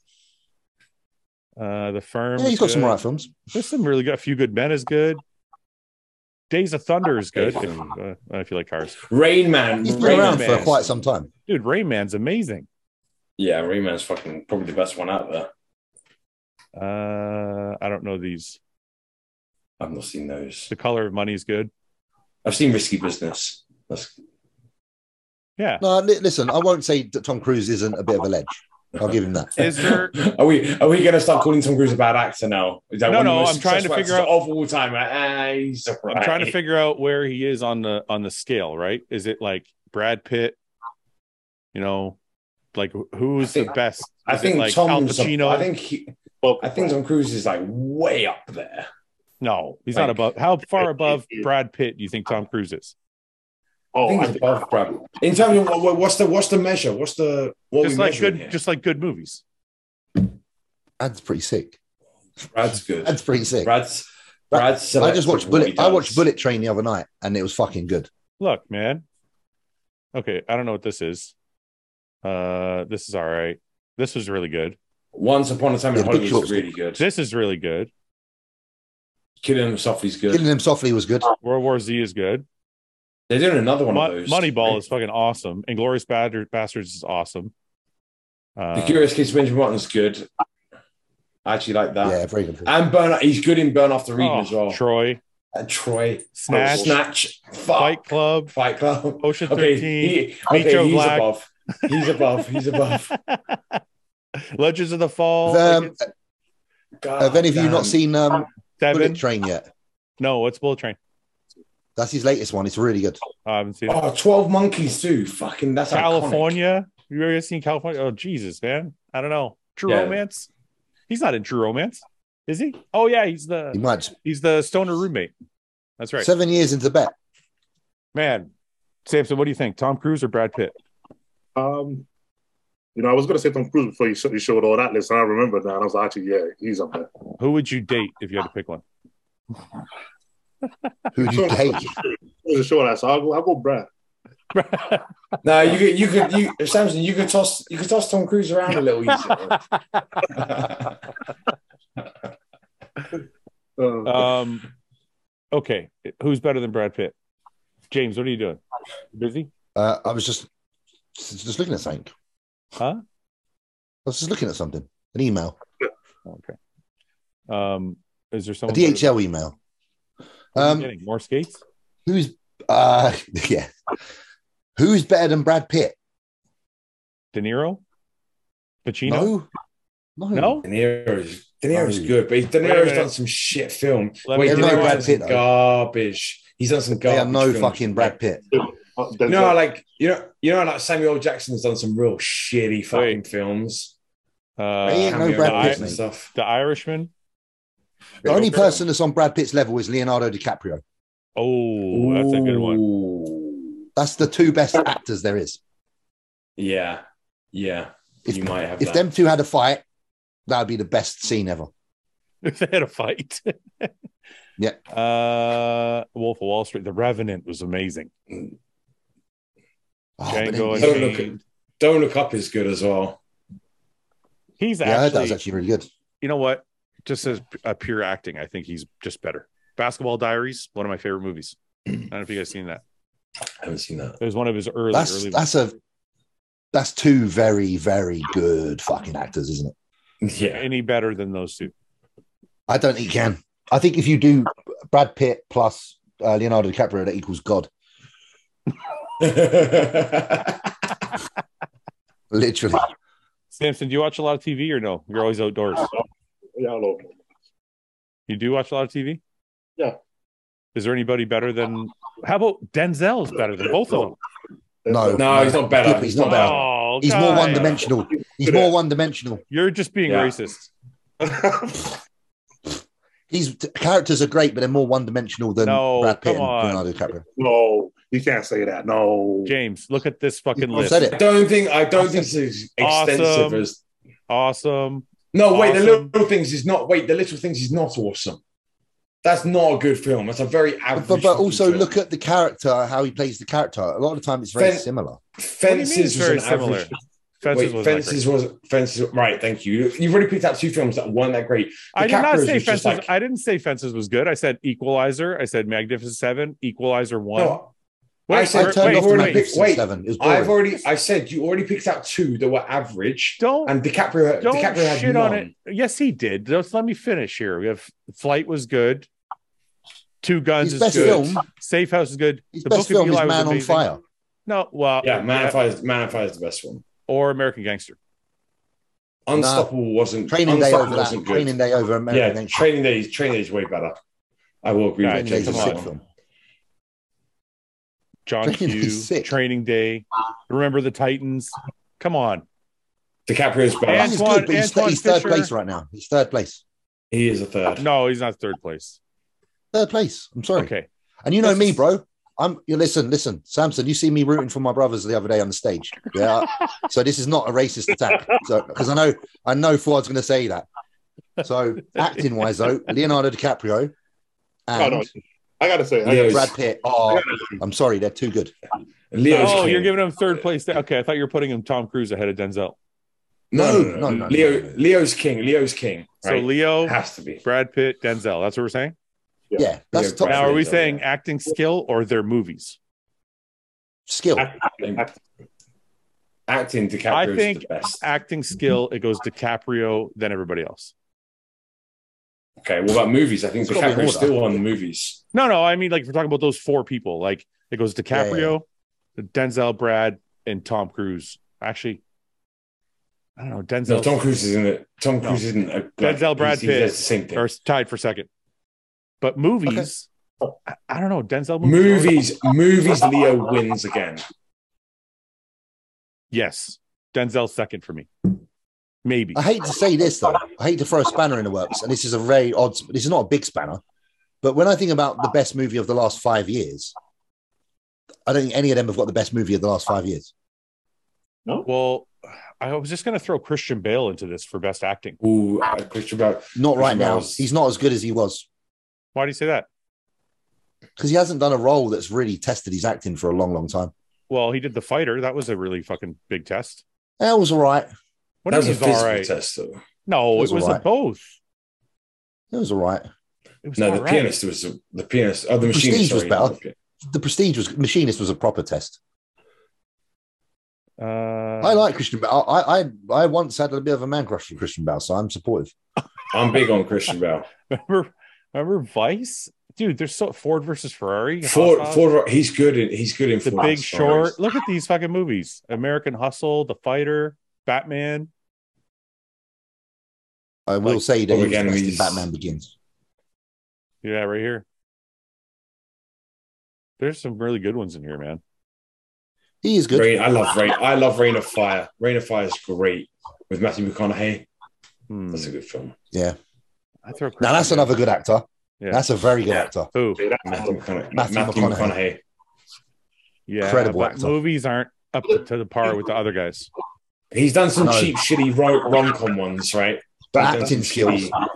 Speaker 1: Uh, the Firm.
Speaker 4: Yeah, he's
Speaker 1: is
Speaker 4: got some
Speaker 1: good.
Speaker 4: all right films.
Speaker 1: There's some really good. A few good men is good. Days of Thunder is good. If, uh, if you like cars,
Speaker 2: Rain Man.
Speaker 4: He's been
Speaker 2: Rain
Speaker 4: around
Speaker 2: Man.
Speaker 4: for quite some time.
Speaker 1: dude, Rayman's amazing.
Speaker 2: Yeah, Rain Man's fucking probably the best one out there.
Speaker 1: Uh, I don't know these.
Speaker 2: I've not seen those.
Speaker 1: The Color of Money is good.
Speaker 2: I've seen Risky Business. That's,
Speaker 1: Yeah.
Speaker 4: No, li- listen, I won't say that Tom Cruise isn't a bit of a ledge. I'll give him that.
Speaker 1: Is there-
Speaker 2: Are we are we going to start calling Tom Cruise a bad actor now? Is that
Speaker 1: No,
Speaker 2: one of
Speaker 1: no,
Speaker 2: the most
Speaker 1: I'm trying to
Speaker 2: successful
Speaker 1: figure
Speaker 2: actors
Speaker 1: out-
Speaker 2: of all time. Ah, he's alright.
Speaker 1: I'm trying to figure out where he is on the on the scale. Right? Is it like Brad Pitt? You know, like who's the
Speaker 2: think-
Speaker 1: best?
Speaker 2: I
Speaker 1: Is it
Speaker 2: think
Speaker 1: like Al
Speaker 2: Tom's.
Speaker 1: Pacino.
Speaker 2: I think he,
Speaker 3: Well,
Speaker 2: I think Tom Cruise is like way up there.
Speaker 1: no, he's not
Speaker 2: like-
Speaker 1: above. How far
Speaker 3: It-
Speaker 1: above
Speaker 3: it-
Speaker 1: Brad Pitt do you think Tom Cruise is?
Speaker 3: oh,
Speaker 2: I think
Speaker 3: I
Speaker 2: he's
Speaker 3: think-
Speaker 2: above Brad. In terms of what, what- what's the what's the measure? What's the what
Speaker 1: Just
Speaker 2: we
Speaker 1: like
Speaker 2: measuring
Speaker 1: good,
Speaker 2: here?
Speaker 1: just like good movies.
Speaker 4: That's pretty sick.
Speaker 2: Brad's good.
Speaker 4: That's pretty sick.
Speaker 2: Brad's
Speaker 4: Brad-
Speaker 2: Brad's.
Speaker 4: I just watched
Speaker 2: selective what he
Speaker 4: Bullet. I watched
Speaker 2: does.
Speaker 4: Bullet Train the other night, and it was fucking good.
Speaker 1: Look, man. Okay, I don't know what this is. Uh, this is all right. This was really good.
Speaker 2: Once Upon a Time
Speaker 4: Yeah,
Speaker 2: in
Speaker 4: Big
Speaker 2: Hollywood
Speaker 4: Short's
Speaker 2: is really good.
Speaker 1: This is really good.
Speaker 2: Killing Him Softly's
Speaker 4: Killing
Speaker 2: good.
Speaker 4: Him Softly was good.
Speaker 1: World War Z is good.
Speaker 2: They're doing another one
Speaker 1: Mon-
Speaker 2: of those.
Speaker 1: Moneyball is fucking awesome. Inglorious Bastards is awesome.
Speaker 2: The
Speaker 1: Uh,
Speaker 2: Curious Case of Benjamin Button's good. I actually like that.
Speaker 4: Yeah, very good.
Speaker 2: And Burn, he's good in Burn After Reading
Speaker 1: oh,
Speaker 2: as well.
Speaker 1: Troy,
Speaker 2: and Troy.
Speaker 1: Snatch,
Speaker 2: Snatch. Fuck.
Speaker 1: Fight Club,
Speaker 2: Fight, Club.
Speaker 1: Ocean
Speaker 2: Okay,
Speaker 1: 13,
Speaker 2: he, okay
Speaker 1: Micho
Speaker 2: he's
Speaker 1: Black.
Speaker 2: above. He's above. He's above.
Speaker 1: Legends of the Fall.
Speaker 4: Um,
Speaker 1: Oh, Wicked
Speaker 2: God
Speaker 4: Have any of you
Speaker 2: damn.
Speaker 4: not seen um,
Speaker 1: Seven.
Speaker 4: Bullet Train yet?
Speaker 1: No, it's Bullet Train.
Speaker 4: That's his latest one. It's really good.
Speaker 1: I haven't seen it.
Speaker 2: Oh, 12 Monkeys too. Fucking that's iconic.
Speaker 1: California. You ever seen California? Oh Jesus, man. I don't know. True
Speaker 2: Yeah.
Speaker 1: Romance. He's not in True Romance, is he? Oh yeah, he's
Speaker 4: He
Speaker 1: the
Speaker 4: might just-
Speaker 1: he's the stoner roommate. That's right.
Speaker 4: seven years in Tibet.
Speaker 1: Man, Samson, what do you think? Tom Cruise or Brad Pitt?
Speaker 3: Um, you know, I was going to say Tom Cruise before you, sh- you showed all that list, and I remembered that. And I was like, actually, yeah, he's up there.
Speaker 1: Who would you date if you had to pick one?
Speaker 4: Who do you take?
Speaker 3: It was a show that, so I'll go, I'll go Brad.
Speaker 2: No, you could, you could, you, Samson, you could toss, you could toss Tom Cruise around a little easier.
Speaker 3: Uh,
Speaker 1: um, okay, who's better than Brad Pitt? James, what are you doing? Busy?
Speaker 4: Uh, I was just just looking at something.
Speaker 1: Huh?
Speaker 4: I was just looking at something. An email,
Speaker 1: Oh, Okay. Um, is there
Speaker 4: a
Speaker 1: someone? better-
Speaker 4: DHL email.
Speaker 1: What are you
Speaker 4: Um,
Speaker 1: getting? more skates?
Speaker 4: Who's uh yeah. Who's better than Brad Pitt?
Speaker 1: De Niro, Pacino.
Speaker 4: No. No.
Speaker 1: No?
Speaker 2: De Niro's, De Niro's
Speaker 1: Oh.
Speaker 2: good, but De
Speaker 1: Wait a
Speaker 2: Niro's
Speaker 1: minute.
Speaker 2: done some shit film.
Speaker 1: Let
Speaker 2: Wait,
Speaker 1: me-
Speaker 2: De
Speaker 4: They're no
Speaker 2: Niro's
Speaker 4: Brad
Speaker 2: done some
Speaker 4: Pitt, though.
Speaker 2: garbage. He's done some
Speaker 4: They
Speaker 2: garbage.
Speaker 4: are no
Speaker 2: films.
Speaker 4: fucking Brad Pitt.
Speaker 3: uh,
Speaker 2: You
Speaker 3: Denzel.
Speaker 2: know, like you know, you know, like Samuel Jackson's done some real shitty fucking films.
Speaker 1: Uh,
Speaker 4: He ain't no
Speaker 2: Cameo
Speaker 4: Brad
Speaker 2: lines
Speaker 4: Pitt,
Speaker 2: and
Speaker 4: mate.
Speaker 2: stuff.
Speaker 1: the Irishman.
Speaker 4: The only person that's on Brad Pitt's level is Leonardo DiCaprio.
Speaker 1: Oh, that's a good one.
Speaker 2: Ooh.
Speaker 4: That's the two best actors there is.
Speaker 2: Yeah, yeah.
Speaker 4: If-
Speaker 2: you might have
Speaker 4: If
Speaker 2: that.
Speaker 4: them two had a fight, that would be the best scene ever.
Speaker 1: If they had a fight.
Speaker 4: Yeah.
Speaker 1: Uh, Wolf of Wall Street. The Revenant was amazing.
Speaker 4: Oh, but
Speaker 1: Django
Speaker 4: then-
Speaker 2: So look
Speaker 1: Unchained.
Speaker 2: Don't look up is good as well.
Speaker 1: He's
Speaker 4: yeah, I heard that
Speaker 1: actually,
Speaker 4: was actually really good.
Speaker 1: you know what? Just as uh, pure acting, I think he's just better. Basketball Diaries, one of my favorite movies. I don't know if you guys seen that.
Speaker 2: I haven't seen that.
Speaker 1: It was one of his early,
Speaker 4: that's
Speaker 1: early.
Speaker 4: that's a that's two very very good fucking actors, isn't it?
Speaker 2: Yeah.
Speaker 1: any better than those two?
Speaker 4: I don't think you can. I think if you do Brad Pitt plus uh, Leonardo DiCaprio, that equals God, literally.
Speaker 1: Samson, do you watch a lot of TV or no? You're always outdoors.
Speaker 3: yeah, I love him.
Speaker 1: You do watch a lot of TV?
Speaker 3: Yeah.
Speaker 1: Is there anybody better than how about Denzel's better than both of them?
Speaker 4: No,
Speaker 2: no, he's not better.
Speaker 4: He's not better.
Speaker 1: Oh,
Speaker 4: He's more
Speaker 1: God.
Speaker 4: one dimensional. He's more one dimensional.
Speaker 1: You're just being
Speaker 2: Yeah.
Speaker 1: racist.
Speaker 4: His t- characters are great, but they're more one dimensional than
Speaker 1: No,
Speaker 4: Brad Pitt
Speaker 1: come
Speaker 4: and
Speaker 1: on.
Speaker 4: Leonardo DiCaprio.
Speaker 3: no, you can't say that. No.
Speaker 1: James, look at this fucking
Speaker 4: I
Speaker 1: list.
Speaker 4: said
Speaker 2: I
Speaker 4: it.
Speaker 2: don't think I don't think it's as extensive
Speaker 1: Awesome.
Speaker 2: as
Speaker 1: Awesome.
Speaker 2: no wait the
Speaker 1: Awesome.
Speaker 2: little things is not wait the little things is not awesome. That's not a good film. That's a very average.
Speaker 4: But, but, but
Speaker 2: fucking
Speaker 4: also
Speaker 2: film.
Speaker 4: look at the character, how he plays the character. A lot of the time, it's very
Speaker 2: Fen-
Speaker 4: similar.
Speaker 1: What do you
Speaker 2: Fences
Speaker 1: mean
Speaker 2: was
Speaker 1: it's
Speaker 2: an
Speaker 1: very
Speaker 2: average.
Speaker 1: similar? Fences
Speaker 2: wait,
Speaker 1: was
Speaker 2: Fences was Fences. Right, thank you. You've already picked out two films that weren't that great.
Speaker 1: I did not
Speaker 2: DiCaprio's
Speaker 1: say
Speaker 2: was just
Speaker 1: Fences.
Speaker 2: like-
Speaker 1: I didn't say Fences was good. I said Equalizer. I said Magnificent Seven. Equalizer One.
Speaker 2: No,
Speaker 1: wait,
Speaker 2: I said
Speaker 4: I
Speaker 1: wait,
Speaker 4: turned
Speaker 1: wait,
Speaker 4: off
Speaker 2: wait,
Speaker 4: the
Speaker 1: wait,
Speaker 4: Magnificent
Speaker 2: wait.
Speaker 4: Seven. It was boring.
Speaker 2: I've already. I said you already picked out two that were average,
Speaker 1: Don't
Speaker 2: and DiCaprio.
Speaker 1: don't
Speaker 2: DiCaprio had
Speaker 1: shit
Speaker 2: none.
Speaker 1: on it. Yes, he did. Just let me finish here. We have Flight was good. Two Guns
Speaker 4: his
Speaker 1: is
Speaker 4: best
Speaker 1: good.
Speaker 4: film,
Speaker 1: Safe House is good.
Speaker 4: his
Speaker 1: The
Speaker 4: best
Speaker 1: Book of
Speaker 4: film is
Speaker 1: Eli was
Speaker 4: Man on
Speaker 1: amazing.
Speaker 4: Fire.
Speaker 1: No, well,
Speaker 2: Yeah, Man of Fire. Is, Man of Fire is the best one.
Speaker 1: or American Gangster.
Speaker 2: Unstoppable wasn't.
Speaker 4: Training Day
Speaker 2: Unstoppable
Speaker 4: over that.
Speaker 2: wasn't good.
Speaker 4: Training Day over
Speaker 2: yeah,
Speaker 4: American Gangster.
Speaker 2: Training Day. is- Training Day is way better. I will agree.
Speaker 1: Nah,
Speaker 2: with
Speaker 4: Training
Speaker 2: you.
Speaker 4: Day's a
Speaker 1: Come
Speaker 4: sick
Speaker 1: on.
Speaker 4: film.
Speaker 1: John
Speaker 4: Training Day's
Speaker 1: Q.
Speaker 4: sick.
Speaker 1: Training Day. Remember the Titans. Come on.
Speaker 2: DiCaprio's better.
Speaker 1: And-
Speaker 4: He's
Speaker 1: Antoine-
Speaker 4: good, but he's,
Speaker 1: Antoine
Speaker 4: he's third
Speaker 1: Fisher.
Speaker 4: place right now. He's third place.
Speaker 2: He is a third.
Speaker 1: No, he's not third place.
Speaker 4: Third place. I'm sorry.
Speaker 1: Okay.
Speaker 4: And you know
Speaker 2: That's
Speaker 4: me,
Speaker 2: just-
Speaker 4: bro. I'm you listen, listen, Samson. You see me rooting for my brothers the other day on the stage. Yeah. so this is not a racist attack. So because I know I know Ford's gonna say that. So acting wise though, Leonardo DiCaprio
Speaker 3: Oh,
Speaker 4: and
Speaker 3: no. I gotta say, I
Speaker 2: Yeah,
Speaker 3: gotta-
Speaker 4: Brad Pitt are I'm sorry, they're too good.
Speaker 2: Leo's
Speaker 1: oh,
Speaker 2: king.
Speaker 1: you're giving him third place. there. Okay, I thought you were putting him Tom Cruise ahead of Denzel.
Speaker 2: no, no,
Speaker 4: No, no,
Speaker 2: no,
Speaker 4: no,
Speaker 2: Leo,
Speaker 4: no.
Speaker 2: Leo's king. Leo's king.
Speaker 1: So
Speaker 2: Right?
Speaker 1: Leo,
Speaker 2: has to be.
Speaker 1: Brad Pitt, Denzel. That's what we're saying.
Speaker 4: Yeah, that's
Speaker 2: Yeah,
Speaker 4: top
Speaker 1: Now, are we
Speaker 2: Denzel,
Speaker 1: saying
Speaker 2: yeah.
Speaker 1: acting skill or their movies?
Speaker 4: skill.
Speaker 2: Acting DiCaprio
Speaker 1: I
Speaker 2: is
Speaker 1: think
Speaker 2: the best.
Speaker 1: acting skill. It goes DiCaprio, then everybody else.
Speaker 2: okay, what about movies? I think
Speaker 4: It's gotta be
Speaker 2: DiCaprio's
Speaker 4: in order.
Speaker 2: still on the movies.
Speaker 1: No, no, I mean like if we're talking about those four people. Like it goes DiCaprio, Denzel, Brad, and Tom Cruise Actually, I don't know. Denzel
Speaker 2: No, Tom Cruise isn't it. Tom Cruise isn't a
Speaker 1: Denzel Brad
Speaker 2: he's- he
Speaker 1: Pitt.
Speaker 2: does the same thing.
Speaker 1: are tied for second. But movies, I, I don't know. Denzel movies.
Speaker 2: Movies, movies. Leo wins again.
Speaker 1: Yes, Denzel's second for me. Maybe.
Speaker 4: I hate to say this though. I hate to throw a spanner in the works, and this is a very odd. sp- This is not a big spanner, but when I think about the best movie of the last five years, I don't think any of them have got the best movie of the last five years.
Speaker 1: Well, I was just going to throw Christian Bale into this for best acting.
Speaker 2: Ooh, uh, I picture about
Speaker 4: Not right now.
Speaker 2: Smells.
Speaker 4: He's not as good as he was
Speaker 1: Why do you say that?
Speaker 4: because he hasn't done a role that's really tested his acting for a long, long time.
Speaker 1: Well, he did the fighter. That was a really fucking big test.
Speaker 4: That was all right.
Speaker 1: What
Speaker 2: that was
Speaker 1: do
Speaker 2: a
Speaker 1: you mean it's
Speaker 2: physical
Speaker 1: all right?
Speaker 2: test though.
Speaker 1: No,
Speaker 4: It
Speaker 1: it
Speaker 4: was
Speaker 1: was,
Speaker 4: all
Speaker 1: a
Speaker 4: right.
Speaker 1: both.
Speaker 4: It was all right.
Speaker 1: It was
Speaker 2: No,
Speaker 1: all
Speaker 2: the
Speaker 1: right.
Speaker 2: pianist was the pianist. Oh, the machine
Speaker 4: Prestige was
Speaker 2: sorry,
Speaker 4: better.
Speaker 2: not the pian-
Speaker 4: The Prestige was Machinist was a proper test.
Speaker 1: Uh,
Speaker 4: I like Christian Bale. I, I I once had a bit of a man crush for Christian Bale, so I'm supportive.
Speaker 2: I'm big on Christian Bale.
Speaker 1: Remember, remember Vice, dude. There's so Ford versus Ferrari.
Speaker 2: Ford,
Speaker 1: Hot Fuzz,
Speaker 2: Ford, he's good in he's good in
Speaker 1: The
Speaker 2: Ford
Speaker 1: Big
Speaker 2: Ferraris.
Speaker 1: Short. Look at these fucking movies: American Hustle, The Fighter, Batman.
Speaker 4: I will
Speaker 1: Like,
Speaker 4: say that he
Speaker 2: Public
Speaker 4: was the best in
Speaker 2: Enemies.
Speaker 4: Batman Begins.
Speaker 1: Yeah, right here. There's some really good ones in here, man.
Speaker 4: He is good.
Speaker 2: Rain, I love Rain. I love Rain of Fire. Rain of Fire is great with Matthew McConaughey.
Speaker 1: Hmm.
Speaker 2: That's a good film.
Speaker 4: Yeah.
Speaker 1: I throw
Speaker 4: Now that's another good actor.
Speaker 1: Yeah.
Speaker 4: That's a very good
Speaker 2: Yeah.
Speaker 4: actor.
Speaker 1: Who?
Speaker 3: Say that.
Speaker 2: Matthew McConaughey.
Speaker 4: Matthew
Speaker 2: Matthew,
Speaker 4: McConaughey.
Speaker 2: McConaughey.
Speaker 1: Yeah,
Speaker 4: Incredible
Speaker 1: but
Speaker 4: actor.
Speaker 1: movies aren't up to the par with the other guys.
Speaker 2: He's done some
Speaker 4: No.
Speaker 2: cheap, shitty rom com ones, right?
Speaker 4: But
Speaker 2: He's done
Speaker 4: acting
Speaker 2: some
Speaker 4: skills.
Speaker 2: shitty-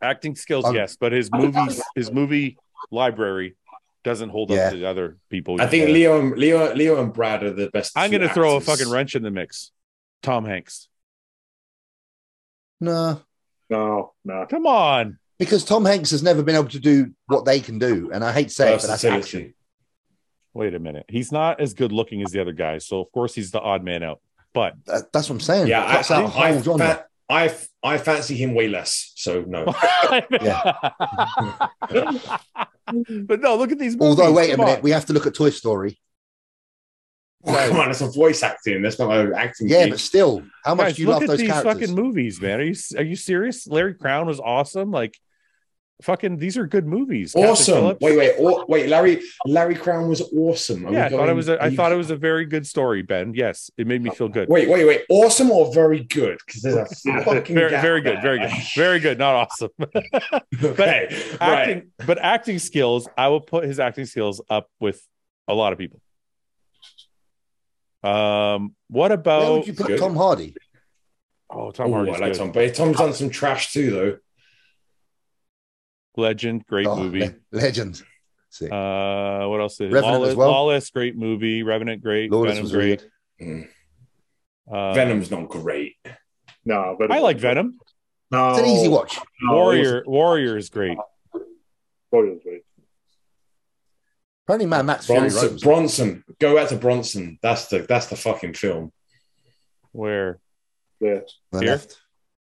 Speaker 1: Acting skills,
Speaker 4: Um,
Speaker 1: yes, but his movies, his movie library doesn't hold
Speaker 4: Yeah.
Speaker 1: up to the other people.
Speaker 2: I think
Speaker 1: Yeah.
Speaker 2: Leo and Leo Leo and Brad are the best.
Speaker 1: I'm
Speaker 2: two
Speaker 1: going to throw a
Speaker 2: actors.
Speaker 1: fucking wrench in the mix. Tom Hanks.
Speaker 4: No,
Speaker 3: No, no.
Speaker 1: Come on.
Speaker 4: because Tom Hanks has never been able to do what they can do, and I hate saying it, but that's
Speaker 2: Versatility.
Speaker 4: action.
Speaker 1: Wait a minute. He's not as good looking as the other guys, so of course he's the odd man out. But
Speaker 4: That- that's what I'm saying.
Speaker 2: Yeah, I,
Speaker 4: Cuts out a
Speaker 2: I,
Speaker 4: whole
Speaker 2: I,
Speaker 4: genre.
Speaker 2: fa- I f- I fancy him way less. So no,
Speaker 1: but no, look at these movies.
Speaker 4: Although, wait a
Speaker 1: Come
Speaker 4: minute,
Speaker 1: on.
Speaker 4: we have to look at Toy Story.
Speaker 2: come on, that's a voice acting. That's not an acting.
Speaker 4: Yeah,
Speaker 2: gig.
Speaker 4: but still, how much
Speaker 1: Guys,
Speaker 4: do you
Speaker 1: look
Speaker 4: love
Speaker 1: at
Speaker 4: those
Speaker 1: these
Speaker 4: characters?
Speaker 1: fucking movies, man. Are you are you serious? Larry Crown was awesome. Like, fucking, these are good movies. Captain
Speaker 2: awesome.
Speaker 1: Phillips.
Speaker 2: Wait, wait, aw- wait. Larry Larry Crown was awesome. Are we
Speaker 1: yeah, I thought it
Speaker 2: going-
Speaker 1: was. A,
Speaker 2: are
Speaker 1: I
Speaker 2: you-
Speaker 1: thought it was a very good story, Ben. Yes, it made me feel good.
Speaker 2: Wait, wait, wait. Awesome or very good? Because there's a fucking
Speaker 1: Very,
Speaker 2: gap
Speaker 1: very good,
Speaker 2: there.
Speaker 1: very good, very good. Not awesome.
Speaker 2: okay,
Speaker 1: acting,
Speaker 2: right.
Speaker 1: but acting skills. I will put his acting skills up with a lot of people. Um, what
Speaker 4: Where
Speaker 1: about?
Speaker 4: would you put
Speaker 2: good.
Speaker 4: Tom Hardy?
Speaker 1: oh, Tom
Speaker 2: Ooh, I
Speaker 1: Hardy's
Speaker 2: like
Speaker 1: good.
Speaker 2: Tom, but Tom's done some trash too, though.
Speaker 1: Legend, great
Speaker 4: Oh,
Speaker 1: movie.
Speaker 4: le- legend. Sick.
Speaker 1: Uh, what else? Is
Speaker 4: Revenant
Speaker 1: Lawless,
Speaker 4: as well.
Speaker 1: Lawless, great movie. Revenant, great.
Speaker 4: Lawless
Speaker 1: Venom,
Speaker 4: was really
Speaker 1: great.
Speaker 4: good.
Speaker 2: Mm.
Speaker 1: Uh,
Speaker 2: Venom's not great.
Speaker 3: No, Venom.
Speaker 1: I like Venom.
Speaker 3: No,
Speaker 4: It's an
Speaker 2: Oh.
Speaker 4: easy watch.
Speaker 3: no,
Speaker 1: Warrior, Warrior is great.
Speaker 3: it was- Warrior's great.
Speaker 4: Apparently, Man Max Fury Road
Speaker 2: Bronson,
Speaker 4: was-
Speaker 2: Bronson, go back to Bronson. That's the that's the fucking film.
Speaker 1: Where?
Speaker 3: Yeah.
Speaker 4: the
Speaker 1: Here?
Speaker 4: left.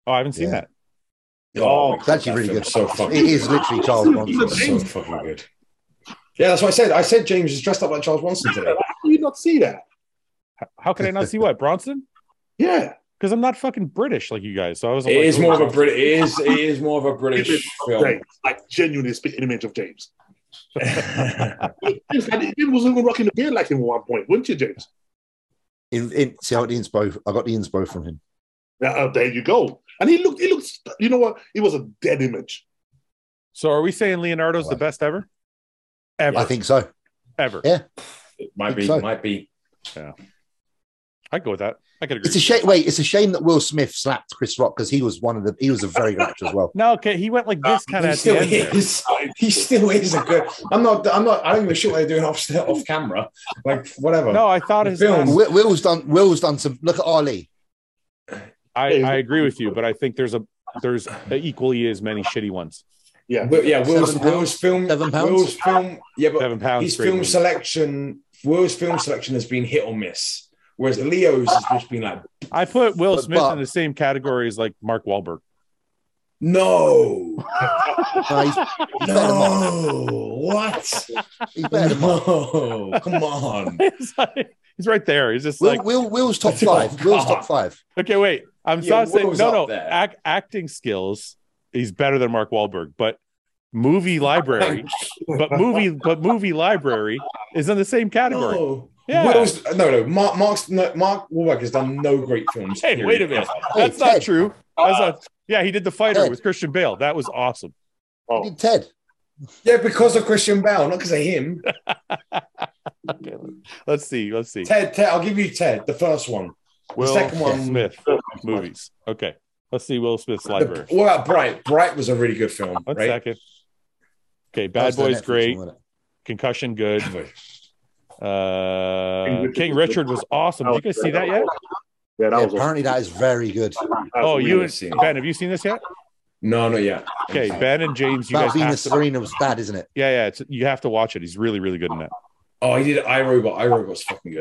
Speaker 1: Oh, I haven't seen
Speaker 4: Yeah.
Speaker 1: that.
Speaker 2: Oh,
Speaker 4: It's actually
Speaker 2: that
Speaker 4: really
Speaker 2: film's
Speaker 4: good.
Speaker 2: So fucking
Speaker 4: It is literally Charles
Speaker 2: good.
Speaker 4: Bronson.
Speaker 2: so fucking good. Yeah, that's what I said. I said James is dressed up like Charles Bronson today.
Speaker 3: How do you not see that?
Speaker 1: H- How can I not see what Bronson?
Speaker 3: Yeah.
Speaker 1: Because I'm not fucking British like you guys. So I was.
Speaker 2: It
Speaker 1: like,
Speaker 2: is
Speaker 1: oh,
Speaker 2: more of a
Speaker 1: Bronson.
Speaker 2: Brit. It is it is more of a British film.
Speaker 3: James. Like genuinely spit an image of James.
Speaker 2: yeah,
Speaker 3: James had- it was even rocking the beard like him at one point, weren't you, James?
Speaker 4: In, in, see, I got the inspo. I got the inspo from him.
Speaker 3: Yeah, oh, there you go. And he looked, he looked, you know what? It was a dead image.
Speaker 1: So are we saying Leonardo's the
Speaker 4: Right.
Speaker 1: best ever? Ever,
Speaker 4: I think so.
Speaker 1: ever.
Speaker 4: Yeah.
Speaker 2: It might be,
Speaker 4: So-
Speaker 2: might be.
Speaker 1: I go with that. I could agree.
Speaker 4: It's a
Speaker 1: with
Speaker 4: shame.
Speaker 1: that.
Speaker 4: Wait, it's a shame that Will Smith slapped Chris Rock because he was one of the. He was a very good actor as well.
Speaker 1: No, okay. He went like this kind of at
Speaker 2: He
Speaker 1: the
Speaker 2: still
Speaker 1: end. there.
Speaker 2: is. He still is a good. I'm not. I'm not. I don't give a shit what they're doing off off camera. Like whatever.
Speaker 1: No, I thought
Speaker 2: The
Speaker 1: his.
Speaker 2: film-
Speaker 1: last-
Speaker 4: Will, Will's done. Will's done some. Look at Ali.
Speaker 1: I, I agree with you, but I think there's a there's equally as many shitty ones.
Speaker 3: Yeah.
Speaker 2: Will, yeah, Will's,
Speaker 4: Seven pounds?
Speaker 2: Will's film.
Speaker 4: Seven pounds?
Speaker 2: Will's film. Yeah, but
Speaker 1: Seven pounds.
Speaker 2: his
Speaker 1: great
Speaker 2: film
Speaker 1: movie.
Speaker 2: selection. Will's film selection has been hit or miss, whereas Leo's has just been like,
Speaker 1: I put Will
Speaker 4: But-
Speaker 1: Smith
Speaker 4: but-
Speaker 1: in the same category as like Mark Wahlberg.
Speaker 2: no,
Speaker 4: No, he's, he's better than
Speaker 2: no,
Speaker 4: Mark.
Speaker 2: what?
Speaker 4: He's better than Mark.
Speaker 2: No, come on.
Speaker 1: It's like- He's right there. He's just
Speaker 4: Will,
Speaker 1: like,
Speaker 4: Will, Will's top
Speaker 2: Oh,
Speaker 4: five. Will's top
Speaker 2: God.
Speaker 4: five.
Speaker 1: okay, wait. I'm
Speaker 2: Yeah,
Speaker 1: not saying
Speaker 2: Will's
Speaker 1: no,
Speaker 2: up
Speaker 1: no.
Speaker 2: there.
Speaker 1: Ac- acting skills. He's better than Mark Wahlberg, but movie library, but movie, but movie library is in the same category.
Speaker 2: No.
Speaker 1: Yeah.
Speaker 2: Will's, no, no. Mark, Mark's, no, Mark Wahlberg has done no great films.
Speaker 1: Hey,
Speaker 2: period.
Speaker 1: wait a minute.
Speaker 4: Hey,
Speaker 1: That's not
Speaker 4: Ted.
Speaker 1: true. That's not. Yeah, he did the fighter
Speaker 4: Ted.
Speaker 1: with Christian Bale. That was awesome.
Speaker 4: He did Ted.
Speaker 2: Yeah, because of Christian Bale, not because of him.
Speaker 1: Okay, let's see. Let's see.
Speaker 2: Ted, Ted, I'll give you Ted, the first one.
Speaker 1: Will
Speaker 2: second one-
Speaker 1: Smith movies. Okay, let's see Will Smith's
Speaker 2: The,
Speaker 1: library.
Speaker 2: what about Bright? Bright was a really good film,
Speaker 1: One second.
Speaker 2: right?
Speaker 1: Okay,
Speaker 4: That
Speaker 1: Bad
Speaker 4: was the
Speaker 1: Boys
Speaker 4: Netflix
Speaker 1: great.
Speaker 4: one, wasn't it?
Speaker 1: Concussion good. Uh,
Speaker 3: King Richard
Speaker 1: King
Speaker 3: was
Speaker 1: Richard was awesome. Did you guys see that yet?
Speaker 3: Yeah, that
Speaker 4: Yeah,
Speaker 3: was.
Speaker 4: apparently, that is very good.
Speaker 3: awesome. That was
Speaker 1: Oh,
Speaker 3: really
Speaker 1: you
Speaker 2: haven't
Speaker 1: and
Speaker 2: seen it.
Speaker 1: Ben, have you seen this yet?
Speaker 2: No, not yet.
Speaker 1: Okay, Ben and James, you
Speaker 4: About
Speaker 1: guys have
Speaker 4: Venus
Speaker 1: to.
Speaker 4: Serena's dad, isn't it?
Speaker 1: Yeah, yeah, it's, you have to watch it. He's really, really good in that.
Speaker 2: Oh, he did iRobot. iRobot's fucking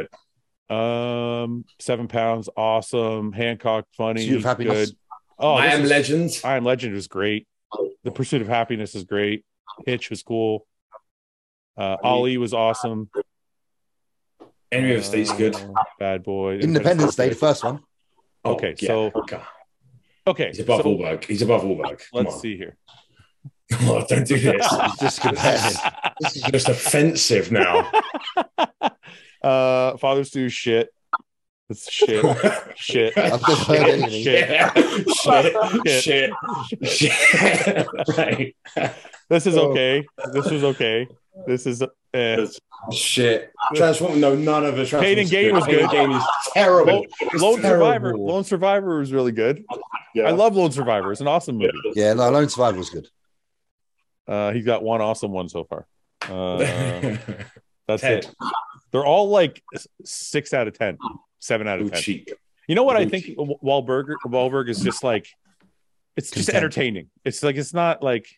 Speaker 2: good.
Speaker 1: Um, seven pounds, awesome. Hancock, funny,
Speaker 4: Pursuit of Happiness.
Speaker 1: good. Oh,
Speaker 2: I
Speaker 1: this
Speaker 2: Am
Speaker 1: is-
Speaker 2: Legend.
Speaker 1: I Am Legend was great. The Pursuit of Happiness is great. Hitch was cool. Uh, Ollie was awesome.
Speaker 2: Enemy of State's good.
Speaker 1: Uh, Bad Boy.
Speaker 4: Independence Day, the
Speaker 1: State's
Speaker 4: first one.
Speaker 2: Oh,
Speaker 1: okay,
Speaker 2: yeah.
Speaker 1: so-
Speaker 2: God.
Speaker 1: Okay,
Speaker 2: he's above
Speaker 1: so
Speaker 2: all Wahlberg. He's above Wahlberg. Come
Speaker 1: let's
Speaker 2: on.
Speaker 1: see here.
Speaker 2: Come on, don't do this.
Speaker 4: It's just comparing.
Speaker 2: this is just offensive now.
Speaker 1: uh, Father's do shit. It's shit. Shit.
Speaker 4: I've not heard anything.
Speaker 2: Yeah. Shit. Shit. Shit. right.
Speaker 1: This is
Speaker 2: Oh.
Speaker 1: okay. This was okay. This is. Uh,
Speaker 2: Shit. Transform. No, none of the
Speaker 1: Pain and
Speaker 2: Transformers
Speaker 1: Gain was
Speaker 2: Pain and
Speaker 1: good.
Speaker 2: Gain is terrible. It's
Speaker 1: Lone
Speaker 2: terrible.
Speaker 1: Survivor. Lone Survivor was really good.
Speaker 3: Yeah.
Speaker 1: I love Lone Survivor. It's an awesome movie.
Speaker 4: Yeah, no, Lone Survivor was good.
Speaker 1: Uh, he's got one awesome one so far. Uh, that's
Speaker 2: Ted.
Speaker 1: it. They're all like s- six out of ten, seven out
Speaker 2: Too
Speaker 1: of ten.
Speaker 2: cheap.
Speaker 1: You know what I
Speaker 2: Blue
Speaker 1: think? Wahlberg Wahlberg is just like it's just
Speaker 4: Content.
Speaker 1: entertaining. It's like it's not like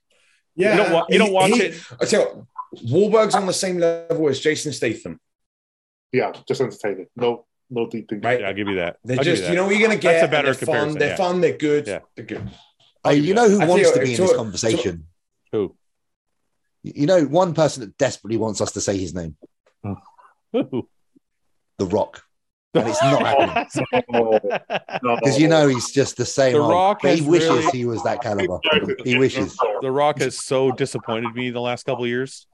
Speaker 2: Yeah.
Speaker 1: you don't wa- you don't watch
Speaker 2: He-
Speaker 1: it.
Speaker 2: I tell you, what, Wahlberg's on the same level as Jason Statham,
Speaker 3: Yeah, just entertaining. No, no deep thinking.
Speaker 2: right?
Speaker 1: Yeah, I'll give you that.
Speaker 2: They're
Speaker 1: I'll give
Speaker 2: just,
Speaker 1: you
Speaker 2: you,
Speaker 1: that.
Speaker 2: know, what you're gonna get.
Speaker 1: That's a
Speaker 2: and
Speaker 1: better
Speaker 2: they're
Speaker 1: comparison,
Speaker 2: Fun. They're
Speaker 1: yeah.
Speaker 2: fun. They're good.
Speaker 1: Yeah.
Speaker 2: They're good.
Speaker 4: Hey, you know who
Speaker 2: I
Speaker 4: wants
Speaker 2: feel-
Speaker 4: to be in this
Speaker 2: so-
Speaker 4: conversation?
Speaker 1: Who?
Speaker 4: You know, one person that desperately wants us to say his name,
Speaker 1: Who?
Speaker 4: The Rock. And it's not happening.
Speaker 3: No, no,
Speaker 4: Because you know he's just the same.
Speaker 1: The
Speaker 4: old-
Speaker 1: Rock
Speaker 4: he
Speaker 1: has
Speaker 4: wishes
Speaker 1: really-
Speaker 4: he was that caliber.
Speaker 3: Exactly.
Speaker 4: He wishes.
Speaker 1: the Rock has so disappointed me the last couple of years.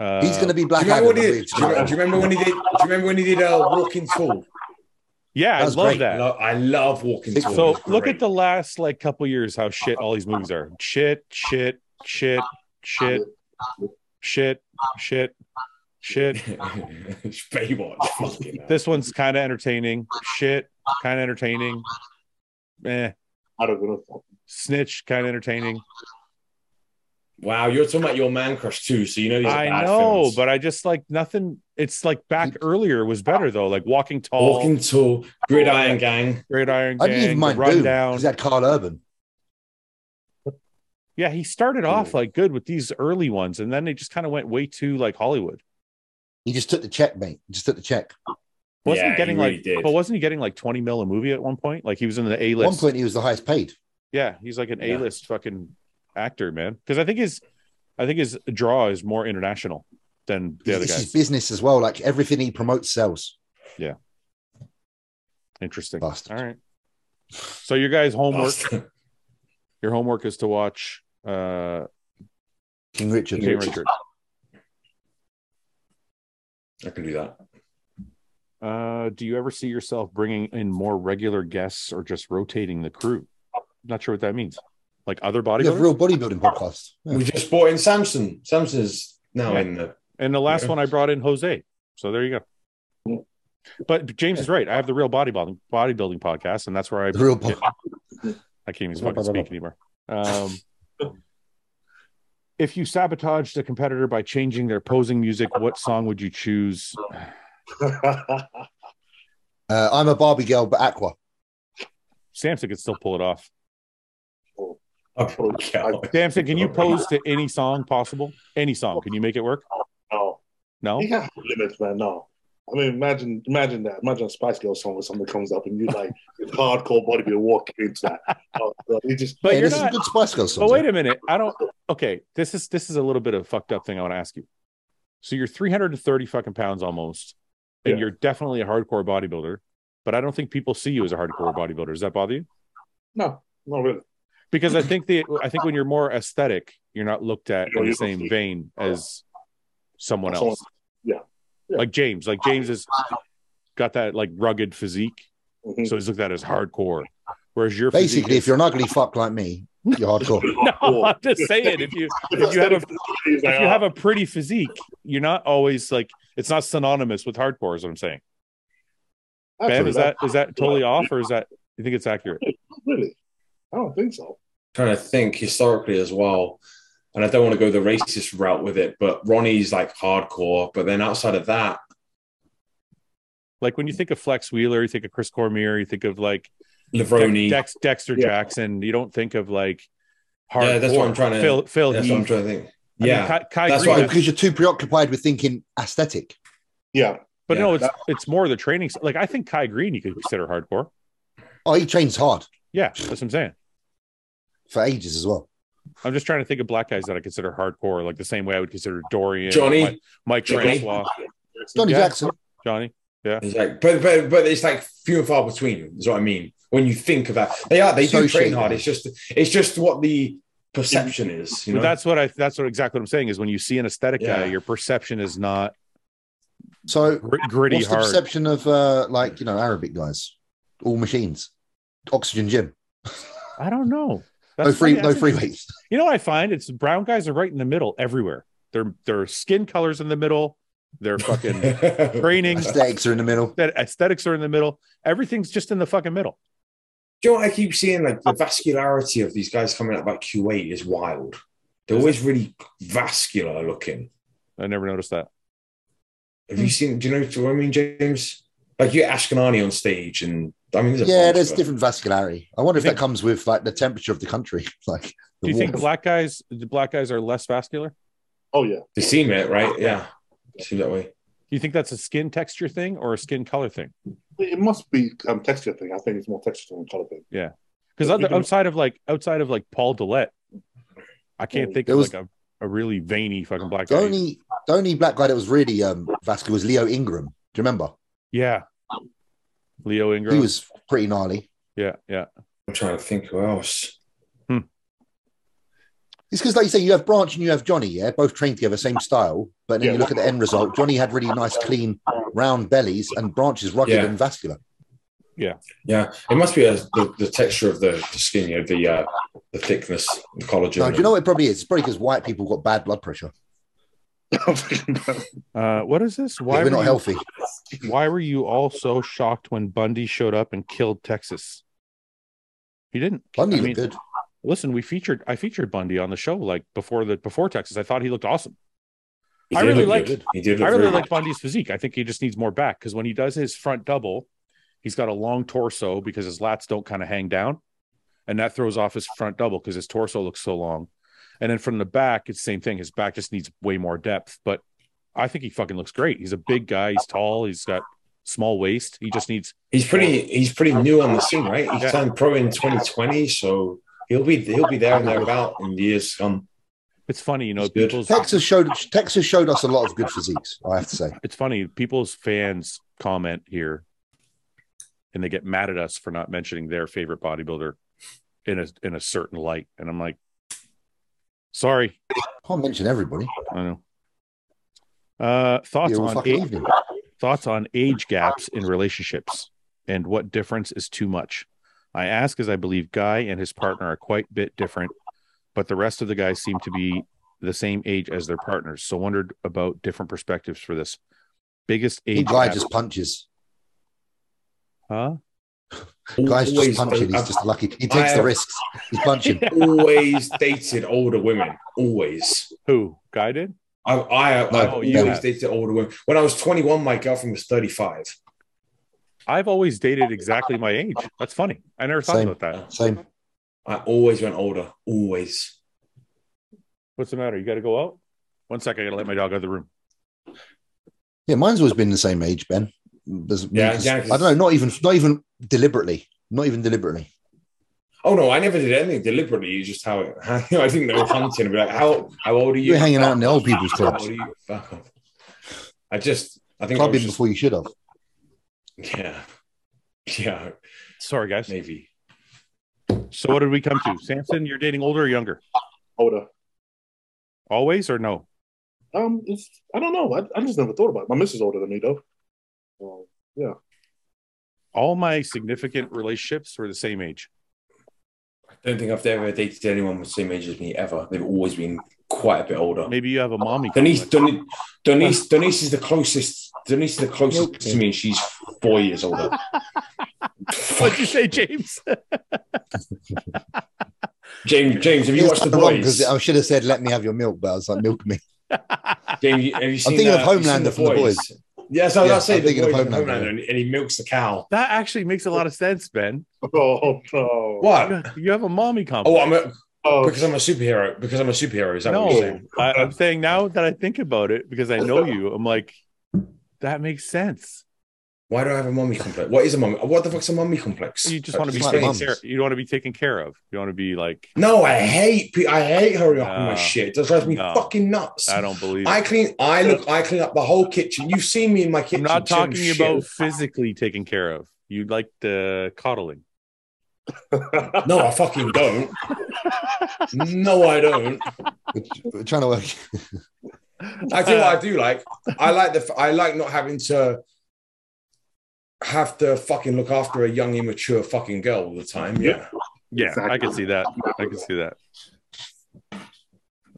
Speaker 1: Uh,
Speaker 4: He's going to be Black
Speaker 2: do you remember what
Speaker 4: Adam.
Speaker 2: he did? Do you,
Speaker 4: Yeah.
Speaker 2: do you remember when he did? Do you remember when he did uh, Walking Tall?
Speaker 1: Yeah, I
Speaker 4: That was
Speaker 1: love
Speaker 4: great.
Speaker 1: that.
Speaker 2: I love, I love Walking
Speaker 4: Six
Speaker 2: Tall.
Speaker 1: so
Speaker 2: It's
Speaker 1: look
Speaker 2: great.
Speaker 1: at the last like couple years how shit all these movies are. Shit, shit, shit, shit, shit, shit, shit.
Speaker 2: It's Baywatch. fucking hell.
Speaker 1: This one's kind of entertaining. Shit, kind of entertaining. Eh,
Speaker 3: I don't know.
Speaker 1: snitch, kind of entertaining.
Speaker 2: wow, you're talking about your man crush too. So you know these are
Speaker 1: I
Speaker 2: bad
Speaker 1: know,
Speaker 2: films.
Speaker 1: but I just like nothing. It's like back earlier was better though, like Walking Tall,
Speaker 2: Walking Tall, Gridiron Gang.
Speaker 1: Great Iron
Speaker 4: I didn't
Speaker 1: Gang,
Speaker 4: even
Speaker 1: The
Speaker 4: mind Doom
Speaker 1: Rundown.
Speaker 4: because he had Carl Urban.
Speaker 1: Yeah, he started off like good with these early ones, and then they just kind of went way too like Hollywood.
Speaker 4: He just took the check, mate. He just took the check.
Speaker 1: Wasn't
Speaker 2: Yeah,
Speaker 1: he getting
Speaker 2: he really
Speaker 1: like,
Speaker 2: did.
Speaker 1: but wasn't he getting like twenty mil a movie at one point? Like he was in the A
Speaker 4: At one
Speaker 1: list.
Speaker 4: point, he was the highest paid.
Speaker 1: Yeah, he's like an
Speaker 2: Yeah.
Speaker 1: A list fucking actor, man. Because I think his, I think his draw is more international than the other
Speaker 4: this is
Speaker 1: guys.
Speaker 4: business as well. Like everything he promotes sells.
Speaker 1: Interesting.
Speaker 4: Bastard.
Speaker 1: All right. So your guys' homework,
Speaker 2: Bastard.
Speaker 1: your homework is to watch uh
Speaker 4: King Richard.
Speaker 1: King Richard.
Speaker 2: I can do that.
Speaker 1: Uh, do you ever see yourself bringing in more regular guests or just rotating the crew? Not sure what that means. Like other
Speaker 4: We have
Speaker 1: bodybuilders.
Speaker 4: real bodybuilding podcast. Yeah.
Speaker 2: We just bought in Samson. Samson's now
Speaker 1: Yeah.
Speaker 2: in the
Speaker 1: and the last
Speaker 2: Yeah.
Speaker 1: one I brought in Jose. So there you go. But James is right. I have the real bodybuilding bodybuilding podcast, and that's where I
Speaker 4: The real po-
Speaker 1: I can't even fucking speak anymore. Um, if you sabotaged a competitor by changing their posing music, what song would you choose?
Speaker 4: uh, I'm a Barbie girl, but Aqua.
Speaker 1: Samson could still pull it off.
Speaker 2: Oh, God.
Speaker 1: Samson, can you pose to any song possible? Any song? Can you make it work?
Speaker 3: no,
Speaker 1: No.
Speaker 3: you can't have limits, man. No. I mean, imagine, imagine that. Imagine a Spice Girl song where someone comes up and you like hardcore bodybuilder walk into that. Oh, God, you just
Speaker 1: But you're
Speaker 4: yeah, there's
Speaker 1: not.
Speaker 4: some good Spice Girls songs.
Speaker 1: But wait a minute. I don't. Okay, this is this is a little bit of a fucked up thing I want to ask you. So you're 330 fucking pounds almost. and
Speaker 3: Yeah.
Speaker 1: you're definitely a hardcore bodybuilder, but I don't think people see you as a hardcore bodybuilder. Does that bother you?
Speaker 3: No, not really.
Speaker 1: Because I think the I think when you're more aesthetic, you're not looked at
Speaker 3: You know,
Speaker 1: in the
Speaker 3: you don't
Speaker 1: same
Speaker 3: see-
Speaker 1: vein as someone
Speaker 3: Oh, Someone-
Speaker 1: else.
Speaker 3: yeah. Yeah.
Speaker 1: Like James, like James has got that like rugged physique,
Speaker 3: Mhm.
Speaker 1: so he's looked at as hardcore. Whereas your physique
Speaker 4: Basically,
Speaker 1: is-
Speaker 4: if you're an ugly fuck like me, you're hardcore.
Speaker 1: no, I'm just saying if you if you have a
Speaker 3: He's like,
Speaker 1: if you
Speaker 3: "Ah,
Speaker 1: have a pretty physique, you're not always like it's not synonymous with hardcore. Is what I'm saying. Bam,
Speaker 3: actually,
Speaker 1: is that is that totally off, or is that you think it's accurate?
Speaker 3: not really? I don't think so.
Speaker 2: trying to think historically as well. And I don't want to go the racist route with it, but Ronnie's like hardcore. But then outside of that,
Speaker 1: Like when you think of Flex Wheeler, you think of Chris Cormier, you think of like
Speaker 2: Lavroni.
Speaker 1: Dex, Dexter
Speaker 3: Yeah.
Speaker 1: Jackson. You don't think of like hardcore.
Speaker 2: Yeah, that's what I'm trying to-
Speaker 1: Phil, Phil
Speaker 2: That's what I'm
Speaker 1: Heath.
Speaker 2: trying to think.
Speaker 1: I mean,
Speaker 2: Yeah.
Speaker 1: Kai, Kai
Speaker 2: that's
Speaker 1: Green,
Speaker 2: what I-
Speaker 4: because you're too preoccupied with thinking aesthetic.
Speaker 3: Yeah,
Speaker 1: but
Speaker 2: yeah,
Speaker 1: no, it's it's more the training. s- Like I think Kai Green, you could consider hardcore.
Speaker 4: Oh, he trains hard
Speaker 1: Yeah, that's what I'm saying.
Speaker 4: for ages as well.
Speaker 1: I'm just trying to think of black guys that I consider hardcore, like the same way I would consider Dorian,
Speaker 2: Johnny.
Speaker 1: Mike, Mike
Speaker 2: Johnny.
Speaker 1: Francois,
Speaker 4: Johnny
Speaker 1: Yeah.
Speaker 4: Jackson,
Speaker 1: Johnny.
Speaker 2: It's like, but but but it's like few and far between. Is what I mean. When you think of that, they are they do
Speaker 4: Associate
Speaker 2: train hard.
Speaker 4: them.
Speaker 2: It's just it's just what the perception is. You know,
Speaker 1: But that's what I that's what exactly what I'm saying is when you see an aesthetic guy,
Speaker 2: Yeah.
Speaker 1: your perception is not
Speaker 4: so
Speaker 1: gr- gritty
Speaker 4: what's the
Speaker 1: hard.
Speaker 4: perception of uh, like you know Arabic guys? All machines, oxygen gym,
Speaker 1: I don't know.
Speaker 4: no
Speaker 1: funny.
Speaker 4: free, no
Speaker 1: That's
Speaker 4: free
Speaker 1: interesting.
Speaker 4: weights.
Speaker 1: You know what I find? It's brown guys are right in the middle everywhere. Their their skin colors in the middle. Their fucking training
Speaker 4: Aesthetics are in the middle.
Speaker 1: that aesthetics are in the middle. Everything's just in the fucking middle.
Speaker 2: Do you know what I keep seeing? Like the vascularity of these guys coming out like Q8 is wild. They're always really vascular looking.
Speaker 1: I never noticed that.
Speaker 2: Have
Speaker 4: Hmm.
Speaker 2: you seen? Do you know what I mean, James? Like you get Ashkenani on stage, and I mean, there's a
Speaker 4: Yeah,
Speaker 2: bunch,
Speaker 4: there's
Speaker 2: but-
Speaker 4: different vascularity. I wonder if
Speaker 1: think-
Speaker 4: that comes with like the temperature of the country, like
Speaker 1: Do
Speaker 4: the
Speaker 1: you think
Speaker 4: warmth.
Speaker 1: black guys the black guys are less vascular? Do
Speaker 3: Oh yeah.
Speaker 2: They seem it, right? Yeah, it seems that way.
Speaker 1: you think that's a skin texture thing or a skin color thing?
Speaker 3: It it must be um, texture thing. I think it's more texture than color thing.
Speaker 1: Because
Speaker 3: But we
Speaker 1: other
Speaker 3: don't-
Speaker 1: outside of like outside of like Paul Dillette, I can't
Speaker 3: Yeah.
Speaker 1: think
Speaker 4: There
Speaker 1: of
Speaker 4: was-
Speaker 1: like a, a really veiny fucking black
Speaker 4: The
Speaker 1: guy.
Speaker 4: only the only black guy that was really um, vascular was Leo Ingram. Do you remember?
Speaker 1: Yeah. Leo Ingram.
Speaker 4: He was pretty gnarly.
Speaker 1: yeah, yeah.
Speaker 2: I'm trying to think who else.
Speaker 4: It's because, like you say, you have Branch and you have Johnny, yeah, both trained together, same style. But then
Speaker 3: Yeah.
Speaker 4: you look at the end result. Johnny had really nice, clean, round bellies, and Branch is rugged
Speaker 2: Yeah.
Speaker 4: and vascular.
Speaker 2: Yeah, it must be uh the, the texture of the, the skin, you know, the uh, the thickness, the collagen.
Speaker 4: No, do you know what it probably is? It's probably because white people got bad blood pressure.
Speaker 1: Uh, what is this? Why
Speaker 4: we're
Speaker 1: were,
Speaker 4: not
Speaker 1: you,
Speaker 4: healthy.
Speaker 1: why were you all so shocked when Bundy showed up and killed Texas? He didn't.
Speaker 4: Bundy
Speaker 1: I
Speaker 4: looked
Speaker 1: mean-
Speaker 4: good.
Speaker 1: Listen, we featured I featured Bundy on the show like before the before Texas. I thought he looked awesome.
Speaker 2: He
Speaker 1: I
Speaker 2: did
Speaker 1: really
Speaker 2: look
Speaker 1: like-
Speaker 2: good. He did
Speaker 1: I
Speaker 2: look
Speaker 1: really
Speaker 2: really
Speaker 1: like Bundy's physique. I think he just needs more back because when he does his front double, he's got a long torso because his lats don't kind of hang down, and that throws off his front double because his torso looks so long. And then from the back, it's the same thing. His back just needs way more depth. But I think he fucking looks great. He's a big guy. He's tall. He's got small waist. He just needs.
Speaker 2: He's pretty. He's pretty new on the scene, right? He
Speaker 1: Yeah.
Speaker 2: turned pro in 2020, so he'll be he'll be there and thereabout in the years to come.
Speaker 1: It's funny, you know.
Speaker 2: He's good.
Speaker 1: People's
Speaker 4: Texas showed Texas showed us a lot of good physiques. I have to say,
Speaker 1: it's funny. People's fans comment here, and they get mad at us for not mentioning their favorite bodybuilder in a in a certain light. And I'm like, sorry,
Speaker 4: can't mention everybody.
Speaker 1: I know. Uh, thoughts
Speaker 4: Here all
Speaker 1: on
Speaker 4: fucking
Speaker 1: a-
Speaker 4: evening.
Speaker 1: thoughts on age gaps in relationships and what difference is too much. I ask as I believe Guy and his partner are quite bit different, but the rest of the guys seem to be the same age as their partners. So wondered about different perspectives for this. Biggest
Speaker 4: He
Speaker 1: age
Speaker 4: guy
Speaker 1: gap,
Speaker 4: just punches.
Speaker 1: huh?
Speaker 4: Guy's
Speaker 2: Always-
Speaker 4: just punching. He's
Speaker 2: I've
Speaker 4: just lucky. He takes
Speaker 2: I-
Speaker 4: the risks. He's punching.
Speaker 2: always dated older women. Always.
Speaker 1: Who? Guy did?
Speaker 2: I I, I
Speaker 1: No,
Speaker 2: always
Speaker 1: you have.
Speaker 2: dated older women. When I was 21, my girlfriend was 35.
Speaker 1: I've always dated exactly my age. That's funny. I never thought
Speaker 4: Same.
Speaker 1: about that.
Speaker 4: Same.
Speaker 2: I always went older. Always.
Speaker 1: What's the matter? You got to go out? One second. I got to let my dog out of the room.
Speaker 4: Yeah, mine's always been the same age, Ben. There's-
Speaker 2: Yeah,
Speaker 4: there's-
Speaker 2: yeah,
Speaker 4: I
Speaker 2: 'cause-
Speaker 4: don't know. Not even, not even deliberately. Not even deliberately.
Speaker 2: Oh no, I never did anything deliberately. It's just how it, you know, I think they were hunting and be like, how how old are you?
Speaker 4: You're hanging out in the old people's
Speaker 2: How
Speaker 4: clubs.
Speaker 2: old are you? Fuck off. I just I think I
Speaker 4: Clubbing
Speaker 2: was just-
Speaker 4: before you should have.
Speaker 2: yeah, yeah,
Speaker 1: Sorry, guys.
Speaker 2: maybe.
Speaker 1: So what did we come to? Samson, you're dating older or younger?
Speaker 3: older.
Speaker 1: Always or no?
Speaker 3: Um, it's, I don't know. I, I just never thought about it. My missus is older than me though. Um,
Speaker 1: All my significant relationships were the same age.
Speaker 2: I don't think I've ever dated anyone with the same age as me ever. They've always been quite a bit older.
Speaker 1: Maybe you have a mommy.
Speaker 2: Denise,
Speaker 1: complex.
Speaker 2: Denise, Denise, Denise is the closest. Denise is the closest to me, and she's four years older.
Speaker 1: What'd you say, James?
Speaker 2: James, James, have you watched the boys?
Speaker 4: Because I should have said, "Let me have your milk," but I was like, "Milk me."
Speaker 2: James, you- have you seen?
Speaker 4: thinking of
Speaker 2: uh, have you seen
Speaker 4: Homelander from The Boys.
Speaker 2: Yes, I was about
Speaker 4: Yeah,
Speaker 2: to say
Speaker 4: I'm
Speaker 2: the
Speaker 4: thinking of
Speaker 2: boys and
Speaker 4: Homelander.
Speaker 2: Homelander, and, and he milks the cow.
Speaker 1: that actually makes a lot of sense, Ben.
Speaker 3: oh no!
Speaker 2: What?
Speaker 1: You have a mommy complex.
Speaker 2: Oh, I'm a,
Speaker 3: Oh,
Speaker 2: because I'm a superhero. Because I'm a superhero. Is that what you're
Speaker 1: no,
Speaker 2: saying?
Speaker 1: I, I'm saying now that I think about it, because I know you, I'm like, that makes sense.
Speaker 2: Why do I have a mummy complex? What is a mummy? What the fuck's a mummy complex?
Speaker 1: You just want to be
Speaker 4: Smart
Speaker 2: Explain.
Speaker 1: taken
Speaker 4: mums.
Speaker 1: care. You don't want to be taken care of. You want to be like,
Speaker 2: No, I hate. pe- I hate hurry up with
Speaker 1: No.
Speaker 2: my shit. That drives me
Speaker 1: No.
Speaker 2: fucking nuts.
Speaker 1: I don't believe.
Speaker 2: I
Speaker 1: it.
Speaker 2: clean. I look. I clean up the whole kitchen. You've seen me in my
Speaker 1: I'm
Speaker 2: kitchen.
Speaker 1: not
Speaker 2: chilling
Speaker 1: talking
Speaker 2: shit.
Speaker 1: about physically taken care of. You like the coddling.
Speaker 2: No, I fucking don't. no, I don't.
Speaker 4: We're, we're trying to work.
Speaker 2: I do. what I do like. I like the. f- I like not having to have to fucking look after a young, immature fucking girl all the time. Yeah,
Speaker 1: Yeah, I can see that. I can see that.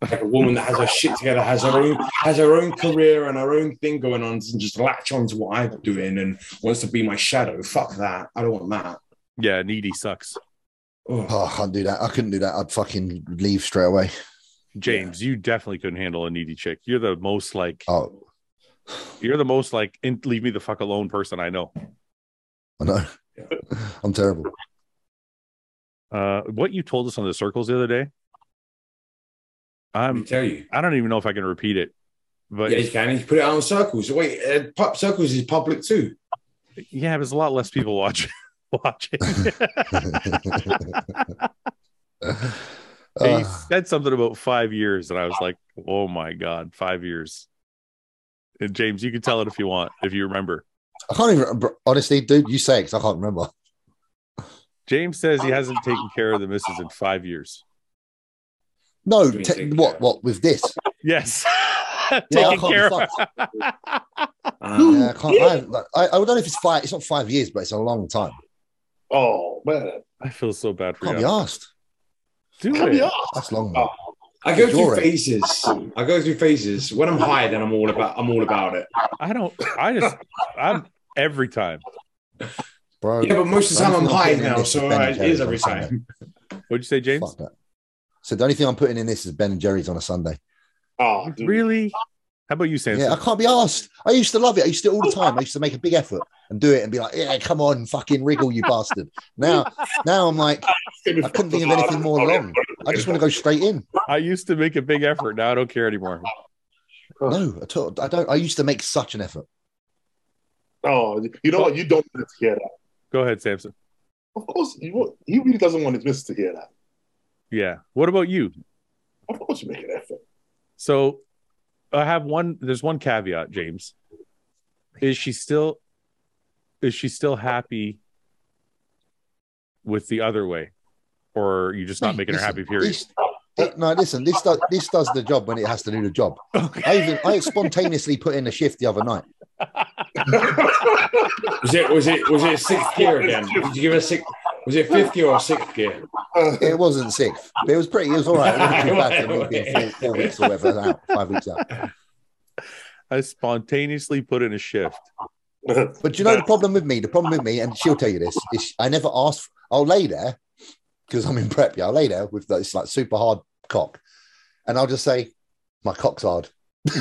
Speaker 2: like a woman that has her shit together, has her own, has her own career and her own thing going on, and just latch on to what I'm doing and wants to be my shadow. Fuck that. I don't want that.
Speaker 1: Yeah, needy sucks.
Speaker 2: Ugh.
Speaker 4: Oh, I can't do that. I couldn't do that. I'd fucking leave straight away.
Speaker 1: James, you definitely couldn't handle a needy chick. You're the most like
Speaker 4: Oh,
Speaker 1: you're the most like in, leave me the fuck alone person I know.
Speaker 4: I know. I'm terrible.
Speaker 1: Uh what you told us on the circles the other day.
Speaker 2: Let me
Speaker 1: I'm
Speaker 2: tell you.
Speaker 1: I don't even know if I can repeat it. um, But
Speaker 2: yeah,
Speaker 1: yeah,
Speaker 2: you can. You can put it out on circles. Wait, uh, pop circles is public too.
Speaker 1: but there's a lot less people watching watching.
Speaker 4: Uh,
Speaker 1: he
Speaker 4: Uh,
Speaker 1: said something about five years, and I was like, Oh my god, five years. And James, you can tell it if you want, if you remember.
Speaker 4: I can't even. bro, Honestly, dude, you say it 'cause I can't remember.
Speaker 1: James says he hasn't taken care of the missus in five years.
Speaker 4: No,
Speaker 2: Doing
Speaker 4: te-
Speaker 2: taking care
Speaker 4: what?
Speaker 2: of.
Speaker 4: What with this?
Speaker 1: Yes.
Speaker 4: Yeah, I
Speaker 1: Taking
Speaker 4: can't be
Speaker 1: care of.
Speaker 4: fucked.
Speaker 2: Um,
Speaker 4: Yeah, I can't. I, like, I, I don't know if it's five. It's not five years, but it's a long time.
Speaker 3: oh man,
Speaker 1: I feel so bad for
Speaker 4: Can't
Speaker 1: you.
Speaker 4: be asked.
Speaker 1: Do
Speaker 3: Cut me
Speaker 1: it.
Speaker 3: off.
Speaker 4: That's long.
Speaker 2: Oh.
Speaker 4: Man.
Speaker 2: I go through
Speaker 4: Enjoy it.
Speaker 2: phases. I go through phases. When I'm high, then I'm all about. I'm all about it.
Speaker 1: I don't. I just. I'm every time.
Speaker 4: bro.
Speaker 2: Yeah, but most of the time I'm high now, so uh, it is every time.
Speaker 1: What'd you say, James?
Speaker 4: Fuck that. So the only thing I'm putting in this is Ben and Jerry's on a Sunday.
Speaker 3: Oh, dude.
Speaker 1: Really? How about you, Samson?
Speaker 4: Yeah, I can't be asked. I used to love it. I used to do it all the time. I used to make a big effort and do it and be like, "Yeah, come on, fucking wriggle, you bastard." Now, now I'm like, I couldn't think of anything more long. I just want to go straight in.
Speaker 1: I used to make a big effort. Now I don't care anymore.
Speaker 4: No, at all. I don't. I used to make such an effort.
Speaker 3: Oh, you know what? You don't want to hear that.
Speaker 1: Go ahead, Samson.
Speaker 3: Of course, you won't. he really doesn't want his missus to hear that.
Speaker 1: Yeah. What about you?
Speaker 3: Of course, you make an effort.
Speaker 1: So, I have one. There's one caveat, James. Is she still? Is she still happy with the other way, or are you just not
Speaker 4: Hey,
Speaker 1: making her
Speaker 4: listen,
Speaker 1: happy? Period.
Speaker 4: this- it- no, listen. This does this does the job when it has to do the job. I even I spontaneously put in a shift the other night.
Speaker 2: Was it? Was it? Was it sixth gear again? Did you give it a six? Was it fifth gear or sixth gear?
Speaker 4: It wasn't sixth, but it was pretty. It was all right. It wasn't too bad. for me being four, four weeks or whatever out, five weeks out.
Speaker 1: I spontaneously put in a shift.
Speaker 4: But do you know the problem with me? The problem with me, and she'll tell you this, is I never ask. I'll lay there because I'm in prep. Yeah, I'll lay there with this like super hard cock, and I'll just say, "My cock's hard,"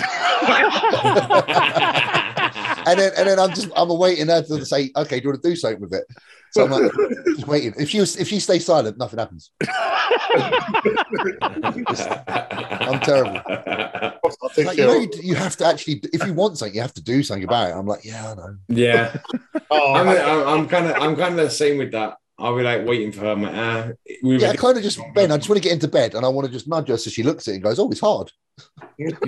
Speaker 4: and then and then I'm just I'm awaiting her to say, "Okay, do you want to do something with it?" So I'm like, just waiting. If you if you stay silent, nothing happens.
Speaker 2: I'm
Speaker 4: terrible.
Speaker 3: I'll take
Speaker 4: Like, you
Speaker 3: care
Speaker 4: know,
Speaker 3: of
Speaker 4: you, you have to actually, if you want something, you have to do something about it. I'm like, yeah, I know.
Speaker 2: Yeah,
Speaker 3: Oh,
Speaker 2: I'm. I'm kind of. I'm kind of the same with that. I'll be like waiting for her. I'm like, ah, we were
Speaker 4: Yeah, I kind of just Ben. I just want to get into bed, and I want to just nudge her so she looks at it and goes, "Oh, it's hard."
Speaker 1: Yeah,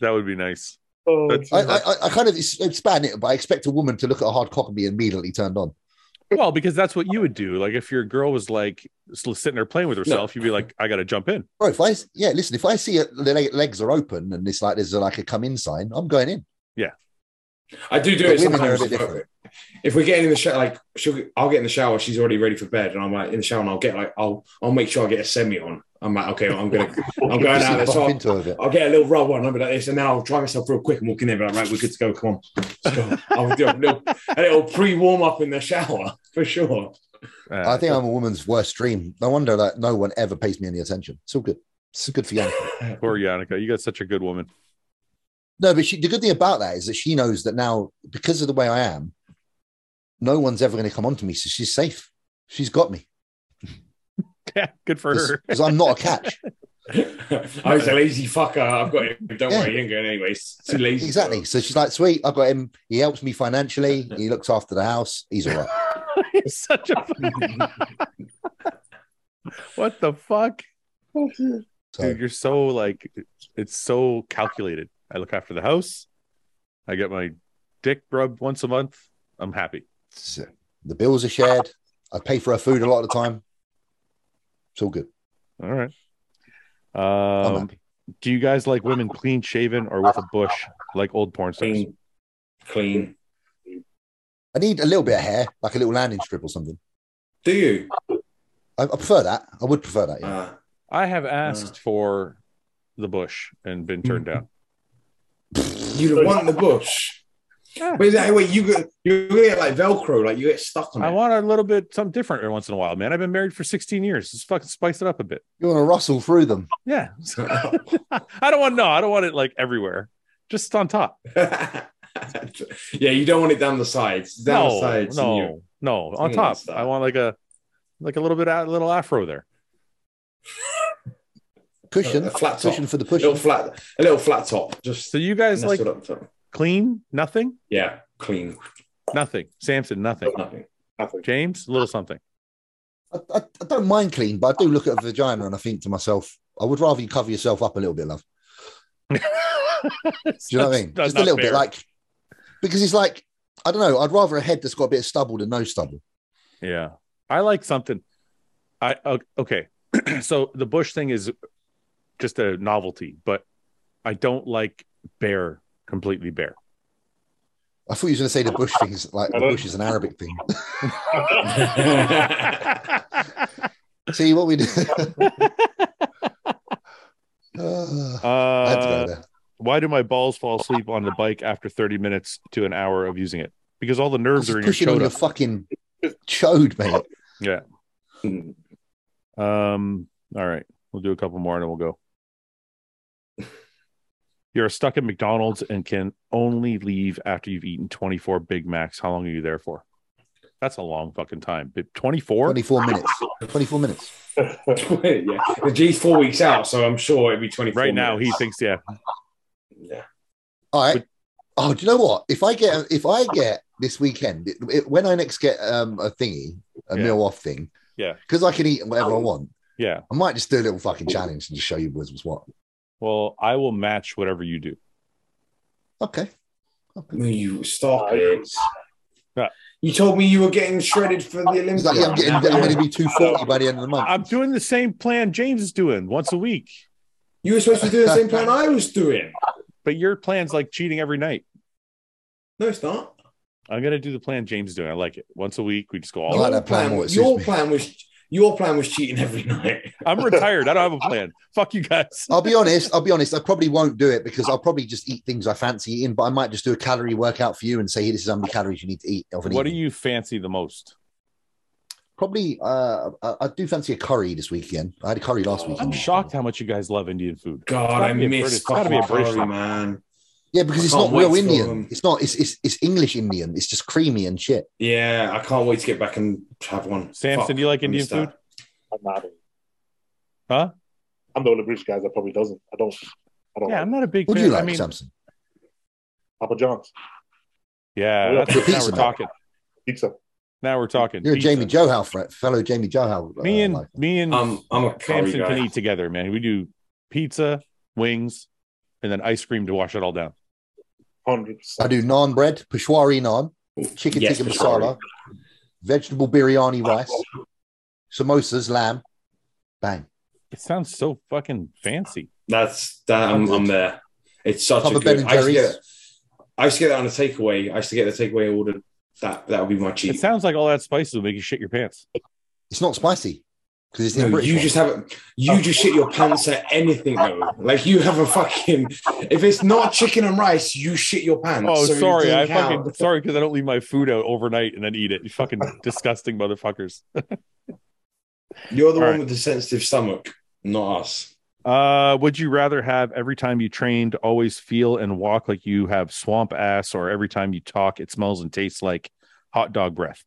Speaker 1: that would be nice.
Speaker 3: Oh,
Speaker 1: That's-
Speaker 4: I,
Speaker 3: Jesus.
Speaker 4: I, I- I kind of s- span it, but I expect a woman to look at a hard cock and be immediately turned on.
Speaker 1: Well, because that's what you would do. Like if your girl was like s- sitting there playing with herself, you'd be like, I gotta jump in.
Speaker 4: Bro, if I s- yeah, listen, if I see it, the leg, legs are open and it's like there's a, like a come in sign, I'm going in.
Speaker 2: I do do
Speaker 4: But
Speaker 2: it
Speaker 4: women are a
Speaker 2: sometimes.
Speaker 4: bit different.
Speaker 2: If we're getting in the shower, like she'll, I'll get in the shower, she's already ready for bed, and I'm like in the shower, and I'll get like I'll I'll make sure I get a semi on. I'm like, okay, I'm gonna I'm going
Speaker 4: Just
Speaker 2: out. there.
Speaker 4: bump
Speaker 2: So I'll,
Speaker 4: into it.
Speaker 2: I'll get a little rub on. I'll be like this, and then I'll dry myself real quick and walk in there. Be like, right, we're good to go. Come on, Let's go. I'll do a little, a little pre warm up in the shower for sure.
Speaker 1: Uh,
Speaker 4: I think I'm a woman's worst dream. No wonder that no one ever pays me any attention. It's all good. It's good for you.
Speaker 1: poor Yannicka. You got such a good woman.
Speaker 4: No, but she, the good thing about that is that she knows that now, because of the way I am, no one's ever going to come onto me. So she's safe. She's got me
Speaker 1: Yeah, good for her.
Speaker 4: because I'm not a catch.
Speaker 2: I was a lazy fucker. I've got it. Don't worry, you ain't going anyways. Too lazy.
Speaker 4: Exactly. So she's like, sweet, I've got him. He helps me financially. He looks after the house. He's all right.
Speaker 1: You're such a what the fuck?
Speaker 4: So
Speaker 3: Oh,
Speaker 1: Dude, you're so like it's so calculated. I look after the house. I get my dick rubbed once a month. I'm happy.
Speaker 4: it's, uh, the bills are shared. I pay for her food a lot of the time. It's all good.
Speaker 1: All right.
Speaker 4: I'm
Speaker 1: Um,
Speaker 4: happy.
Speaker 1: do you guys like women clean shaven or with a bush like old porn stars?
Speaker 2: Clean, clean.
Speaker 4: I need a little bit of hair, like a little landing strip or something.
Speaker 2: Do you?
Speaker 4: I, I prefer that. I would prefer that. Yeah.
Speaker 2: Uh,
Speaker 1: I have asked for the bush and been turned down.
Speaker 2: you want the bush? Wait, is that- wait, you get you get like Velcro, like you get stuck on it.
Speaker 1: I want a little bit something different every once in a while, man. I've been married for 16 years. Let's fucking spice it up a bit.
Speaker 4: You want to rustle through them.
Speaker 1: Yeah. I don't want no, I don't want it like everywhere. Just on top.
Speaker 2: yeah, you don't want it down the sides. Down the
Speaker 1: No,
Speaker 2: sides. and you-
Speaker 1: no, no, on
Speaker 2: Mm,
Speaker 1: top.
Speaker 2: stop.
Speaker 1: I want like a like a little bit a little afro there.
Speaker 4: Cushion.
Speaker 2: A flat top.
Speaker 4: Cushion for the
Speaker 2: A
Speaker 4: push.
Speaker 2: little flat, a little flat top, just
Speaker 1: So you guys like
Speaker 2: nestled up top.
Speaker 1: clean, nothing,
Speaker 2: Yeah, clean,
Speaker 1: nothing. Samson, nothing.
Speaker 2: nothing.
Speaker 3: nothing.
Speaker 1: James, a little something.
Speaker 4: I, I, I don't mind clean, but I do look at a vagina and I think to myself, I would rather you cover yourself up a little bit, love. Do you know what I mean? Just a little bit, like because it's like I don't know. I'd rather a head that's got a bit of stubble than no stubble.
Speaker 1: Yeah. I like something. I o- okay. so the bush thing is just a novelty, but I don't like bare completely bare.
Speaker 4: I thought you were going to say the bush thing is like the bush is an Arabic thing.
Speaker 1: Uh,
Speaker 4: See what we do. Ah, I had to go
Speaker 1: uh,
Speaker 4: there.
Speaker 1: why do my balls fall asleep on the bike after 30 minutes to an hour of using it? Because all the nerves are
Speaker 4: Just
Speaker 1: in your
Speaker 4: pushing on your
Speaker 1: shoulder.
Speaker 4: fucking chode, mate.
Speaker 1: Um, all right. We'll do a couple more and then we'll go. You're stuck at McDonald's and can only leave after you've eaten 24 Big Macs. How long are you there for? That's a long fucking time. But 24?
Speaker 4: Twenty-four minutes. Twenty-four minutes.
Speaker 2: yeah, the G's four weeks out, so I'm sure it'd be twenty.
Speaker 1: Right now, he thinks, yeah.
Speaker 2: Yeah.
Speaker 4: All right. Oh, do you know what? If I get if I get this weekend, it, it- when I next get um, a thingy, a
Speaker 1: Yeah.
Speaker 4: meal off thing,
Speaker 1: Yeah.
Speaker 4: because I can eat whatever I want.
Speaker 1: Yeah.
Speaker 4: I might just do a little fucking challenge and just show you boys what's what.
Speaker 1: Well, I will match whatever you do.
Speaker 4: Okay.
Speaker 2: No, you stop it.
Speaker 1: Yeah.
Speaker 2: You told me you were getting shredded for the Olympics.
Speaker 4: He's like, yeah, I'm getting, I'm going to be 240 by the end of the month.
Speaker 1: I'm doing the same plan James is doing once a week,
Speaker 2: you were supposed to do the same plan I was doing.
Speaker 1: but your plan's like cheating every night.
Speaker 2: No, it's not.
Speaker 1: I'm going to do the plan James is doing. I like it. Once a week, we just go all
Speaker 4: I like
Speaker 1: out.
Speaker 4: that plan more, it suits
Speaker 2: your
Speaker 4: me.
Speaker 2: plan was your plan was cheating every night.
Speaker 1: I'm retired. I don't have a plan. Fuck you guys.
Speaker 4: I'll be honest. I'll be honest. I probably won't do it because I'll probably just eat things I fancy eating, but I might just do a calorie workout for you and say, hey, this is how many calories you need to eat. Of an
Speaker 1: What do
Speaker 4: evening.
Speaker 1: you fancy the most?
Speaker 4: Probably, uh, I, I do fancy a curry this weekend. I had a curry last weekend.
Speaker 1: I'm shocked how much you guys love Indian food.
Speaker 2: God,
Speaker 1: gotta
Speaker 2: I
Speaker 1: be a
Speaker 2: miss
Speaker 1: British- it's gotta be a
Speaker 2: fucking
Speaker 1: British
Speaker 2: curry,
Speaker 1: thing.
Speaker 2: man.
Speaker 4: Yeah, because it's
Speaker 2: I
Speaker 4: not
Speaker 2: can't
Speaker 4: real
Speaker 2: wait for
Speaker 4: Indian.
Speaker 2: them.
Speaker 4: It's not. It's, it's it's English Indian. It's just creamy and shit.
Speaker 2: Yeah, I can't wait to get back and have one.
Speaker 1: Samson, do you like
Speaker 2: I
Speaker 1: Indian
Speaker 2: missed that.
Speaker 1: food?
Speaker 3: I'm not.
Speaker 1: Huh?
Speaker 3: I'm the only British guy that probably doesn't. I don't. I don't.
Speaker 1: Yeah, I'm not a big
Speaker 4: What do
Speaker 1: fan.
Speaker 4: you like,
Speaker 1: I mean,
Speaker 4: Samson?
Speaker 3: Papa John's
Speaker 1: yeah,
Speaker 3: You're a
Speaker 1: that's what- now
Speaker 4: pizza
Speaker 1: we're
Speaker 4: man.
Speaker 1: talking.
Speaker 3: pizza.
Speaker 1: Now we're talking.
Speaker 4: You're a
Speaker 1: Pizza.
Speaker 4: Jamie Johal, fr- fellow Jamie Johal. uh,
Speaker 1: Me and
Speaker 4: like.
Speaker 1: me and
Speaker 2: Um, I'm a curry
Speaker 1: Samson can
Speaker 2: guy.
Speaker 1: eat together, man. We do pizza, wings, and then ice cream to wash it all down.
Speaker 3: hundred
Speaker 4: I
Speaker 3: percent.
Speaker 4: do naan bread, Peshwari naan, chicken
Speaker 2: Yes,
Speaker 4: tikka
Speaker 2: Peshwari.
Speaker 4: masala, vegetable biryani rice, samosas, lamb. Bang.
Speaker 1: It sounds so fucking fancy.
Speaker 2: That's that. I'm, I'm there. It's such
Speaker 4: Papa
Speaker 2: a
Speaker 4: Ben
Speaker 2: good.
Speaker 4: and
Speaker 2: I used to
Speaker 4: Jerry's.
Speaker 2: get. I used to get that on a takeaway. I used to get the takeaway ordered. That that would be my
Speaker 1: It
Speaker 2: cheat.
Speaker 1: sounds like all that spices will make you shit your pants.
Speaker 4: It's not spicy because it's
Speaker 2: No,
Speaker 4: in British.
Speaker 2: you
Speaker 4: one.
Speaker 2: just have a,
Speaker 1: Oh.
Speaker 2: you just shit your pants at anything though. Like you have a fucking if it's not chicken and rice, you shit your pants.
Speaker 1: Oh,
Speaker 2: So it
Speaker 1: sorry.
Speaker 2: doesn't
Speaker 1: I
Speaker 2: count.
Speaker 1: fucking sorry because I don't leave my food out overnight and then eat it. You fucking disgusting motherfuckers.
Speaker 2: You're the
Speaker 1: All
Speaker 2: one
Speaker 1: right.
Speaker 2: with the sensitive stomach, not us.
Speaker 1: Uh, would you rather have every time you trained always feel and walk like you have swamp ass, or every time you talk it smells and tastes like hot dog breath?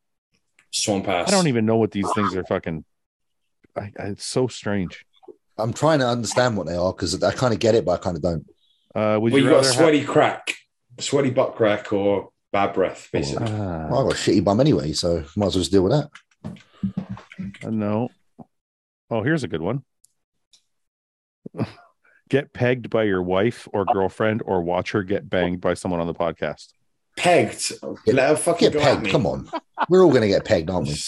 Speaker 2: Swamp ass.
Speaker 1: I don't even know what these things are. Fucking, I, I, it's so strange.
Speaker 4: I'm trying to understand what they are because I kind of get it, but I kind of don't.
Speaker 1: Uh, would
Speaker 2: Well,
Speaker 1: you
Speaker 2: you got
Speaker 1: rather have-
Speaker 2: sweaty crack, sweaty butt crack, or bad breath, basically.
Speaker 1: Ah.
Speaker 4: Well, I got a shitty bum anyway, so might as well just deal with that.
Speaker 1: Uh, No. Oh, here's a good one. get pegged by your wife or girlfriend, or watch her get banged by someone on the podcast.
Speaker 2: Pegged. Let her fucking
Speaker 4: Get
Speaker 2: go at
Speaker 4: pegged.
Speaker 2: me.
Speaker 4: Come on. We're all going to get pegged, aren't we?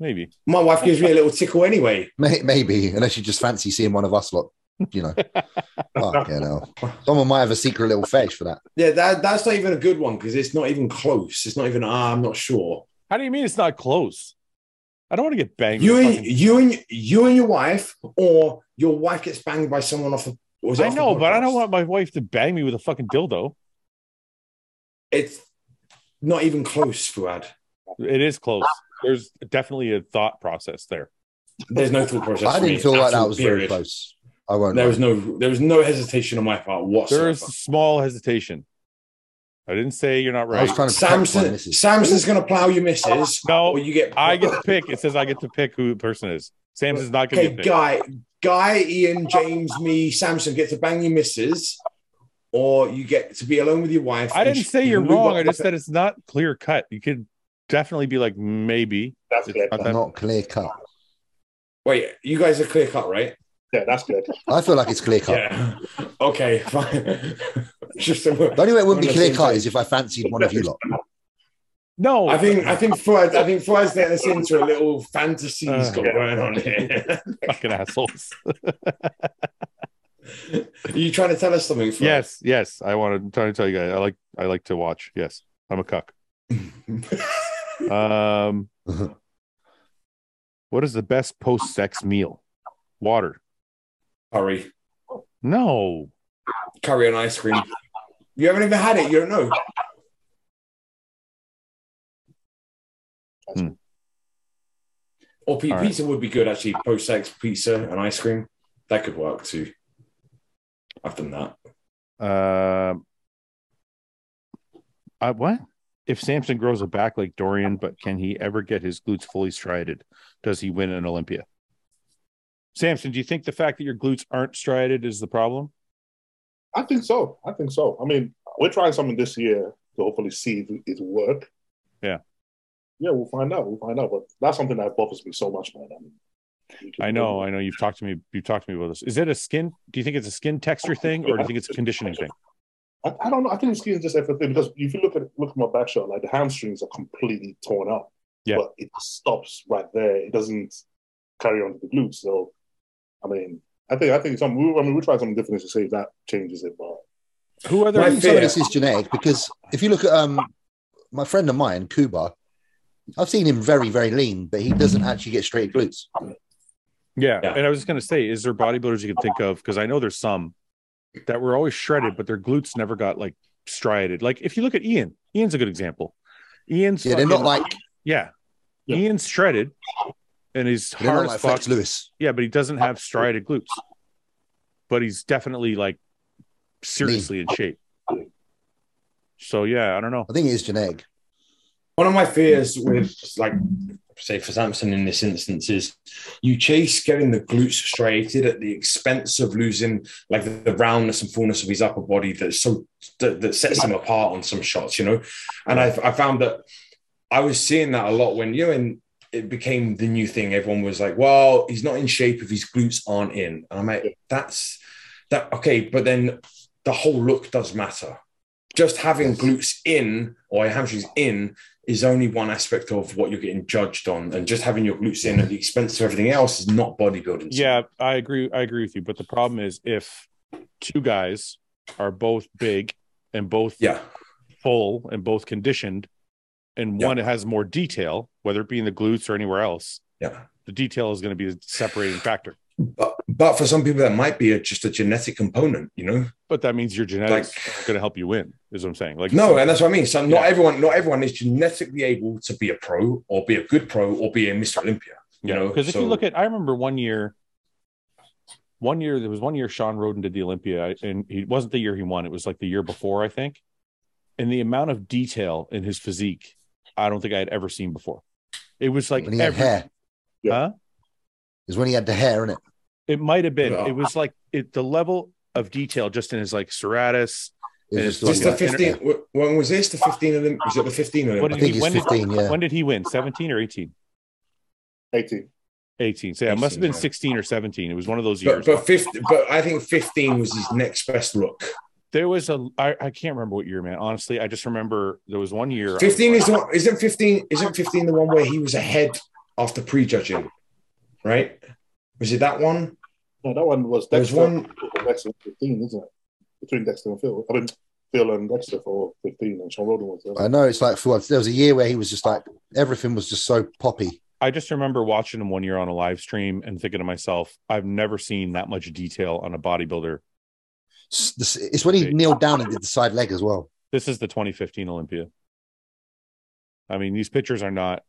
Speaker 1: Maybe.
Speaker 2: My wife gives me a little tickle anyway.
Speaker 4: May- Maybe, unless you just fancy seeing one of us lot, you know. Fuck, yeah, no. Someone might have a secret little fetish for that.
Speaker 2: Yeah, that that's not even a good one because it's not even close. It's not even. Ah, I'm not sure.
Speaker 1: How do you mean it's not close? I don't want to get banged.
Speaker 2: You
Speaker 1: with a
Speaker 2: and
Speaker 1: fucking-
Speaker 2: you and you and your wife, or your wife gets banged by someone off. Of, was it
Speaker 1: I
Speaker 2: off the
Speaker 1: know, but I
Speaker 2: podcast?
Speaker 1: don't want my wife to bang me with a fucking dildo.
Speaker 2: It's not even close, Fuad.
Speaker 1: It is close. There's definitely a thought process there.
Speaker 2: There's no thought process.
Speaker 4: I
Speaker 2: for me.
Speaker 4: didn't feel like that
Speaker 2: Absolute
Speaker 4: was very
Speaker 2: period.
Speaker 4: close. I won't.
Speaker 2: There
Speaker 4: lie.
Speaker 2: was no there was no hesitation on my part whatsoever.
Speaker 1: There is a small hesitation. I didn't say you're not
Speaker 4: I was
Speaker 1: right.
Speaker 4: trying to protect my
Speaker 2: Samson,
Speaker 4: missus.
Speaker 2: Samson's gonna plow you, missus.
Speaker 1: No,
Speaker 2: or you get.
Speaker 1: I get to pick. It says I get to pick who the person is. Sam's is not going
Speaker 2: Okay,
Speaker 1: to pick.
Speaker 2: guy, guy, Ian, James, me, Samson get to bang your missus, or you get to be alone with your wife.
Speaker 1: I
Speaker 2: and
Speaker 1: didn't
Speaker 2: she-
Speaker 1: say you're
Speaker 2: we
Speaker 1: wrong.
Speaker 2: got-
Speaker 1: I just said it's not clear cut. You could definitely be like maybe.
Speaker 3: That's
Speaker 1: It's
Speaker 3: good.
Speaker 1: not that-
Speaker 4: Not clear cut.
Speaker 2: Wait, you guys are clear cut, right?
Speaker 3: Yeah, that's good.
Speaker 4: I feel like it's clear cut.
Speaker 2: Yeah. Okay, fine. just so
Speaker 4: The only way it wouldn't
Speaker 2: We're on the
Speaker 4: be clear
Speaker 2: same
Speaker 4: cut
Speaker 2: page.
Speaker 4: is if I fancied one of you lot.
Speaker 1: No,
Speaker 2: I think I think Fuad, I think Fuad's getting us into a little fantasy he's got
Speaker 1: Uh.
Speaker 2: going on here.
Speaker 1: fucking assholes.
Speaker 2: Are you trying to tell us something? Fuad?
Speaker 1: yes, yes. I want to try to tell you guys. I like I like to watch. Yes, I'm a cuck. Um, what is the best post sex meal? Water.
Speaker 2: Curry,
Speaker 1: No,
Speaker 2: curry and ice cream. You haven't even had it. You don't know.
Speaker 1: Hmm.
Speaker 2: Or pe-
Speaker 1: All right.
Speaker 2: pizza would be good actually. Post sex pizza and ice cream that could work too. I've done that.
Speaker 1: Um, I, what if Samson grows a back like Dorian, but can he ever get his glutes fully strided? Does he win an Olympia? Samson, do you think the fact that your glutes aren't strided is the problem?
Speaker 3: I think so. I think so. I mean, we're trying something this year to hopefully see if it'll work.
Speaker 1: Yeah.
Speaker 3: Yeah, we'll find out. We'll find out. But that's something that bothers me so much, man. I, mean, you can-
Speaker 1: I know, I know. You've talked to me. You've talked to me about this. Is it a skin? Do you think it's a skin texture thing, or do you think it's a conditioning thing?
Speaker 3: I, I don't know. I think it's just everything because if you look at look at my back shot, like the hamstrings are completely torn up.
Speaker 1: Yeah.
Speaker 3: But it stops right there. It doesn't carry on to the glutes. So, I mean, I think I think some. we- I mean, we try something different to see if that changes it. But
Speaker 1: Who are
Speaker 4: I
Speaker 1: there?
Speaker 2: My
Speaker 4: think some of
Speaker 2: fear-
Speaker 4: this is genetic because if you look at um, my friend of mine, Kuba, I've seen him very, very lean, but he doesn't actually get straight glutes.
Speaker 1: Yeah,
Speaker 2: Yeah.
Speaker 1: and I was just gonna say, is there bodybuilders you can think of? Because I know there's some that were always shredded, but their glutes never got like striated. Like if you look at Ian, Ian's a good example. Ian's
Speaker 4: Yeah, they're not
Speaker 1: fucking-
Speaker 4: like
Speaker 1: yeah.
Speaker 3: Yeah.
Speaker 1: Ian's shredded, and he's
Speaker 4: they're
Speaker 1: hard
Speaker 4: not
Speaker 1: as
Speaker 4: like
Speaker 1: fuck.
Speaker 4: Flex Lewis.
Speaker 1: Yeah, but he doesn't have striated glutes. But he's definitely like seriously in shape. So yeah, I don't know.
Speaker 4: I think it is genetic.
Speaker 2: One of my fears with like say for Samson in this instance is you chase getting the glutes striated at the expense of losing like the, the roundness and fullness of his upper body that's so that, that sets him apart on some shots, you know. And I I found that I was seeing that a lot when you know, and it became the new thing. Everyone was like, "Well, he's not in shape if his glutes aren't in," and I'm like, "That's that okay." But then the whole look does matter. Just having glutes in or your hamstrings in is only one aspect of what you're getting judged on, and just having your glutes in at the expense of everything else is not bodybuilding.
Speaker 1: Yeah, I agree. I agree with you. But the problem is if two guys are both big and both
Speaker 2: yeah,
Speaker 1: full and both conditioned, and
Speaker 2: Yeah.
Speaker 1: one has more detail, whether it be in the glutes or anywhere else,
Speaker 2: yeah.
Speaker 1: the detail is going to be a separating factor.
Speaker 2: But but for some people, that might be a, just a genetic component, you know.
Speaker 1: But that means your genetics aren't going to help you win, is what I'm saying. Like
Speaker 2: No, and that's what I mean. So not
Speaker 1: Yeah.
Speaker 2: everyone, not everyone is genetically able to be a pro or be a good pro or be a Mr. Olympia. You know,
Speaker 1: because if you
Speaker 2: so-
Speaker 1: look at, I remember one year, one year there was one year Sean Roden did the Olympia, and he it wasn't the year he won; it was like the year before, I think. And the amount of detail in his physique, I don't think I had ever seen before. It was like
Speaker 4: when he had
Speaker 1: every-
Speaker 4: hair.
Speaker 3: Yeah.
Speaker 1: Huh?
Speaker 4: Is when he had the hair in it.
Speaker 1: it might have been.
Speaker 2: Yeah.
Speaker 1: It was like it the level of detail just in his like serratus.
Speaker 4: It
Speaker 1: It's
Speaker 4: was
Speaker 2: Just
Speaker 4: just
Speaker 2: the
Speaker 4: like,
Speaker 1: Yeah.
Speaker 2: fifteen. wh- When was this? The fifteen Olympics? Was it the fifteen
Speaker 1: What
Speaker 4: I
Speaker 1: did
Speaker 2: Olympics?
Speaker 4: think
Speaker 1: he,
Speaker 4: he's
Speaker 1: when, did,
Speaker 4: 15, yeah.
Speaker 1: when did he win? Seventeen or eighteen?
Speaker 3: 18.
Speaker 1: Eighteen. So yeah, it must have
Speaker 2: 18,
Speaker 1: been
Speaker 2: yeah.
Speaker 1: sixteen or seventeen. It was one of those years.
Speaker 2: But but, 15, but I think fifteen was his next best look.
Speaker 1: there was a I, I can't remember what year, man. Honestly, I just remember there was one year. I was
Speaker 2: Fifteen
Speaker 1: like-
Speaker 2: is the one, isn't fifteen isn't fifteen the one where he was ahead after prejudging, right? Was it that one?
Speaker 3: No, that one was
Speaker 2: There's
Speaker 3: Dexter.
Speaker 2: one-
Speaker 3: Dexter was 15, isn't it? Between Dexter and Phil. I mean, Phil and Dexter for 15, and Sean Roden was uh, the
Speaker 4: I know it's like for there was a year where he was just like everything was just so poppy.
Speaker 1: I just remember watching him one year on a live stream and thinking to myself, I've never seen that much detail on a bodybuilder.
Speaker 4: S- this- It's when he
Speaker 1: Okay.
Speaker 4: kneeled down and did the side leg as well.
Speaker 1: This is the 2015 Olympia. I mean, these pictures are not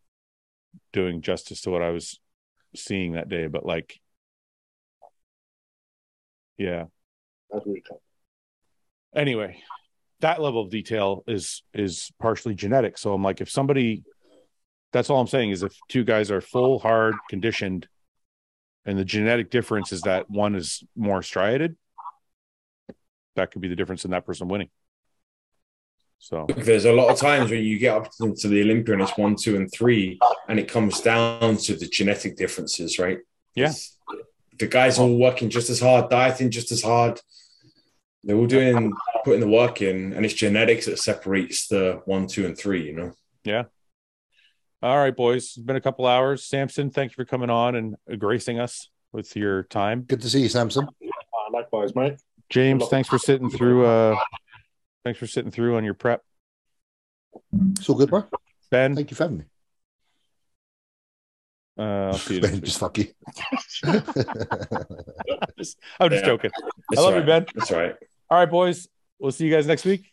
Speaker 1: doing justice to what I was seeing that day, but like, yeah.
Speaker 3: That's really tough.
Speaker 1: Anyway, that level of detail is is partially genetic. So I'm like, if somebody, that's all I'm saying is if two guys are full, hard, conditioned, and the genetic difference is that one is more striated, that could be the difference in that person winning. So
Speaker 2: There's a lot of times when you get up to the Olympia and it's one, two, and three, and it comes down to the genetic differences, right?
Speaker 1: Yeah.
Speaker 2: It's- The guys all working just as hard, dieting just as hard. They're all doing putting the work in, and it's genetics that separates the one, two, and three, you know.
Speaker 1: All right, boys. It's been a couple hours. Samson, thank you for coming on and gracing us with your time.
Speaker 4: Good to see you, Samson.
Speaker 3: Uh, likewise, mate.
Speaker 1: James, thanks for sitting through. Uh, thanks for sitting through on your prep.
Speaker 4: It's all good, bro.
Speaker 1: Ben,
Speaker 4: Thank you for having me.
Speaker 1: uh, I'll see you. next
Speaker 4: Ben,
Speaker 1: week.
Speaker 4: just fuck you.
Speaker 1: I'm just
Speaker 2: Yeah.
Speaker 1: joking.
Speaker 2: It's
Speaker 1: love
Speaker 2: all
Speaker 1: you,
Speaker 2: right.
Speaker 1: Ben.
Speaker 2: That's right.
Speaker 1: All right, boys. We'll see you guys next week.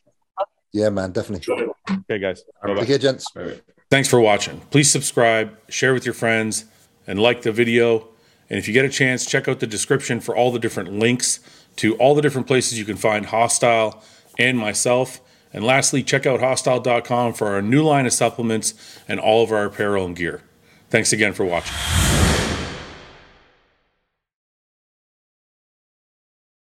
Speaker 4: yeah, man, definitely.
Speaker 1: Okay, guys. Bye-bye.
Speaker 4: Take care, gents.
Speaker 2: All right.
Speaker 1: Thanks for watching. Please subscribe, share with your friends, and like the video. And if you get a chance, check out the description for all the different links to all the different places you can find Hostile and myself. And lastly, check out hostile.com for our new line of supplements and all of our apparel and gear. Thanks again for watching.